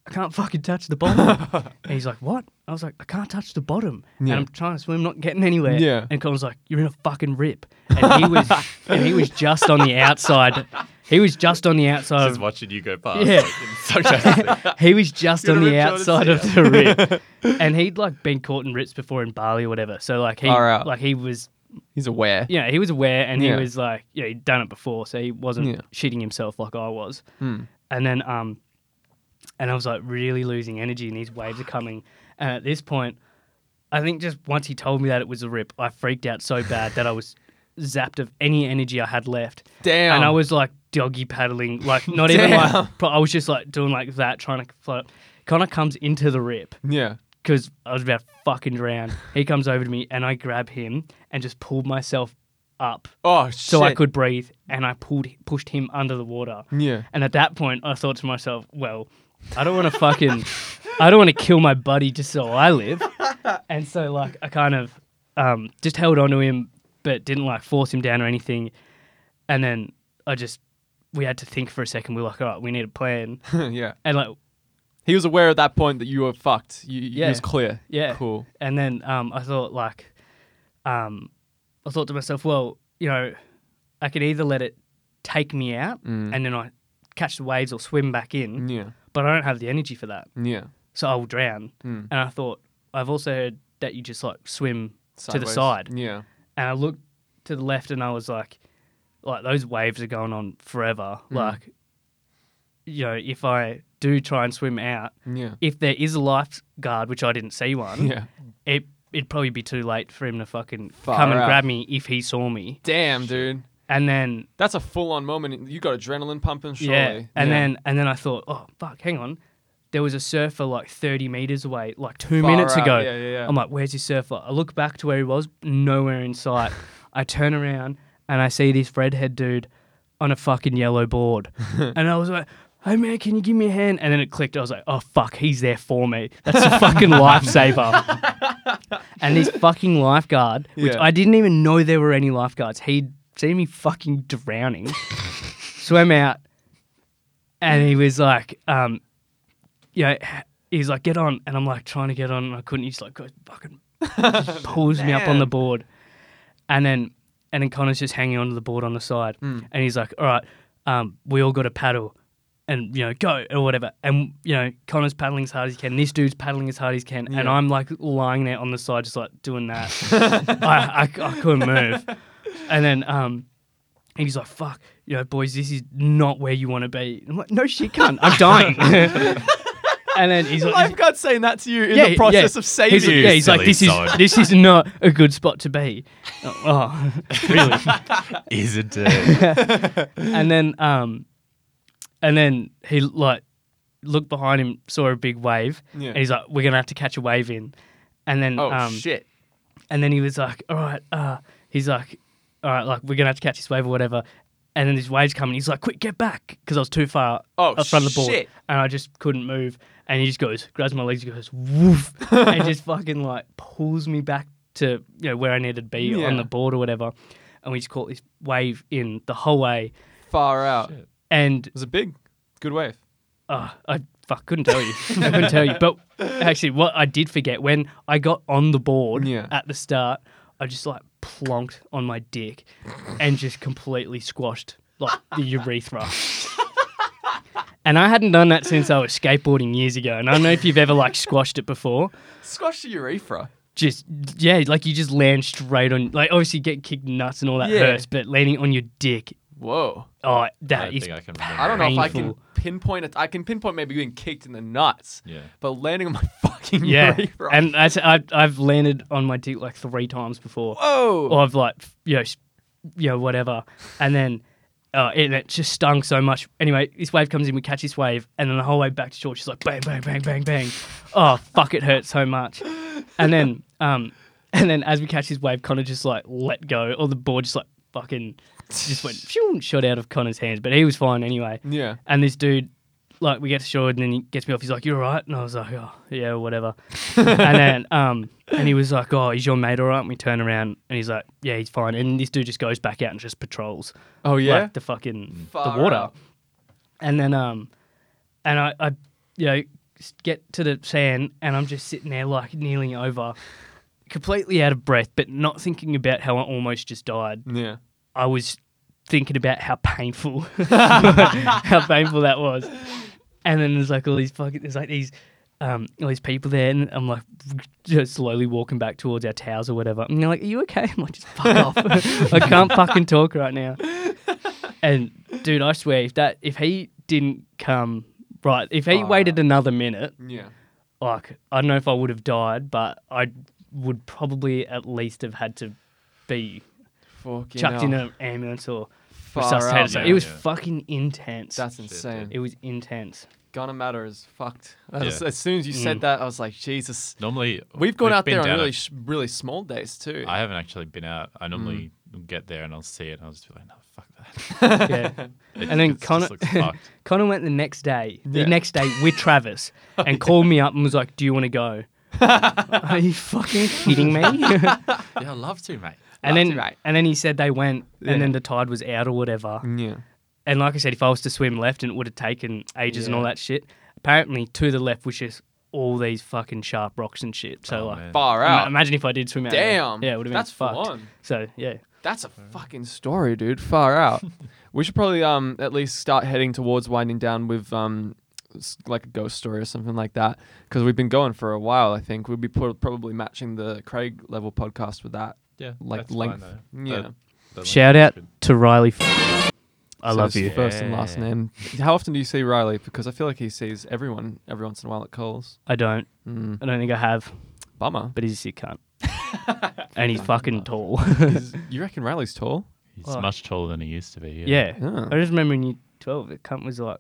[SPEAKER 7] I can't fucking touch the bottom. and he's like, what? I was like, I can't touch the bottom.
[SPEAKER 3] Yeah.
[SPEAKER 7] And I'm trying to swim, not getting anywhere.
[SPEAKER 3] Yeah.
[SPEAKER 7] And Colin's like, you're in a fucking rip. And he was, and he was just on the outside. He was just on the outside.
[SPEAKER 4] Just
[SPEAKER 7] of-
[SPEAKER 4] watching you go past.
[SPEAKER 7] Yeah.
[SPEAKER 4] Like, it's so
[SPEAKER 7] he was just on the
[SPEAKER 4] ripped out
[SPEAKER 7] outside of the rip, and he'd like been caught in rips before in Bali or whatever. So like he,
[SPEAKER 3] Far out.
[SPEAKER 7] like he was,
[SPEAKER 3] He's aware.
[SPEAKER 7] yeah, he was aware, and
[SPEAKER 3] Yeah.
[SPEAKER 7] he was like, yeah, he'd done it before, so he wasn't
[SPEAKER 3] Yeah. Hmm.
[SPEAKER 7] shitting himself like I was. And then, um, and I was like really losing energy, and these waves are coming, and at this point, I think just once he told me that it was a rip, I freaked out so bad that I was zapped of any energy I had left.
[SPEAKER 3] Damn.
[SPEAKER 7] And I was like doggy paddling, like not even
[SPEAKER 3] Damn.
[SPEAKER 7] like. pro- I was just like doing like that, trying to float. Connor comes into the rip
[SPEAKER 3] Yeah.
[SPEAKER 7] because I was about to fucking drown. He comes over to me and I grab him and just pulled myself up
[SPEAKER 3] Oh shit.
[SPEAKER 7] so I could breathe, and I pulled pushed him under the water.
[SPEAKER 3] Yeah.
[SPEAKER 7] And at that point, I thought to myself, well, I don't want to fucking, I don't want to kill my buddy just so I live. And so like I kind of um, just held on to him, but didn't like force him down or anything. And then I just we had to think for a second. We were like, all right, we need a plan.
[SPEAKER 3] yeah.
[SPEAKER 7] And like
[SPEAKER 3] He was aware at that point that you were fucked. You, yeah.
[SPEAKER 7] Yeah.
[SPEAKER 3] It was clear.
[SPEAKER 7] Yeah.
[SPEAKER 3] Cool.
[SPEAKER 7] And then um, I thought like, um, I thought to myself, well, you know, I could either let it take me out and then I catch the waves or swim back in,
[SPEAKER 3] Mm. Yeah.
[SPEAKER 7] but I don't have the energy for that,
[SPEAKER 3] Yeah. Mm.
[SPEAKER 7] so I will drown. And I thought I've also heard that you just like swim to the side.
[SPEAKER 3] Yeah.
[SPEAKER 7] and I looked to the left and I was like, like those waves are going on forever.
[SPEAKER 3] Mm.
[SPEAKER 7] Like, you know, if I do try and swim out,
[SPEAKER 3] Yeah.
[SPEAKER 7] if there is a lifeguard, which I didn't see one,
[SPEAKER 3] Yeah.
[SPEAKER 7] it it'd probably be too late for him to fucking
[SPEAKER 3] Far
[SPEAKER 7] come and
[SPEAKER 3] out.
[SPEAKER 7] grab me if he saw me.
[SPEAKER 3] Damn, dude.
[SPEAKER 7] And then
[SPEAKER 3] That's a full on moment. You got adrenaline pumping, surely.
[SPEAKER 7] yeah, and then and then I thought, oh fuck, hang on. There was a surfer like 30 meters away, like two
[SPEAKER 3] Far
[SPEAKER 7] minutes
[SPEAKER 3] out,
[SPEAKER 7] ago.
[SPEAKER 3] yeah, yeah, yeah.
[SPEAKER 7] I'm like, where's your surfer? I look back to where he was, nowhere in sight. I turn around and I see this redhead dude on a fucking yellow board. and I was like, hey man, can you give me a hand? And then it clicked. I was like, oh fuck, he's there for me. That's a fucking lifesaver. and this fucking lifeguard, which
[SPEAKER 3] Yeah.
[SPEAKER 7] I didn't even know there were any lifeguards, he'd seen me fucking drowning, swim out and he was like, um, you know, he's like, get on, and I'm like trying to get on, and I couldn't. He's like, goes fucking pulls me up on the board, and then and then Connor's just hanging onto the board on the side,
[SPEAKER 3] Hmm.
[SPEAKER 7] and he's like, all right, um, we all got to paddle, and you know, go or whatever, and you know, Connor's paddling as hard as he can. This dude's paddling as hard as he can, and I'm like lying there on the side, just like doing that. I, I I couldn't move, and then um. And he's like, fuck, you know, boys, this is not where you want to be. I'm like, no shit, cunt, I'm dying. and then he's like,
[SPEAKER 3] I've got saying that to you in the
[SPEAKER 7] yeah,
[SPEAKER 3] process
[SPEAKER 7] yeah.
[SPEAKER 3] of saving
[SPEAKER 7] He's, yeah, he's like,
[SPEAKER 4] silly
[SPEAKER 7] this is,
[SPEAKER 4] sod."
[SPEAKER 7] this is not a good spot to be. Oh, really?
[SPEAKER 4] Isn't it?
[SPEAKER 7] and then, um, and then he like looked behind him, saw a big wave,
[SPEAKER 3] Yeah.
[SPEAKER 7] and he's like, we're gonna have to catch a wave in. And then,
[SPEAKER 3] Oh,
[SPEAKER 7] um,
[SPEAKER 3] shit.
[SPEAKER 7] and then he was like, "All right," uh, he's like, "All right, like we're gonna have to catch this wave or whatever." And then this wave's coming. He's like, "Quick, get back!" Because I was too far
[SPEAKER 3] Oh,
[SPEAKER 7] up front of the board,
[SPEAKER 3] shit.
[SPEAKER 7] and I just couldn't move. And he just goes, grabs my legs, he goes, "Woof!" and just fucking like pulls me back to you know where I needed to be
[SPEAKER 3] Yeah.
[SPEAKER 7] on the board or whatever. And we just caught this wave in the whole way,
[SPEAKER 3] Far out. It
[SPEAKER 7] and
[SPEAKER 3] was a big, good wave.
[SPEAKER 7] uh, I fuck couldn't tell you. I couldn't tell you. But actually, what I did forget when I got on the board
[SPEAKER 3] Yeah.
[SPEAKER 7] at the start, I just like plonked on my dick and just completely squashed like the urethra. and I hadn't done that since I was skateboarding years ago. And I don't know if you've ever like squashed it before.
[SPEAKER 3] Squash the urethra.
[SPEAKER 7] Just yeah, like you just land straight on. Like obviously, get kicked nuts and all that
[SPEAKER 3] Yeah.
[SPEAKER 7] hurts, but landing on your dick.
[SPEAKER 3] Whoa.
[SPEAKER 7] Oh,
[SPEAKER 4] I
[SPEAKER 7] that
[SPEAKER 4] don't
[SPEAKER 7] is
[SPEAKER 4] think I can remember.
[SPEAKER 3] I don't know if I can
[SPEAKER 7] Painful.
[SPEAKER 3] pinpoint it. I can pinpoint maybe being kicked in the nuts.
[SPEAKER 4] Yeah.
[SPEAKER 3] But landing on my fucking
[SPEAKER 7] yeah.
[SPEAKER 3] urethra.
[SPEAKER 7] And that's, I, I've landed on my dick like three times before.
[SPEAKER 3] whoa.
[SPEAKER 7] or I've like f- you know, s- you know whatever, and then uh, it, it just stung so much. Anyway, this wave comes in, we catch this wave, and then the whole way back to shore, she's like bang, bang, bang, bang, bang. oh fuck, it hurts so much. And then um, and then as we catch this wave, Connor just like let go, or the board just like fucking just went phew, and shot out of Connor's hands, but he was fine anyway.
[SPEAKER 3] Yeah.
[SPEAKER 7] And this dude, like, we get to shore, and then he gets me off. He's like, "You're right," and I was like, "Oh, yeah, whatever." and then, um, and he was like, "Oh, is your mate all right?" And we turn around, and he's like, "Yeah, he's fine." And this dude just goes back out and just patrols,
[SPEAKER 3] Oh, yeah.
[SPEAKER 7] like the fucking
[SPEAKER 3] Far
[SPEAKER 7] the water.
[SPEAKER 3] out.
[SPEAKER 7] And then, um, and I, I, you know, s- get to the sand, and I'm just sitting there like kneeling over. Completely out of breath, but not thinking about how I almost just died.
[SPEAKER 3] yeah.
[SPEAKER 7] I was thinking about how painful how painful that was. And then there's like all these fucking there's like these um, all these people there, and I'm like just slowly walking back towards our towers or whatever. And they're like, "Are you okay?" I'm like, "Just fuck off! I can't fucking talk right now." And dude, I swear, if that if he didn't come right, if he waited another minute,
[SPEAKER 3] Yeah.
[SPEAKER 7] like I don't know if I would have died, but I would probably at least have had to be
[SPEAKER 3] Fucking
[SPEAKER 7] chucked in
[SPEAKER 3] hell.
[SPEAKER 7] an ambulance or
[SPEAKER 3] Far
[SPEAKER 7] resuscitated.
[SPEAKER 3] out,
[SPEAKER 7] So
[SPEAKER 3] mate.
[SPEAKER 7] it was
[SPEAKER 4] Yeah.
[SPEAKER 7] fucking intense.
[SPEAKER 3] That's insane.
[SPEAKER 7] it was intense.
[SPEAKER 3] Gonna matter is fucked. That
[SPEAKER 4] Yeah.
[SPEAKER 3] was- as soon as you
[SPEAKER 7] Mm.
[SPEAKER 3] said that, I was like, Jesus.
[SPEAKER 4] Normally,
[SPEAKER 3] We've gone out
[SPEAKER 4] been
[SPEAKER 3] there on
[SPEAKER 4] down a-
[SPEAKER 3] really, sh- really small days too.
[SPEAKER 4] I haven't actually been out. I normally
[SPEAKER 3] Mm.
[SPEAKER 4] get there and I'll see it and I'll just be like, no, fuck that.
[SPEAKER 7] Yeah. and then
[SPEAKER 4] It
[SPEAKER 7] Connor,
[SPEAKER 4] just looks fucked.
[SPEAKER 7] Connor went the next day, the
[SPEAKER 3] Yeah.
[SPEAKER 7] next day with Travis, and called me up and was like, "Do you want to go?" Are you fucking kidding me? and
[SPEAKER 4] Yeah, I'd love to, mate.
[SPEAKER 7] then and then he said they went, and then the tide was out or whatever.
[SPEAKER 3] yeah.
[SPEAKER 7] And like I said, if I was to swim left, and it would have taken ages and all
[SPEAKER 3] Yeah.
[SPEAKER 7] that shit. Apparently, to the left was just all these fucking sharp rocks and shit. So
[SPEAKER 4] Oh,
[SPEAKER 7] like,
[SPEAKER 4] man.
[SPEAKER 3] Far
[SPEAKER 7] Ima-
[SPEAKER 3] out.
[SPEAKER 7] Imagine if I did swim out. there.
[SPEAKER 3] Damn.
[SPEAKER 7] Yeah, it would have been
[SPEAKER 3] That's full
[SPEAKER 7] fucked.
[SPEAKER 3] on.
[SPEAKER 7] So yeah,
[SPEAKER 3] That's a
[SPEAKER 4] Mm.
[SPEAKER 3] fucking story, dude. Far out. we should probably um at least start heading towards winding down with um s- like a ghost story or something like that because we've been going for a while. I think we'd be pro- probably matching the Craig level podcast with that.
[SPEAKER 4] Yeah,
[SPEAKER 3] like
[SPEAKER 4] that's
[SPEAKER 3] length.
[SPEAKER 4] Fine,
[SPEAKER 3] yeah.
[SPEAKER 4] though. The- the
[SPEAKER 7] Shout out
[SPEAKER 4] length is
[SPEAKER 7] to Riley. F- I
[SPEAKER 3] So
[SPEAKER 7] love
[SPEAKER 3] it's
[SPEAKER 7] you.
[SPEAKER 3] First and last
[SPEAKER 4] Yeah.
[SPEAKER 3] name. How often do you see Riley? Because I feel like he sees everyone every once in a while at Coles.
[SPEAKER 7] I don't.
[SPEAKER 3] Mm.
[SPEAKER 7] I don't think I have,
[SPEAKER 3] Bummer.
[SPEAKER 7] but he's a sick cunt. and he's fucking tall.
[SPEAKER 3] Is- you reckon Riley's tall?
[SPEAKER 4] good. He's
[SPEAKER 7] Oh.
[SPEAKER 4] much taller than he used to be. Yeah.
[SPEAKER 7] yeah.
[SPEAKER 3] Yeah.
[SPEAKER 7] I just remember in year 12, the cunt was like,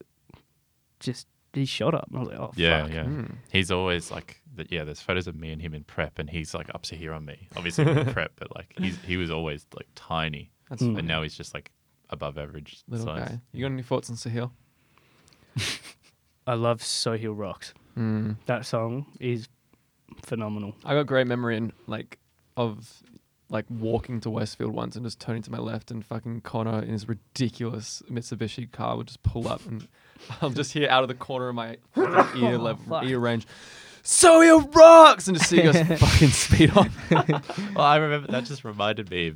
[SPEAKER 7] just, he shot up. And I was like, oh,
[SPEAKER 4] Yeah,
[SPEAKER 7] fuck.
[SPEAKER 4] yeah.
[SPEAKER 3] Mm.
[SPEAKER 4] He's always like, th- yeah. There's photos of me and him in prep, and he's like up to here on me. Obviously we're in prep, but like he's he was always like tiny,
[SPEAKER 3] That's
[SPEAKER 7] Mm.
[SPEAKER 4] and now he's just like above average
[SPEAKER 3] little
[SPEAKER 4] size.
[SPEAKER 3] guy. You got any thoughts on Sahil?
[SPEAKER 7] I love Soheel Rocks.
[SPEAKER 3] Mm.
[SPEAKER 7] That song is phenomenal.
[SPEAKER 3] I got great memory in like of like walking to Westfield once and just turning to my left and fucking Connor in his ridiculous Mitsubishi car would just pull up and I'll just hear out of the corner of my fucking ear level
[SPEAKER 7] fuck.
[SPEAKER 3] ear range. So he rocks and just see you guys fucking speed off.
[SPEAKER 4] well, I remember that just reminded me.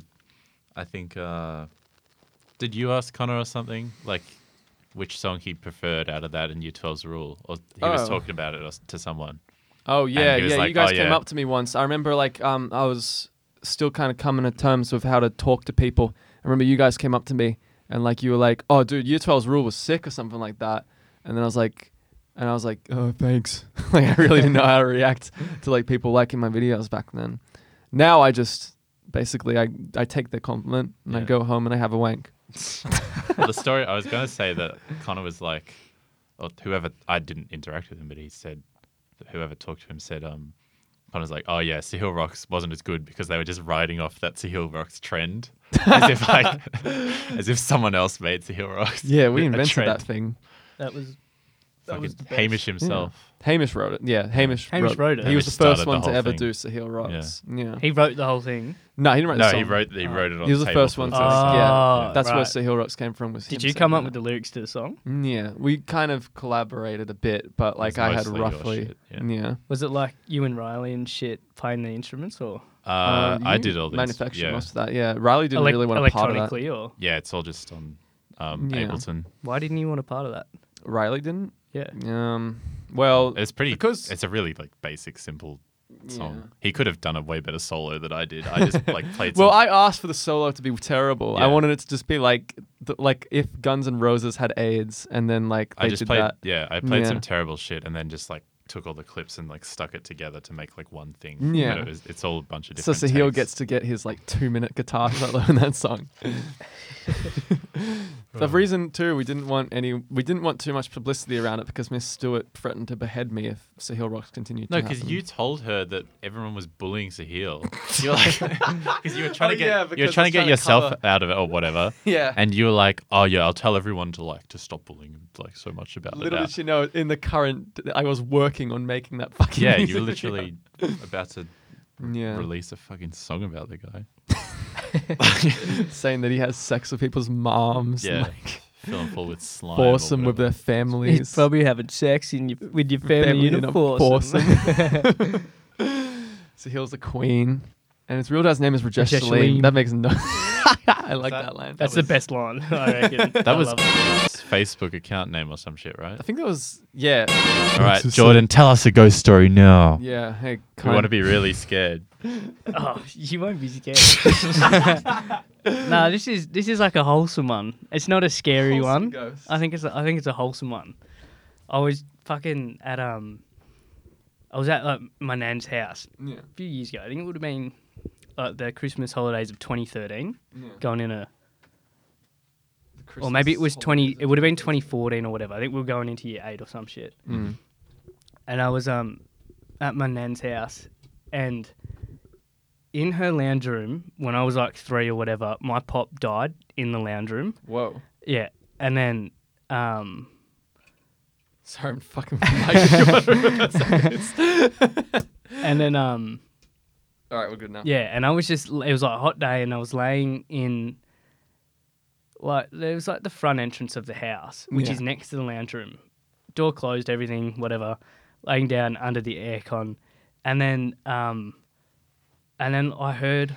[SPEAKER 4] I think uh, did you ask Connor or something like which song he preferred out of that in Year 12's rule, or he
[SPEAKER 3] Oh.
[SPEAKER 4] was talking about it or s- to someone.
[SPEAKER 3] Oh yeah,
[SPEAKER 4] he was
[SPEAKER 3] yeah. you
[SPEAKER 4] like,
[SPEAKER 3] guys
[SPEAKER 4] "Oh,
[SPEAKER 3] came
[SPEAKER 4] yeah."
[SPEAKER 3] up to me once. I remember like um I was still kind of coming to terms with how to talk to people. I remember you guys came up to me and like you were like, "Oh, dude, Year 12's rule was sick" or something like that. And then I was like, and I was like, "Oh, thanks." like I really didn't know how to react to like people liking my videos back then. Now I just basically I I take their compliment and I
[SPEAKER 4] Yeah.
[SPEAKER 3] go home and I have a wank.
[SPEAKER 4] Well, the story I was going to say that Connor was like, or whoever I didn't interact with him, but he said, whoever talked to him said, um, Connor's like, oh yeah, Sahil Rocks wasn't as good because they were just riding off that Sahil Rocks trend, as if like, as if someone else made Sahil Rocks.
[SPEAKER 3] Yeah, we
[SPEAKER 4] a
[SPEAKER 3] invented
[SPEAKER 4] trend.
[SPEAKER 3] that thing.
[SPEAKER 7] That was.
[SPEAKER 4] Fucking Hamish himself.
[SPEAKER 3] Hamish wrote it. Yeah, Hamish.
[SPEAKER 7] Hamish wrote it.
[SPEAKER 3] He was
[SPEAKER 4] Hamish
[SPEAKER 3] the first
[SPEAKER 4] started the
[SPEAKER 3] one to
[SPEAKER 4] whole
[SPEAKER 3] ever
[SPEAKER 4] thing.
[SPEAKER 3] do Sahil Rocks. Yeah.
[SPEAKER 7] He wrote the whole thing.
[SPEAKER 3] No, he didn't write the
[SPEAKER 4] No,
[SPEAKER 3] song. Uh,
[SPEAKER 4] he wrote he wrote it on.
[SPEAKER 3] He was the
[SPEAKER 4] table
[SPEAKER 3] first
[SPEAKER 4] for
[SPEAKER 3] one to.
[SPEAKER 4] first
[SPEAKER 7] Oh,
[SPEAKER 4] time.
[SPEAKER 3] yeah,
[SPEAKER 7] yeah.
[SPEAKER 3] that's where
[SPEAKER 7] right.
[SPEAKER 3] Sahil Rocks came from. Was
[SPEAKER 7] Did
[SPEAKER 3] him
[SPEAKER 7] you
[SPEAKER 3] saying
[SPEAKER 7] come up with
[SPEAKER 3] that.
[SPEAKER 7] the lyrics to the song?
[SPEAKER 3] Yeah, we kind of collaborated a bit, but like I had
[SPEAKER 4] mostly your
[SPEAKER 3] roughly.
[SPEAKER 4] shit, yeah.
[SPEAKER 3] yeah.
[SPEAKER 7] Was it like you and Riley and shit playing the instruments or
[SPEAKER 4] Uh,
[SPEAKER 3] Um,
[SPEAKER 4] I
[SPEAKER 3] you
[SPEAKER 4] did all this.
[SPEAKER 3] Manufactured
[SPEAKER 4] yeah.
[SPEAKER 3] most of that. Yeah, Riley didn't
[SPEAKER 7] elec-
[SPEAKER 3] really want a part of that.
[SPEAKER 7] electronically or
[SPEAKER 4] yeah, it's all just on um,
[SPEAKER 3] Yeah.
[SPEAKER 4] Ableton.
[SPEAKER 7] why didn't you want a part of that?
[SPEAKER 3] Riley didn't.
[SPEAKER 7] Yeah.
[SPEAKER 3] Um. Well,
[SPEAKER 4] It's pretty
[SPEAKER 3] Because-
[SPEAKER 4] it's a really like basic, simple song.
[SPEAKER 3] Yeah.
[SPEAKER 4] He could have done a way better solo than I did. I just like played.
[SPEAKER 3] well,
[SPEAKER 4] some,
[SPEAKER 3] I asked for the solo to be terrible. I
[SPEAKER 4] Yeah.
[SPEAKER 3] wanted it to just be like, th- like if Guns N' Roses had AIDS, and then like they
[SPEAKER 4] I just
[SPEAKER 3] did
[SPEAKER 4] played.
[SPEAKER 3] that.
[SPEAKER 4] Yeah, I played
[SPEAKER 3] Yeah.
[SPEAKER 4] some terrible shit and then just like took all the clips and like stuck it together to make like one thing.
[SPEAKER 3] Mm, Yeah.
[SPEAKER 4] but it was, it's all a bunch of
[SPEAKER 3] So
[SPEAKER 4] different.
[SPEAKER 3] Sahil
[SPEAKER 4] takes.
[SPEAKER 3] gets to get his like two minute guitar solo in that song. the reason too we didn't want any we didn't want too much publicity around it because Miss Stewart threatened to behead me if Sahil Rocks continued.
[SPEAKER 4] No,
[SPEAKER 3] to
[SPEAKER 4] because
[SPEAKER 3] happen.
[SPEAKER 4] you told her that everyone was bullying Sahil. You're like, because you were trying
[SPEAKER 3] Oh,
[SPEAKER 4] to get
[SPEAKER 3] yeah,
[SPEAKER 4] you were
[SPEAKER 3] because
[SPEAKER 4] trying to
[SPEAKER 3] I'm
[SPEAKER 4] get
[SPEAKER 3] trying to
[SPEAKER 4] yourself
[SPEAKER 3] cover-
[SPEAKER 4] out of it or whatever.
[SPEAKER 3] Yeah.
[SPEAKER 4] And you were like, oh yeah, I'll tell everyone to like to stop bullying him like so much about it.
[SPEAKER 3] Little
[SPEAKER 4] now."
[SPEAKER 3] did you know, in the current, I was working on making that fucking.
[SPEAKER 4] Yeah,
[SPEAKER 3] music
[SPEAKER 4] you were
[SPEAKER 3] video.
[SPEAKER 4] literally about to
[SPEAKER 3] yeah.
[SPEAKER 4] release a fucking song about the guy.
[SPEAKER 3] saying that he has sex with people's moms.
[SPEAKER 4] Yeah,
[SPEAKER 3] and,
[SPEAKER 4] like,
[SPEAKER 3] like,
[SPEAKER 4] fill him full with slime. or
[SPEAKER 3] force them with their
[SPEAKER 4] whatever.
[SPEAKER 3] families.
[SPEAKER 7] having sex in your, with your
[SPEAKER 3] family in a foursome. Sahil's the queen, and his real dad's name is Rajesh,
[SPEAKER 7] Rajesh
[SPEAKER 3] Shaleen.
[SPEAKER 7] Shaleen.
[SPEAKER 3] That makes no. I like that,
[SPEAKER 4] that-
[SPEAKER 3] line.
[SPEAKER 7] That's
[SPEAKER 3] That was-
[SPEAKER 7] the best line, I reckon.
[SPEAKER 4] That was
[SPEAKER 7] love it.
[SPEAKER 4] his Facebook account name or some shit, right?
[SPEAKER 3] I think that was yeah,
[SPEAKER 4] All right,
[SPEAKER 2] That's a-
[SPEAKER 4] Jordan, tell us a ghost story now.
[SPEAKER 3] yeah. Hey,
[SPEAKER 4] We want to
[SPEAKER 3] kind-
[SPEAKER 4] be really scared.
[SPEAKER 7] Oh, you won't be scared. nah, this is this is like a wholesome one. It's not a scary
[SPEAKER 3] Wholesome
[SPEAKER 7] one.
[SPEAKER 3] ghost.
[SPEAKER 7] I think it's a, I think it's a wholesome one. I was fucking at um, I was at like my nan's house
[SPEAKER 3] Yeah.
[SPEAKER 7] a few years ago. I think it would have been like the Christmas holidays of 2013, going in a or maybe it was 20 it would have been 2014 or whatever i think we were going into year 8 or some shit and i was um at my nan's house and in her lounge room when i was like 3 or whatever my pop died in the lounge room
[SPEAKER 3] Whoa.
[SPEAKER 7] yeah and then um
[SPEAKER 3] Sorry, I'm fucking. All
[SPEAKER 7] and then um
[SPEAKER 3] right, we're good now.
[SPEAKER 7] Yeah, and I was just it was like a hot day, and I was laying in like there was like the front entrance of the house, which
[SPEAKER 3] Yeah.
[SPEAKER 7] is next to the lounge room. Door closed, everything, whatever. Laying down under the aircon, and then um, and then I heard,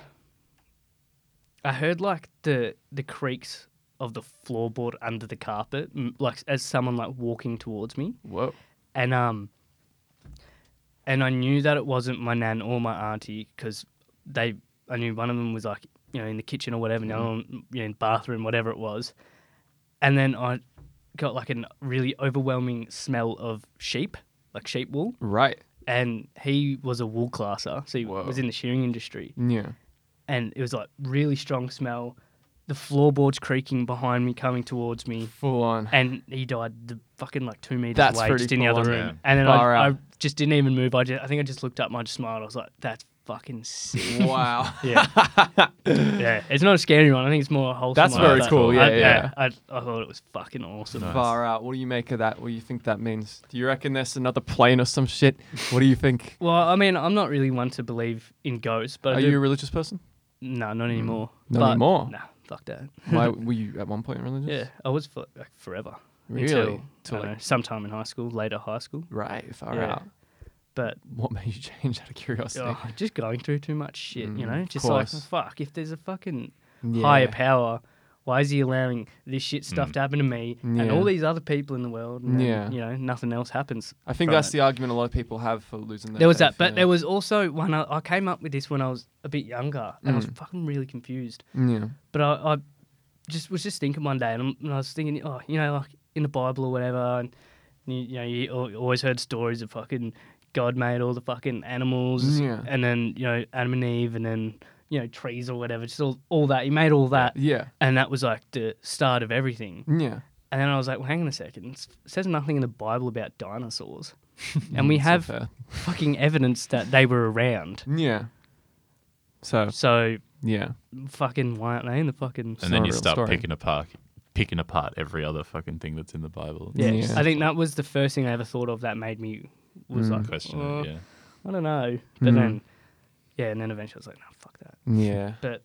[SPEAKER 7] I heard like the the creaks of the floorboard under the carpet, m- like as someone like walking towards me,
[SPEAKER 3] Whoa.
[SPEAKER 7] and um, and I knew that it wasn't my nan or my auntie because they, I knew one of them was like you know in the kitchen or whatever, and the other one you know, in the bathroom, whatever it was, and then I got like a really overwhelming smell of sheep, like sheep wool,
[SPEAKER 3] Right.
[SPEAKER 7] and he was a wool classer, so he
[SPEAKER 3] Whoa.
[SPEAKER 7] was in the shearing industry
[SPEAKER 3] Yeah.
[SPEAKER 7] and it was like really strong smell. The floorboards creaking behind me, coming towards me,
[SPEAKER 3] Full on.
[SPEAKER 7] and he died the fucking like two meters
[SPEAKER 3] That's
[SPEAKER 7] away,
[SPEAKER 3] pretty
[SPEAKER 7] just in the
[SPEAKER 3] full
[SPEAKER 7] other
[SPEAKER 3] on,
[SPEAKER 7] room.
[SPEAKER 4] yeah.
[SPEAKER 7] And then
[SPEAKER 3] Far
[SPEAKER 7] I, I
[SPEAKER 3] out.
[SPEAKER 7] just didn't even move. I, just, I think I just looked up and I just smiled. I was like, "That's fucking sick."
[SPEAKER 3] wow.
[SPEAKER 7] yeah, yeah. It's not a scary one. I think it's more a wholesome.
[SPEAKER 3] That's
[SPEAKER 7] one,
[SPEAKER 3] very
[SPEAKER 7] but
[SPEAKER 3] cool, yeah,
[SPEAKER 7] I,
[SPEAKER 3] yeah,
[SPEAKER 7] I, I thought it was fucking awesome.
[SPEAKER 3] Far out. What do you make of that? What do you think that means? Do you reckon there's another plane or some shit? What do you think?
[SPEAKER 7] Well, I mean, I'm not really one to believe in ghosts, but I
[SPEAKER 3] Are
[SPEAKER 7] do-
[SPEAKER 3] you a religious person?
[SPEAKER 7] no, not anymore.
[SPEAKER 3] Not
[SPEAKER 7] But-
[SPEAKER 3] anymore?
[SPEAKER 7] Nah, fuck that.
[SPEAKER 3] Why were you at one point religious?
[SPEAKER 7] Yeah, I was for like forever.
[SPEAKER 3] Really?
[SPEAKER 7] Until,
[SPEAKER 3] Till,
[SPEAKER 7] I don't
[SPEAKER 3] like-
[SPEAKER 7] know, sometime in high school, later high school.
[SPEAKER 3] Right. Far
[SPEAKER 7] Yeah.
[SPEAKER 3] out.
[SPEAKER 7] But
[SPEAKER 3] What made you change out of curiosity?
[SPEAKER 7] oh, just going through too much shit, you
[SPEAKER 3] Mm,
[SPEAKER 7] know?
[SPEAKER 3] of
[SPEAKER 7] Just like,
[SPEAKER 3] course.
[SPEAKER 7] fuck, if there's a fucking
[SPEAKER 3] Yeah. Mm.
[SPEAKER 7] higher power, why is he allowing this shit stuff to happen to me and
[SPEAKER 3] Yeah.
[SPEAKER 7] all these other people in the world? And then,
[SPEAKER 3] Yeah.
[SPEAKER 7] you know, nothing else happens.
[SPEAKER 3] I think
[SPEAKER 7] from
[SPEAKER 3] that's
[SPEAKER 7] it.
[SPEAKER 3] the argument a lot of people have for losing their
[SPEAKER 7] There was
[SPEAKER 3] faith,
[SPEAKER 7] that, but
[SPEAKER 3] yeah.
[SPEAKER 7] there was also one. I, I came up with this when I was a bit younger, and I
[SPEAKER 3] Mm.
[SPEAKER 7] was fucking really confused.
[SPEAKER 3] Yeah.
[SPEAKER 7] But I, I just was just thinking one day, and, I'm- and I was thinking, oh, you know, like in the Bible or whatever, and you, you know, you al- always heard stories of fucking God made all the fucking animals,
[SPEAKER 3] Yeah.
[SPEAKER 7] and then you know Adam and Eve, and then you know trees or whatever, just all, all that. He made all that,
[SPEAKER 3] Yeah.
[SPEAKER 7] and that was like the start of everything.
[SPEAKER 3] Yeah.
[SPEAKER 7] And then I was like, well, hang on a second, it says nothing in the Bible about dinosaurs, and we have
[SPEAKER 3] fair.
[SPEAKER 7] fucking evidence that they were around.
[SPEAKER 3] Yeah. So
[SPEAKER 7] So
[SPEAKER 3] yeah.
[SPEAKER 7] fucking why aren't they in the fucking?
[SPEAKER 4] and then
[SPEAKER 3] not a
[SPEAKER 4] you
[SPEAKER 3] real
[SPEAKER 4] start
[SPEAKER 3] story.
[SPEAKER 4] picking apart, picking apart every other fucking thing that's in the Bible.
[SPEAKER 7] Yeah,
[SPEAKER 3] Yeah.
[SPEAKER 7] I think that was the first thing I ever thought of that made me was like,
[SPEAKER 4] question.
[SPEAKER 7] "Uh,
[SPEAKER 4] it, yeah,
[SPEAKER 7] I don't know. But
[SPEAKER 3] Mm.
[SPEAKER 7] then, yeah, and then eventually I was like, no, fuck that.
[SPEAKER 3] Yeah.
[SPEAKER 7] But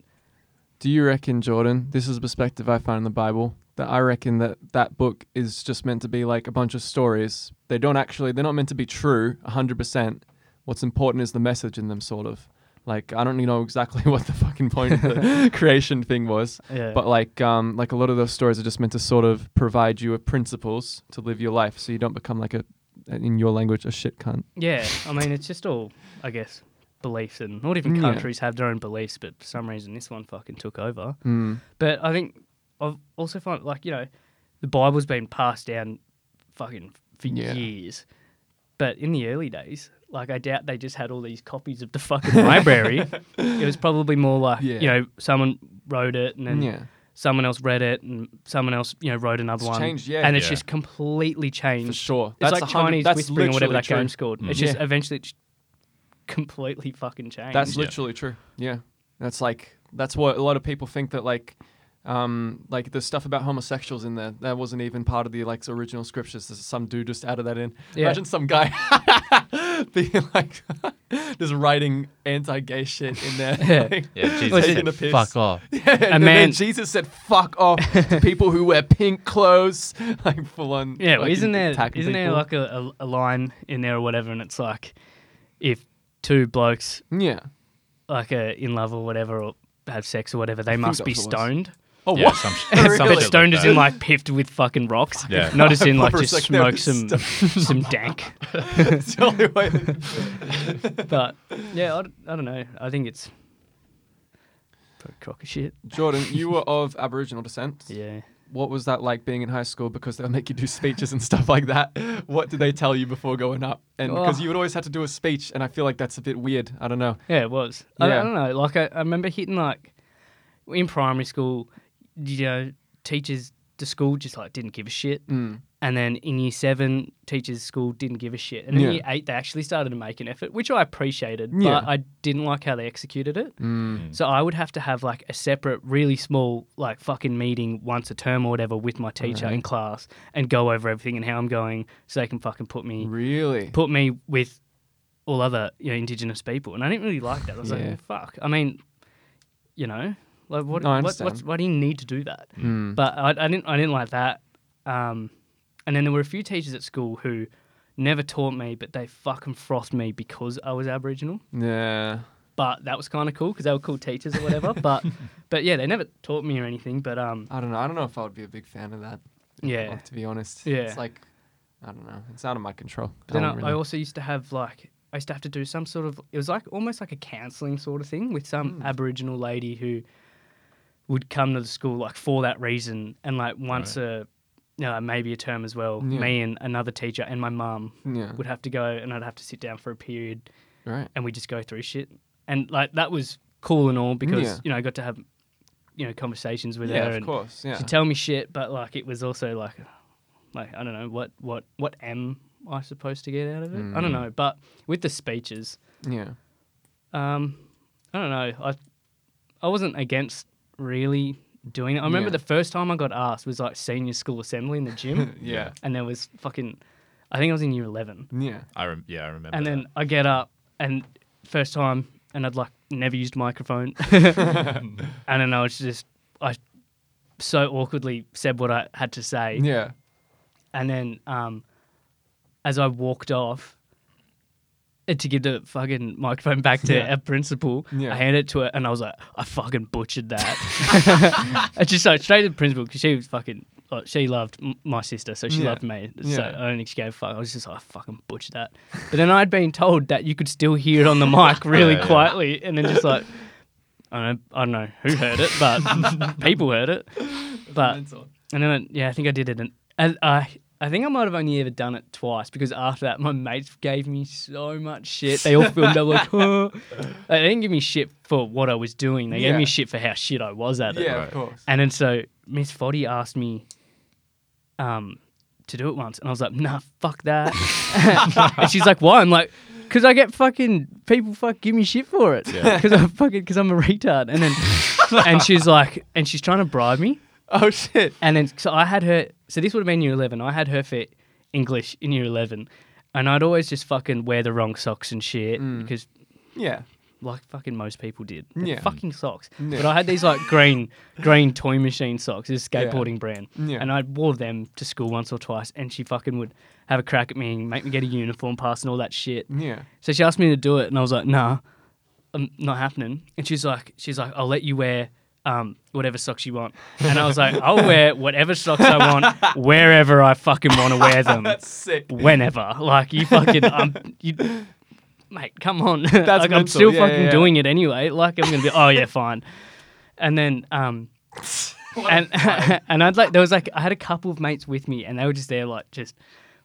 [SPEAKER 3] Do you reckon, Jordan? This is a perspective I find in the Bible that I reckon that that book is just meant to be like a bunch of stories. They don't actually. They're not meant to be true, hundred percent. What's important is the message in them, sort of. Like I don't know exactly what the fucking point of the creation thing was,
[SPEAKER 7] yeah,
[SPEAKER 3] but like um, like a lot of those stories are just meant to sort of provide you with principles to live your life, so you don't become like a, in your language, a shit cunt.
[SPEAKER 7] yeah, I mean, it's just all, I guess, beliefs and not even
[SPEAKER 3] Mm, Yeah.
[SPEAKER 7] countries have their own beliefs, but for some reason this one fucking took over.
[SPEAKER 3] Mm.
[SPEAKER 7] But I think I've also found like you know, the Bible's been passed down fucking for
[SPEAKER 3] Yeah.
[SPEAKER 7] years. But in the early days, like I doubt they just had all these copies of the fucking library. it was probably more like
[SPEAKER 3] Yeah.
[SPEAKER 7] you know someone wrote it and then
[SPEAKER 3] Yeah.
[SPEAKER 7] someone else read it and someone else you know wrote another
[SPEAKER 3] It's
[SPEAKER 7] one.
[SPEAKER 3] changed, yeah.
[SPEAKER 7] and it's
[SPEAKER 4] Yeah.
[SPEAKER 7] just completely changed.
[SPEAKER 3] For sure.
[SPEAKER 7] It's
[SPEAKER 3] That's
[SPEAKER 7] like
[SPEAKER 3] 100
[SPEAKER 7] Chinese
[SPEAKER 3] that's
[SPEAKER 7] whispering or whatever
[SPEAKER 3] literally
[SPEAKER 7] that
[SPEAKER 3] true.
[SPEAKER 7] game's called. It
[SPEAKER 3] Yeah.
[SPEAKER 7] just eventually just completely fucking changed.
[SPEAKER 3] That's
[SPEAKER 4] Yeah.
[SPEAKER 3] literally true. Yeah. That's like that's what a lot of people think that like um like the stuff about homosexuals in there that wasn't even part of the like original scriptures. There's some dude just added that in.
[SPEAKER 7] Yeah.
[SPEAKER 3] Imagine some guy being like just writing anti-gay shit in there. Like,
[SPEAKER 4] yeah. Jesus,
[SPEAKER 3] taking
[SPEAKER 4] said,
[SPEAKER 3] the piss.
[SPEAKER 4] fuck off.
[SPEAKER 3] and then
[SPEAKER 7] man-
[SPEAKER 3] Jesus said "fuck off" to people who wear pink clothes, like full on.
[SPEAKER 7] Yeah, well,
[SPEAKER 3] fucking
[SPEAKER 7] isn't there isn't
[SPEAKER 3] attacking
[SPEAKER 7] there
[SPEAKER 3] people.
[SPEAKER 7] like a, a, a line in there or whatever, and it's like if two blokes
[SPEAKER 3] yeah?
[SPEAKER 7] like are in love or whatever or have sex or whatever, they must be
[SPEAKER 3] that's what it was.
[SPEAKER 7] stoned.
[SPEAKER 3] Oh
[SPEAKER 4] Yeah,
[SPEAKER 3] what?
[SPEAKER 4] some, sh-
[SPEAKER 3] Really?
[SPEAKER 4] some
[SPEAKER 3] But
[SPEAKER 7] But
[SPEAKER 4] shit
[SPEAKER 7] stoned
[SPEAKER 4] like
[SPEAKER 7] is
[SPEAKER 4] that.
[SPEAKER 7] in like piffed with fucking rocks.
[SPEAKER 4] Yeah.
[SPEAKER 7] Not as in like
[SPEAKER 3] For a
[SPEAKER 7] just
[SPEAKER 3] sec there
[SPEAKER 7] smoke
[SPEAKER 3] was
[SPEAKER 7] some some dank.
[SPEAKER 3] It's the only way.
[SPEAKER 7] But yeah, I, d- I don't know. I think it's a crock of shit.
[SPEAKER 3] Jordan, you were of Aboriginal descent.
[SPEAKER 7] Yeah.
[SPEAKER 3] what was that like being in high school because they'll make you do speeches and stuff like that what did they tell you before going up and because
[SPEAKER 7] Oh.
[SPEAKER 3] you would always have to do a speech and i feel like that's a bit weird i don't know
[SPEAKER 7] Yeah, it was. I, I
[SPEAKER 3] Yeah.
[SPEAKER 7] don't know. Like I, I remember hitting like in primary school, you know, teachers the school just like didn't give a shit. Mm. And then in year seven, teachers school didn't give a shit. And in
[SPEAKER 3] Yeah.
[SPEAKER 7] year eight, they actually started to make an effort, which I appreciated,
[SPEAKER 3] Yeah. Mm.
[SPEAKER 7] but I didn't like how they executed it. So I would have to have like a separate, really small, like fucking meeting once a term or whatever with my teacher in class and go over everything and how I'm going, so they can fucking put me
[SPEAKER 3] really
[SPEAKER 7] put me with all other you know indigenous people, and I didn't really like that. I was like,
[SPEAKER 3] Yeah.
[SPEAKER 7] "Well, fuck. I mean, you know, like what?
[SPEAKER 3] No, I
[SPEAKER 7] what what's,
[SPEAKER 3] understand. Mm.
[SPEAKER 7] why do you need to do that? But I, I didn't. I didn't like that. Um, and then there were a few teachers at school who never taught me, but they fucking frothed me because I was Aboriginal.
[SPEAKER 3] yeah
[SPEAKER 7] But that was kind of cool because they were cool teachers or whatever. but but yeah, they never taught me or anything. But um,
[SPEAKER 3] I don't know. I don't know if I would be a big fan of that.
[SPEAKER 7] yeah.
[SPEAKER 3] like, to be honest.
[SPEAKER 7] Yeah.
[SPEAKER 3] It's like, I don't know. It's out of my control.
[SPEAKER 7] But then I,
[SPEAKER 3] don't
[SPEAKER 7] I
[SPEAKER 3] Oh, really-
[SPEAKER 7] also used to have like I used to have to do some sort of it was like almost like a counselling sort of thing with
[SPEAKER 3] Hmm.
[SPEAKER 7] some Aboriginal lady who would come to the school like for that reason and like once a you know, maybe a term as well.
[SPEAKER 3] Yeah.
[SPEAKER 7] Me and another teacher and my mum
[SPEAKER 3] Yeah.
[SPEAKER 7] would have to go and I'd have to sit down for a period
[SPEAKER 3] right.
[SPEAKER 7] and we just go through shit. And like that was cool and all because
[SPEAKER 3] Yeah.
[SPEAKER 7] you know I got to have you know conversations with
[SPEAKER 3] Yeah,
[SPEAKER 7] her
[SPEAKER 3] of
[SPEAKER 7] and
[SPEAKER 3] course. Yeah.
[SPEAKER 7] she tell me shit, but like it was also like, like I don't know what what what am I supposed to get out of it? I
[SPEAKER 3] Mm.
[SPEAKER 7] don't know. But with the speeches,
[SPEAKER 3] yeah.
[SPEAKER 7] um, I don't know. I I wasn't against really doing it. I remember
[SPEAKER 3] Yeah.
[SPEAKER 7] the first time I got asked was like senior school assembly in the gym,
[SPEAKER 3] Yeah.
[SPEAKER 7] and there was fucking, I think I was in year eleven,
[SPEAKER 3] Yeah.
[SPEAKER 4] I rem- yeah, I remember.
[SPEAKER 7] and
[SPEAKER 4] that.
[SPEAKER 7] then I get up and first time, and I'd like never used microphone, and then I was just I so awkwardly said what I had to say,
[SPEAKER 3] Yeah.
[SPEAKER 7] and then um, as I walked off uh, to give the fucking microphone back to
[SPEAKER 3] Yeah.
[SPEAKER 7] our principal,
[SPEAKER 3] Yeah.
[SPEAKER 7] I handed it to her and I was like, I fucking butchered that. I just like straight to the principal because she was fucking. oh, She loved m- my sister, so she
[SPEAKER 3] Yeah.
[SPEAKER 7] loved me. So
[SPEAKER 3] Yeah.
[SPEAKER 7] I don't think she gave a fuck. I was just like, I fucking butchered that. But then I'd been told that you could still hear it on the mic really
[SPEAKER 4] Yeah, yeah.
[SPEAKER 7] quietly, and then just like, I don't, know, I don't know who heard it, but people heard it. But and then, I, yeah, I think I did it. And, and I, I think I might have only ever done it twice because after that, my mates gave me so much shit. They all filmed up like, oh. they didn't give me shit for what I was doing. They gave
[SPEAKER 3] Yeah.
[SPEAKER 7] me shit for how shit I was at it.
[SPEAKER 3] Yeah,
[SPEAKER 4] Right.
[SPEAKER 3] of course.
[SPEAKER 7] And then so Miss Foddy asked me, um, to do it once, and I was like, nah, fuck that. and she's like, why? I'm like, because I get fucking people fuck give me shit for it because I'm fucking because I'm a retard. And then and she's like, and she's trying to bribe me.
[SPEAKER 3] Oh shit.
[SPEAKER 7] And then, so I had her. So this would have been year eleven. I had her for English in year eleven, and I'd always just fucking wear the wrong socks and shit because,
[SPEAKER 3] Yeah.
[SPEAKER 7] like, fucking most people did. They're
[SPEAKER 3] Mm. Yeah.
[SPEAKER 7] Fucking socks.
[SPEAKER 3] Yeah.
[SPEAKER 7] But I had these like green, green toy machine socks. This
[SPEAKER 3] Yeah.
[SPEAKER 7] skateboarding brand,
[SPEAKER 3] Yeah.
[SPEAKER 7] and I wore them to school once or twice. And she fucking would have a crack at me and make me get a uniform pass and all that shit.
[SPEAKER 3] Yeah.
[SPEAKER 7] So she asked me to do it, and I was like, "Nah, um, not happening." And she's like, "She's like, I'll let you wear um, whatever socks you want," and I was like, "I'll wear whatever socks I want, wherever I fucking want to wear them,
[SPEAKER 3] Sick.
[SPEAKER 7] whenever." Like you fucking, um, you, mate, come on. That's like I'm
[SPEAKER 3] mental.
[SPEAKER 7] still
[SPEAKER 3] Yeah,
[SPEAKER 7] fucking
[SPEAKER 3] yeah, yeah.
[SPEAKER 7] doing it anyway. Like I'm gonna be, oh yeah, fine. And then, um, and and I'd like there was like I had a couple of mates with me, and they were just there like just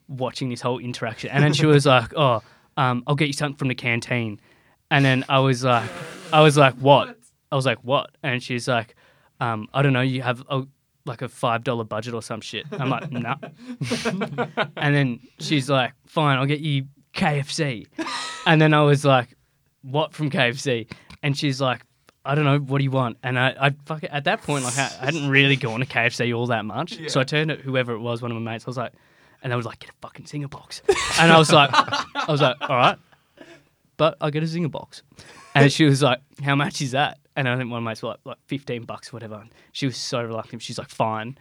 [SPEAKER 7] watching this whole interaction. And then she was like, "Oh, um, I'll get you something from the canteen." And then I was like, "I was like, what?" I was like, "What?" And she's like, um, "I don't know. You have a, like a five dollar budget or some shit." I'm like, "Nah." and then she's like, "Fine, I'll get you KFC." And then I was like, "What from KFC?" And she's like, "I don't know. What do you want?" And I, I fuck at that point, like I, I hadn't really gone to KFC all that much, so I turned to whoever it was, one of my mates. I was like, and they was like, "Get a fucking singer box," and I was like, I was like, "All right." but I'll get a Zinger box. And she was like, How much is that? And I think one of my mates were like, like 15 bucks or whatever. And she was so reluctant. She's like, Fine.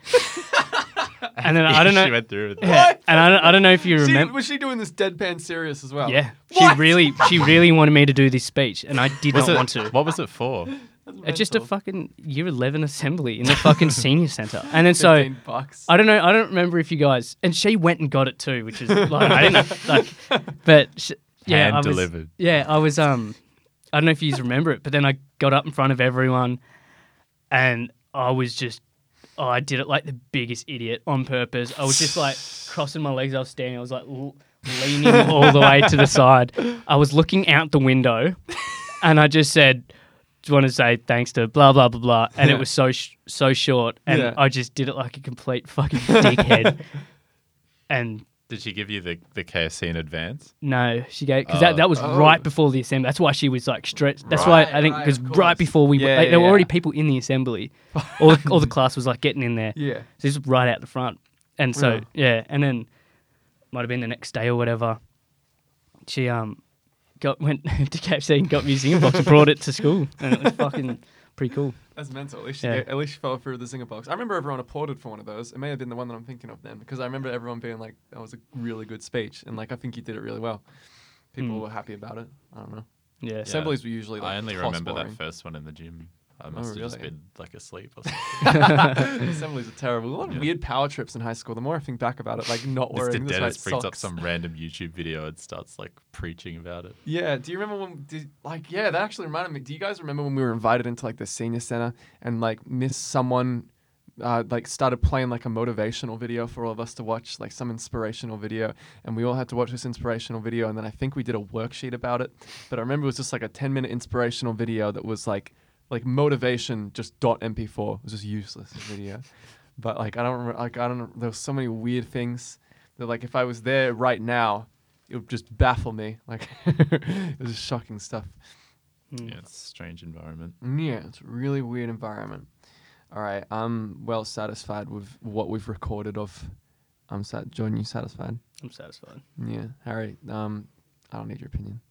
[SPEAKER 7] and then I don't
[SPEAKER 4] she
[SPEAKER 7] know.
[SPEAKER 4] went through with
[SPEAKER 7] Yeah,
[SPEAKER 4] that.
[SPEAKER 7] and I don't, I don't know if you
[SPEAKER 3] She,
[SPEAKER 7] remember.
[SPEAKER 3] was she doing this deadpan serious as well?
[SPEAKER 7] Yeah. She really she really wanted me to do this speech and I did not want to.
[SPEAKER 4] What was it for?
[SPEAKER 7] It's just a fucking year 11 assembly in the fucking senior center. And then so
[SPEAKER 3] 15 bucks.
[SPEAKER 7] I don't know. I don't remember if you guys. And she went and got it too, which is like I didn't. Like, but sh yeah,
[SPEAKER 4] Hand
[SPEAKER 7] I was,
[SPEAKER 4] delivered.
[SPEAKER 7] Yeah, I was. Um, I don't know if you guys remember it, but then I got up in front of everyone, and I was just. Oh, I did it like the biggest idiot on purpose. I was just like crossing my legs. I was standing. I was like l- leaning all the way to the side. I was looking out the window, and I just said, "Do you want to say thanks to blah blah blah blah?" And
[SPEAKER 3] Yeah.
[SPEAKER 7] it was so sh- so short, and
[SPEAKER 3] Yeah.
[SPEAKER 7] I just did it like a complete fucking dickhead. and
[SPEAKER 4] Did she give you the, the KFC in advance?
[SPEAKER 7] no, she gave because that, that was
[SPEAKER 3] Oh.
[SPEAKER 7] right before the assembly. That's why she was like stretched. That's why I
[SPEAKER 3] Right,
[SPEAKER 7] think
[SPEAKER 3] right,
[SPEAKER 7] because
[SPEAKER 3] of
[SPEAKER 7] right,
[SPEAKER 3] course.
[SPEAKER 7] before we
[SPEAKER 3] Yeah,
[SPEAKER 7] like,
[SPEAKER 3] yeah,
[SPEAKER 7] there were already
[SPEAKER 3] yeah.
[SPEAKER 7] people in the assembly, all the, all the class was like getting in there.
[SPEAKER 3] Yeah.
[SPEAKER 7] So this was right out the front. And so
[SPEAKER 3] Yeah.
[SPEAKER 7] yeah, and then might have been the next day or whatever. She um got went to KFC and got me a Zinger box and brought it to school, and it was fucking pretty cool.
[SPEAKER 3] That's mental. At least, she,
[SPEAKER 7] Yeah.
[SPEAKER 3] at least she fell through the zinger box. I remember everyone applauded for one of those. It may have been the one that I'm thinking of then, because I remember everyone being like, "That was a really good speech," and like I think you did it really well. People
[SPEAKER 7] Mm.
[SPEAKER 3] were happy about it. I don't know.
[SPEAKER 7] Yeah.
[SPEAKER 4] Yeah.
[SPEAKER 3] Assemblies were usually like
[SPEAKER 4] I only
[SPEAKER 3] toss
[SPEAKER 4] remember
[SPEAKER 3] boring.
[SPEAKER 4] that first one in the gym.
[SPEAKER 7] Oh,
[SPEAKER 4] I must have just
[SPEAKER 3] really?
[SPEAKER 4] been like asleep or something.
[SPEAKER 3] Assemblies are terrible. A lot of
[SPEAKER 4] Yeah.
[SPEAKER 3] weird power trips in high school. The more I think back about it, like not
[SPEAKER 4] Mr.
[SPEAKER 3] wearing this
[SPEAKER 4] Dennis
[SPEAKER 3] much
[SPEAKER 4] brings up
[SPEAKER 3] socks.
[SPEAKER 4] some random YouTube video and starts like preaching about it.
[SPEAKER 3] Yeah. Do you remember when? Did, like, yeah, that actually reminded me. Do you guys remember when we were invited into like the senior center and like Miss someone, uh, like started playing like a motivational video for all of us to watch, like some inspirational video, and we all had to watch this inspirational video, and then I think we did a worksheet about it. But I remember it was just like a ten minute inspirational video that was like, like motivation just dot mp4. It was just useless as a video. But like I don't remember, like I don't. There was so many weird things that like if I was there right now, it would just baffle me. Like it was shocking stuff. Mm.
[SPEAKER 4] Yeah, it's a strange environment.
[SPEAKER 3] Yeah, it's a really weird environment. All right, I'm well satisfied with what we've recorded of. I'm sat. John, you satisfied?
[SPEAKER 7] I'm satisfied.
[SPEAKER 3] Yeah, Harry. Um, I don't need your opinion.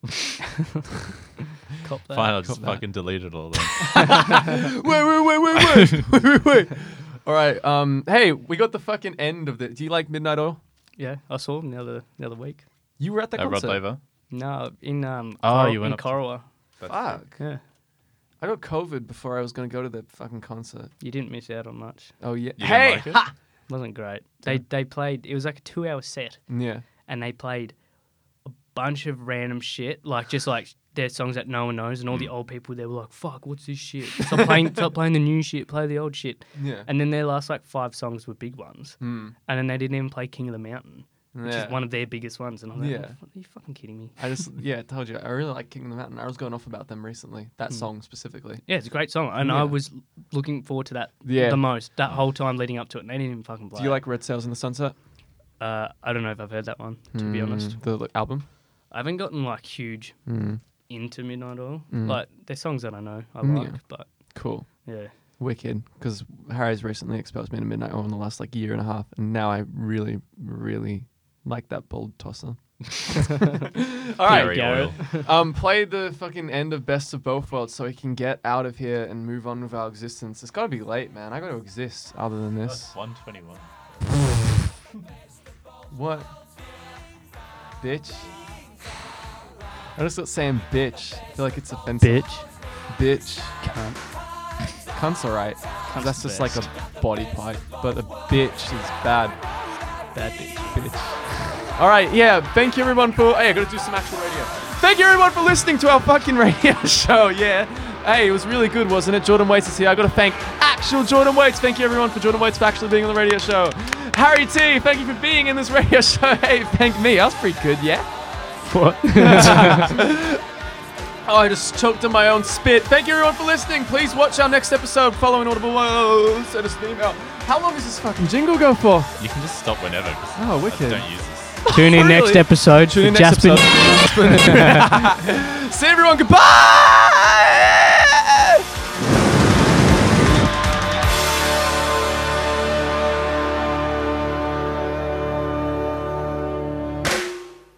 [SPEAKER 7] Cop that.
[SPEAKER 4] Fine, I'll just
[SPEAKER 3] that.
[SPEAKER 4] fucking delete it all then.
[SPEAKER 3] wait, wait, wait, wait, wait, wait, wait, wait. All right. Um, hey, we got the fucking end of the. Do you like Midnight Oil?
[SPEAKER 7] Yeah, I saw him the other the other week.
[SPEAKER 3] You were at that
[SPEAKER 4] At Rod
[SPEAKER 3] concert.
[SPEAKER 4] Laver.
[SPEAKER 7] No, in um.
[SPEAKER 4] Oh,
[SPEAKER 7] Cor-
[SPEAKER 4] you went
[SPEAKER 7] in
[SPEAKER 4] up to-
[SPEAKER 7] Corowa.
[SPEAKER 3] Fuck.
[SPEAKER 7] Yeah,
[SPEAKER 3] I got COVID before I was gonna go to the fucking concert.
[SPEAKER 7] you didn't miss out on much.
[SPEAKER 3] Oh yeah.
[SPEAKER 4] You didn't
[SPEAKER 3] hey.
[SPEAKER 4] like it?
[SPEAKER 3] ha!
[SPEAKER 7] wasn't great. They they played. It was like a two-hour set,
[SPEAKER 3] Yeah.
[SPEAKER 7] and they played a bunch of random shit, like just like their songs that no one knows, and all
[SPEAKER 3] Hmm.
[SPEAKER 7] the old people they were like, "Fuck, what's this shit? Stop playing, stop playing the new shit. Play the old shit."
[SPEAKER 3] Yeah. Hmm.
[SPEAKER 7] And then their last like five songs were big ones, mm. and then they didn't even play King of the Mountain, which
[SPEAKER 3] Yeah.
[SPEAKER 7] is one of their biggest ones. And I'm like,
[SPEAKER 3] Yeah.
[SPEAKER 7] "What the fuck- "Are you fucking kidding me?"
[SPEAKER 3] I just yeah, I told you I really like King of the Mountain. I was going off about them recently.
[SPEAKER 4] Hmm.
[SPEAKER 3] That song specifically.
[SPEAKER 7] Yeah, it's a great song, and
[SPEAKER 3] Yeah.
[SPEAKER 7] I was l- looking forward to that
[SPEAKER 3] Yeah.
[SPEAKER 7] the most that whole time leading up to it. And they didn't even fucking play.
[SPEAKER 3] Do you
[SPEAKER 7] it.
[SPEAKER 3] like Red Sails in the Sunset?
[SPEAKER 7] Uh, I don't know if I've heard that one. To
[SPEAKER 3] Hmm.
[SPEAKER 7] be honest.
[SPEAKER 3] Mm, the l- album.
[SPEAKER 7] I haven't gotten like huge into Midnight Oil. Like there's songs that I know I
[SPEAKER 3] Mm,
[SPEAKER 7] like,
[SPEAKER 3] yeah.
[SPEAKER 7] but
[SPEAKER 3] Cool.
[SPEAKER 7] yeah,
[SPEAKER 3] Wicked, because Harry's recently exposed me to Midnight Oil in the last like year and a half, and now I really, really like that bold tosser. All right,
[SPEAKER 4] Gary Oil.
[SPEAKER 3] um, play the fucking end of Best of Both Worlds so we can get out of here and move on with our existence. It's gotta be late, man. I gotta exist other than this.
[SPEAKER 4] 121.
[SPEAKER 3] What? Bitch. I just got saying bitch. I feel like it's offensive.
[SPEAKER 7] bitch.
[SPEAKER 3] Bitch. Cunt. Cunt's alright. That's
[SPEAKER 7] the
[SPEAKER 3] just like a body part. But a bitch is bad. Bad bitch. Alright, yeah. Thank you everyone for. Hey, I gotta do some actual radio. Thank you everyone for listening to our fucking radio show, yeah. Hey, it was really good, wasn't it? Jordan Waits is here. I gotta thank actual Jordan Waits. Thank you everyone for Jordan Waits for actually being on the radio show. Harry T, thank you for being in this radio show. Hey, thank me. That was pretty good, yeah? Oh, I just choked on my own spit. Thank you, everyone, for listening. Please watch our next episode. Follow an audible. Whoa, send us an email. How long does this fucking jingle go for?
[SPEAKER 4] You can just stop whenever. 'cause
[SPEAKER 3] Oh,
[SPEAKER 4] I
[SPEAKER 3] wicked.
[SPEAKER 4] don't use this.
[SPEAKER 7] Tune in next
[SPEAKER 3] Really?
[SPEAKER 7] episode
[SPEAKER 3] Tune
[SPEAKER 7] for
[SPEAKER 3] in next
[SPEAKER 7] Jasper.
[SPEAKER 3] episode. See everyone. Goodbye.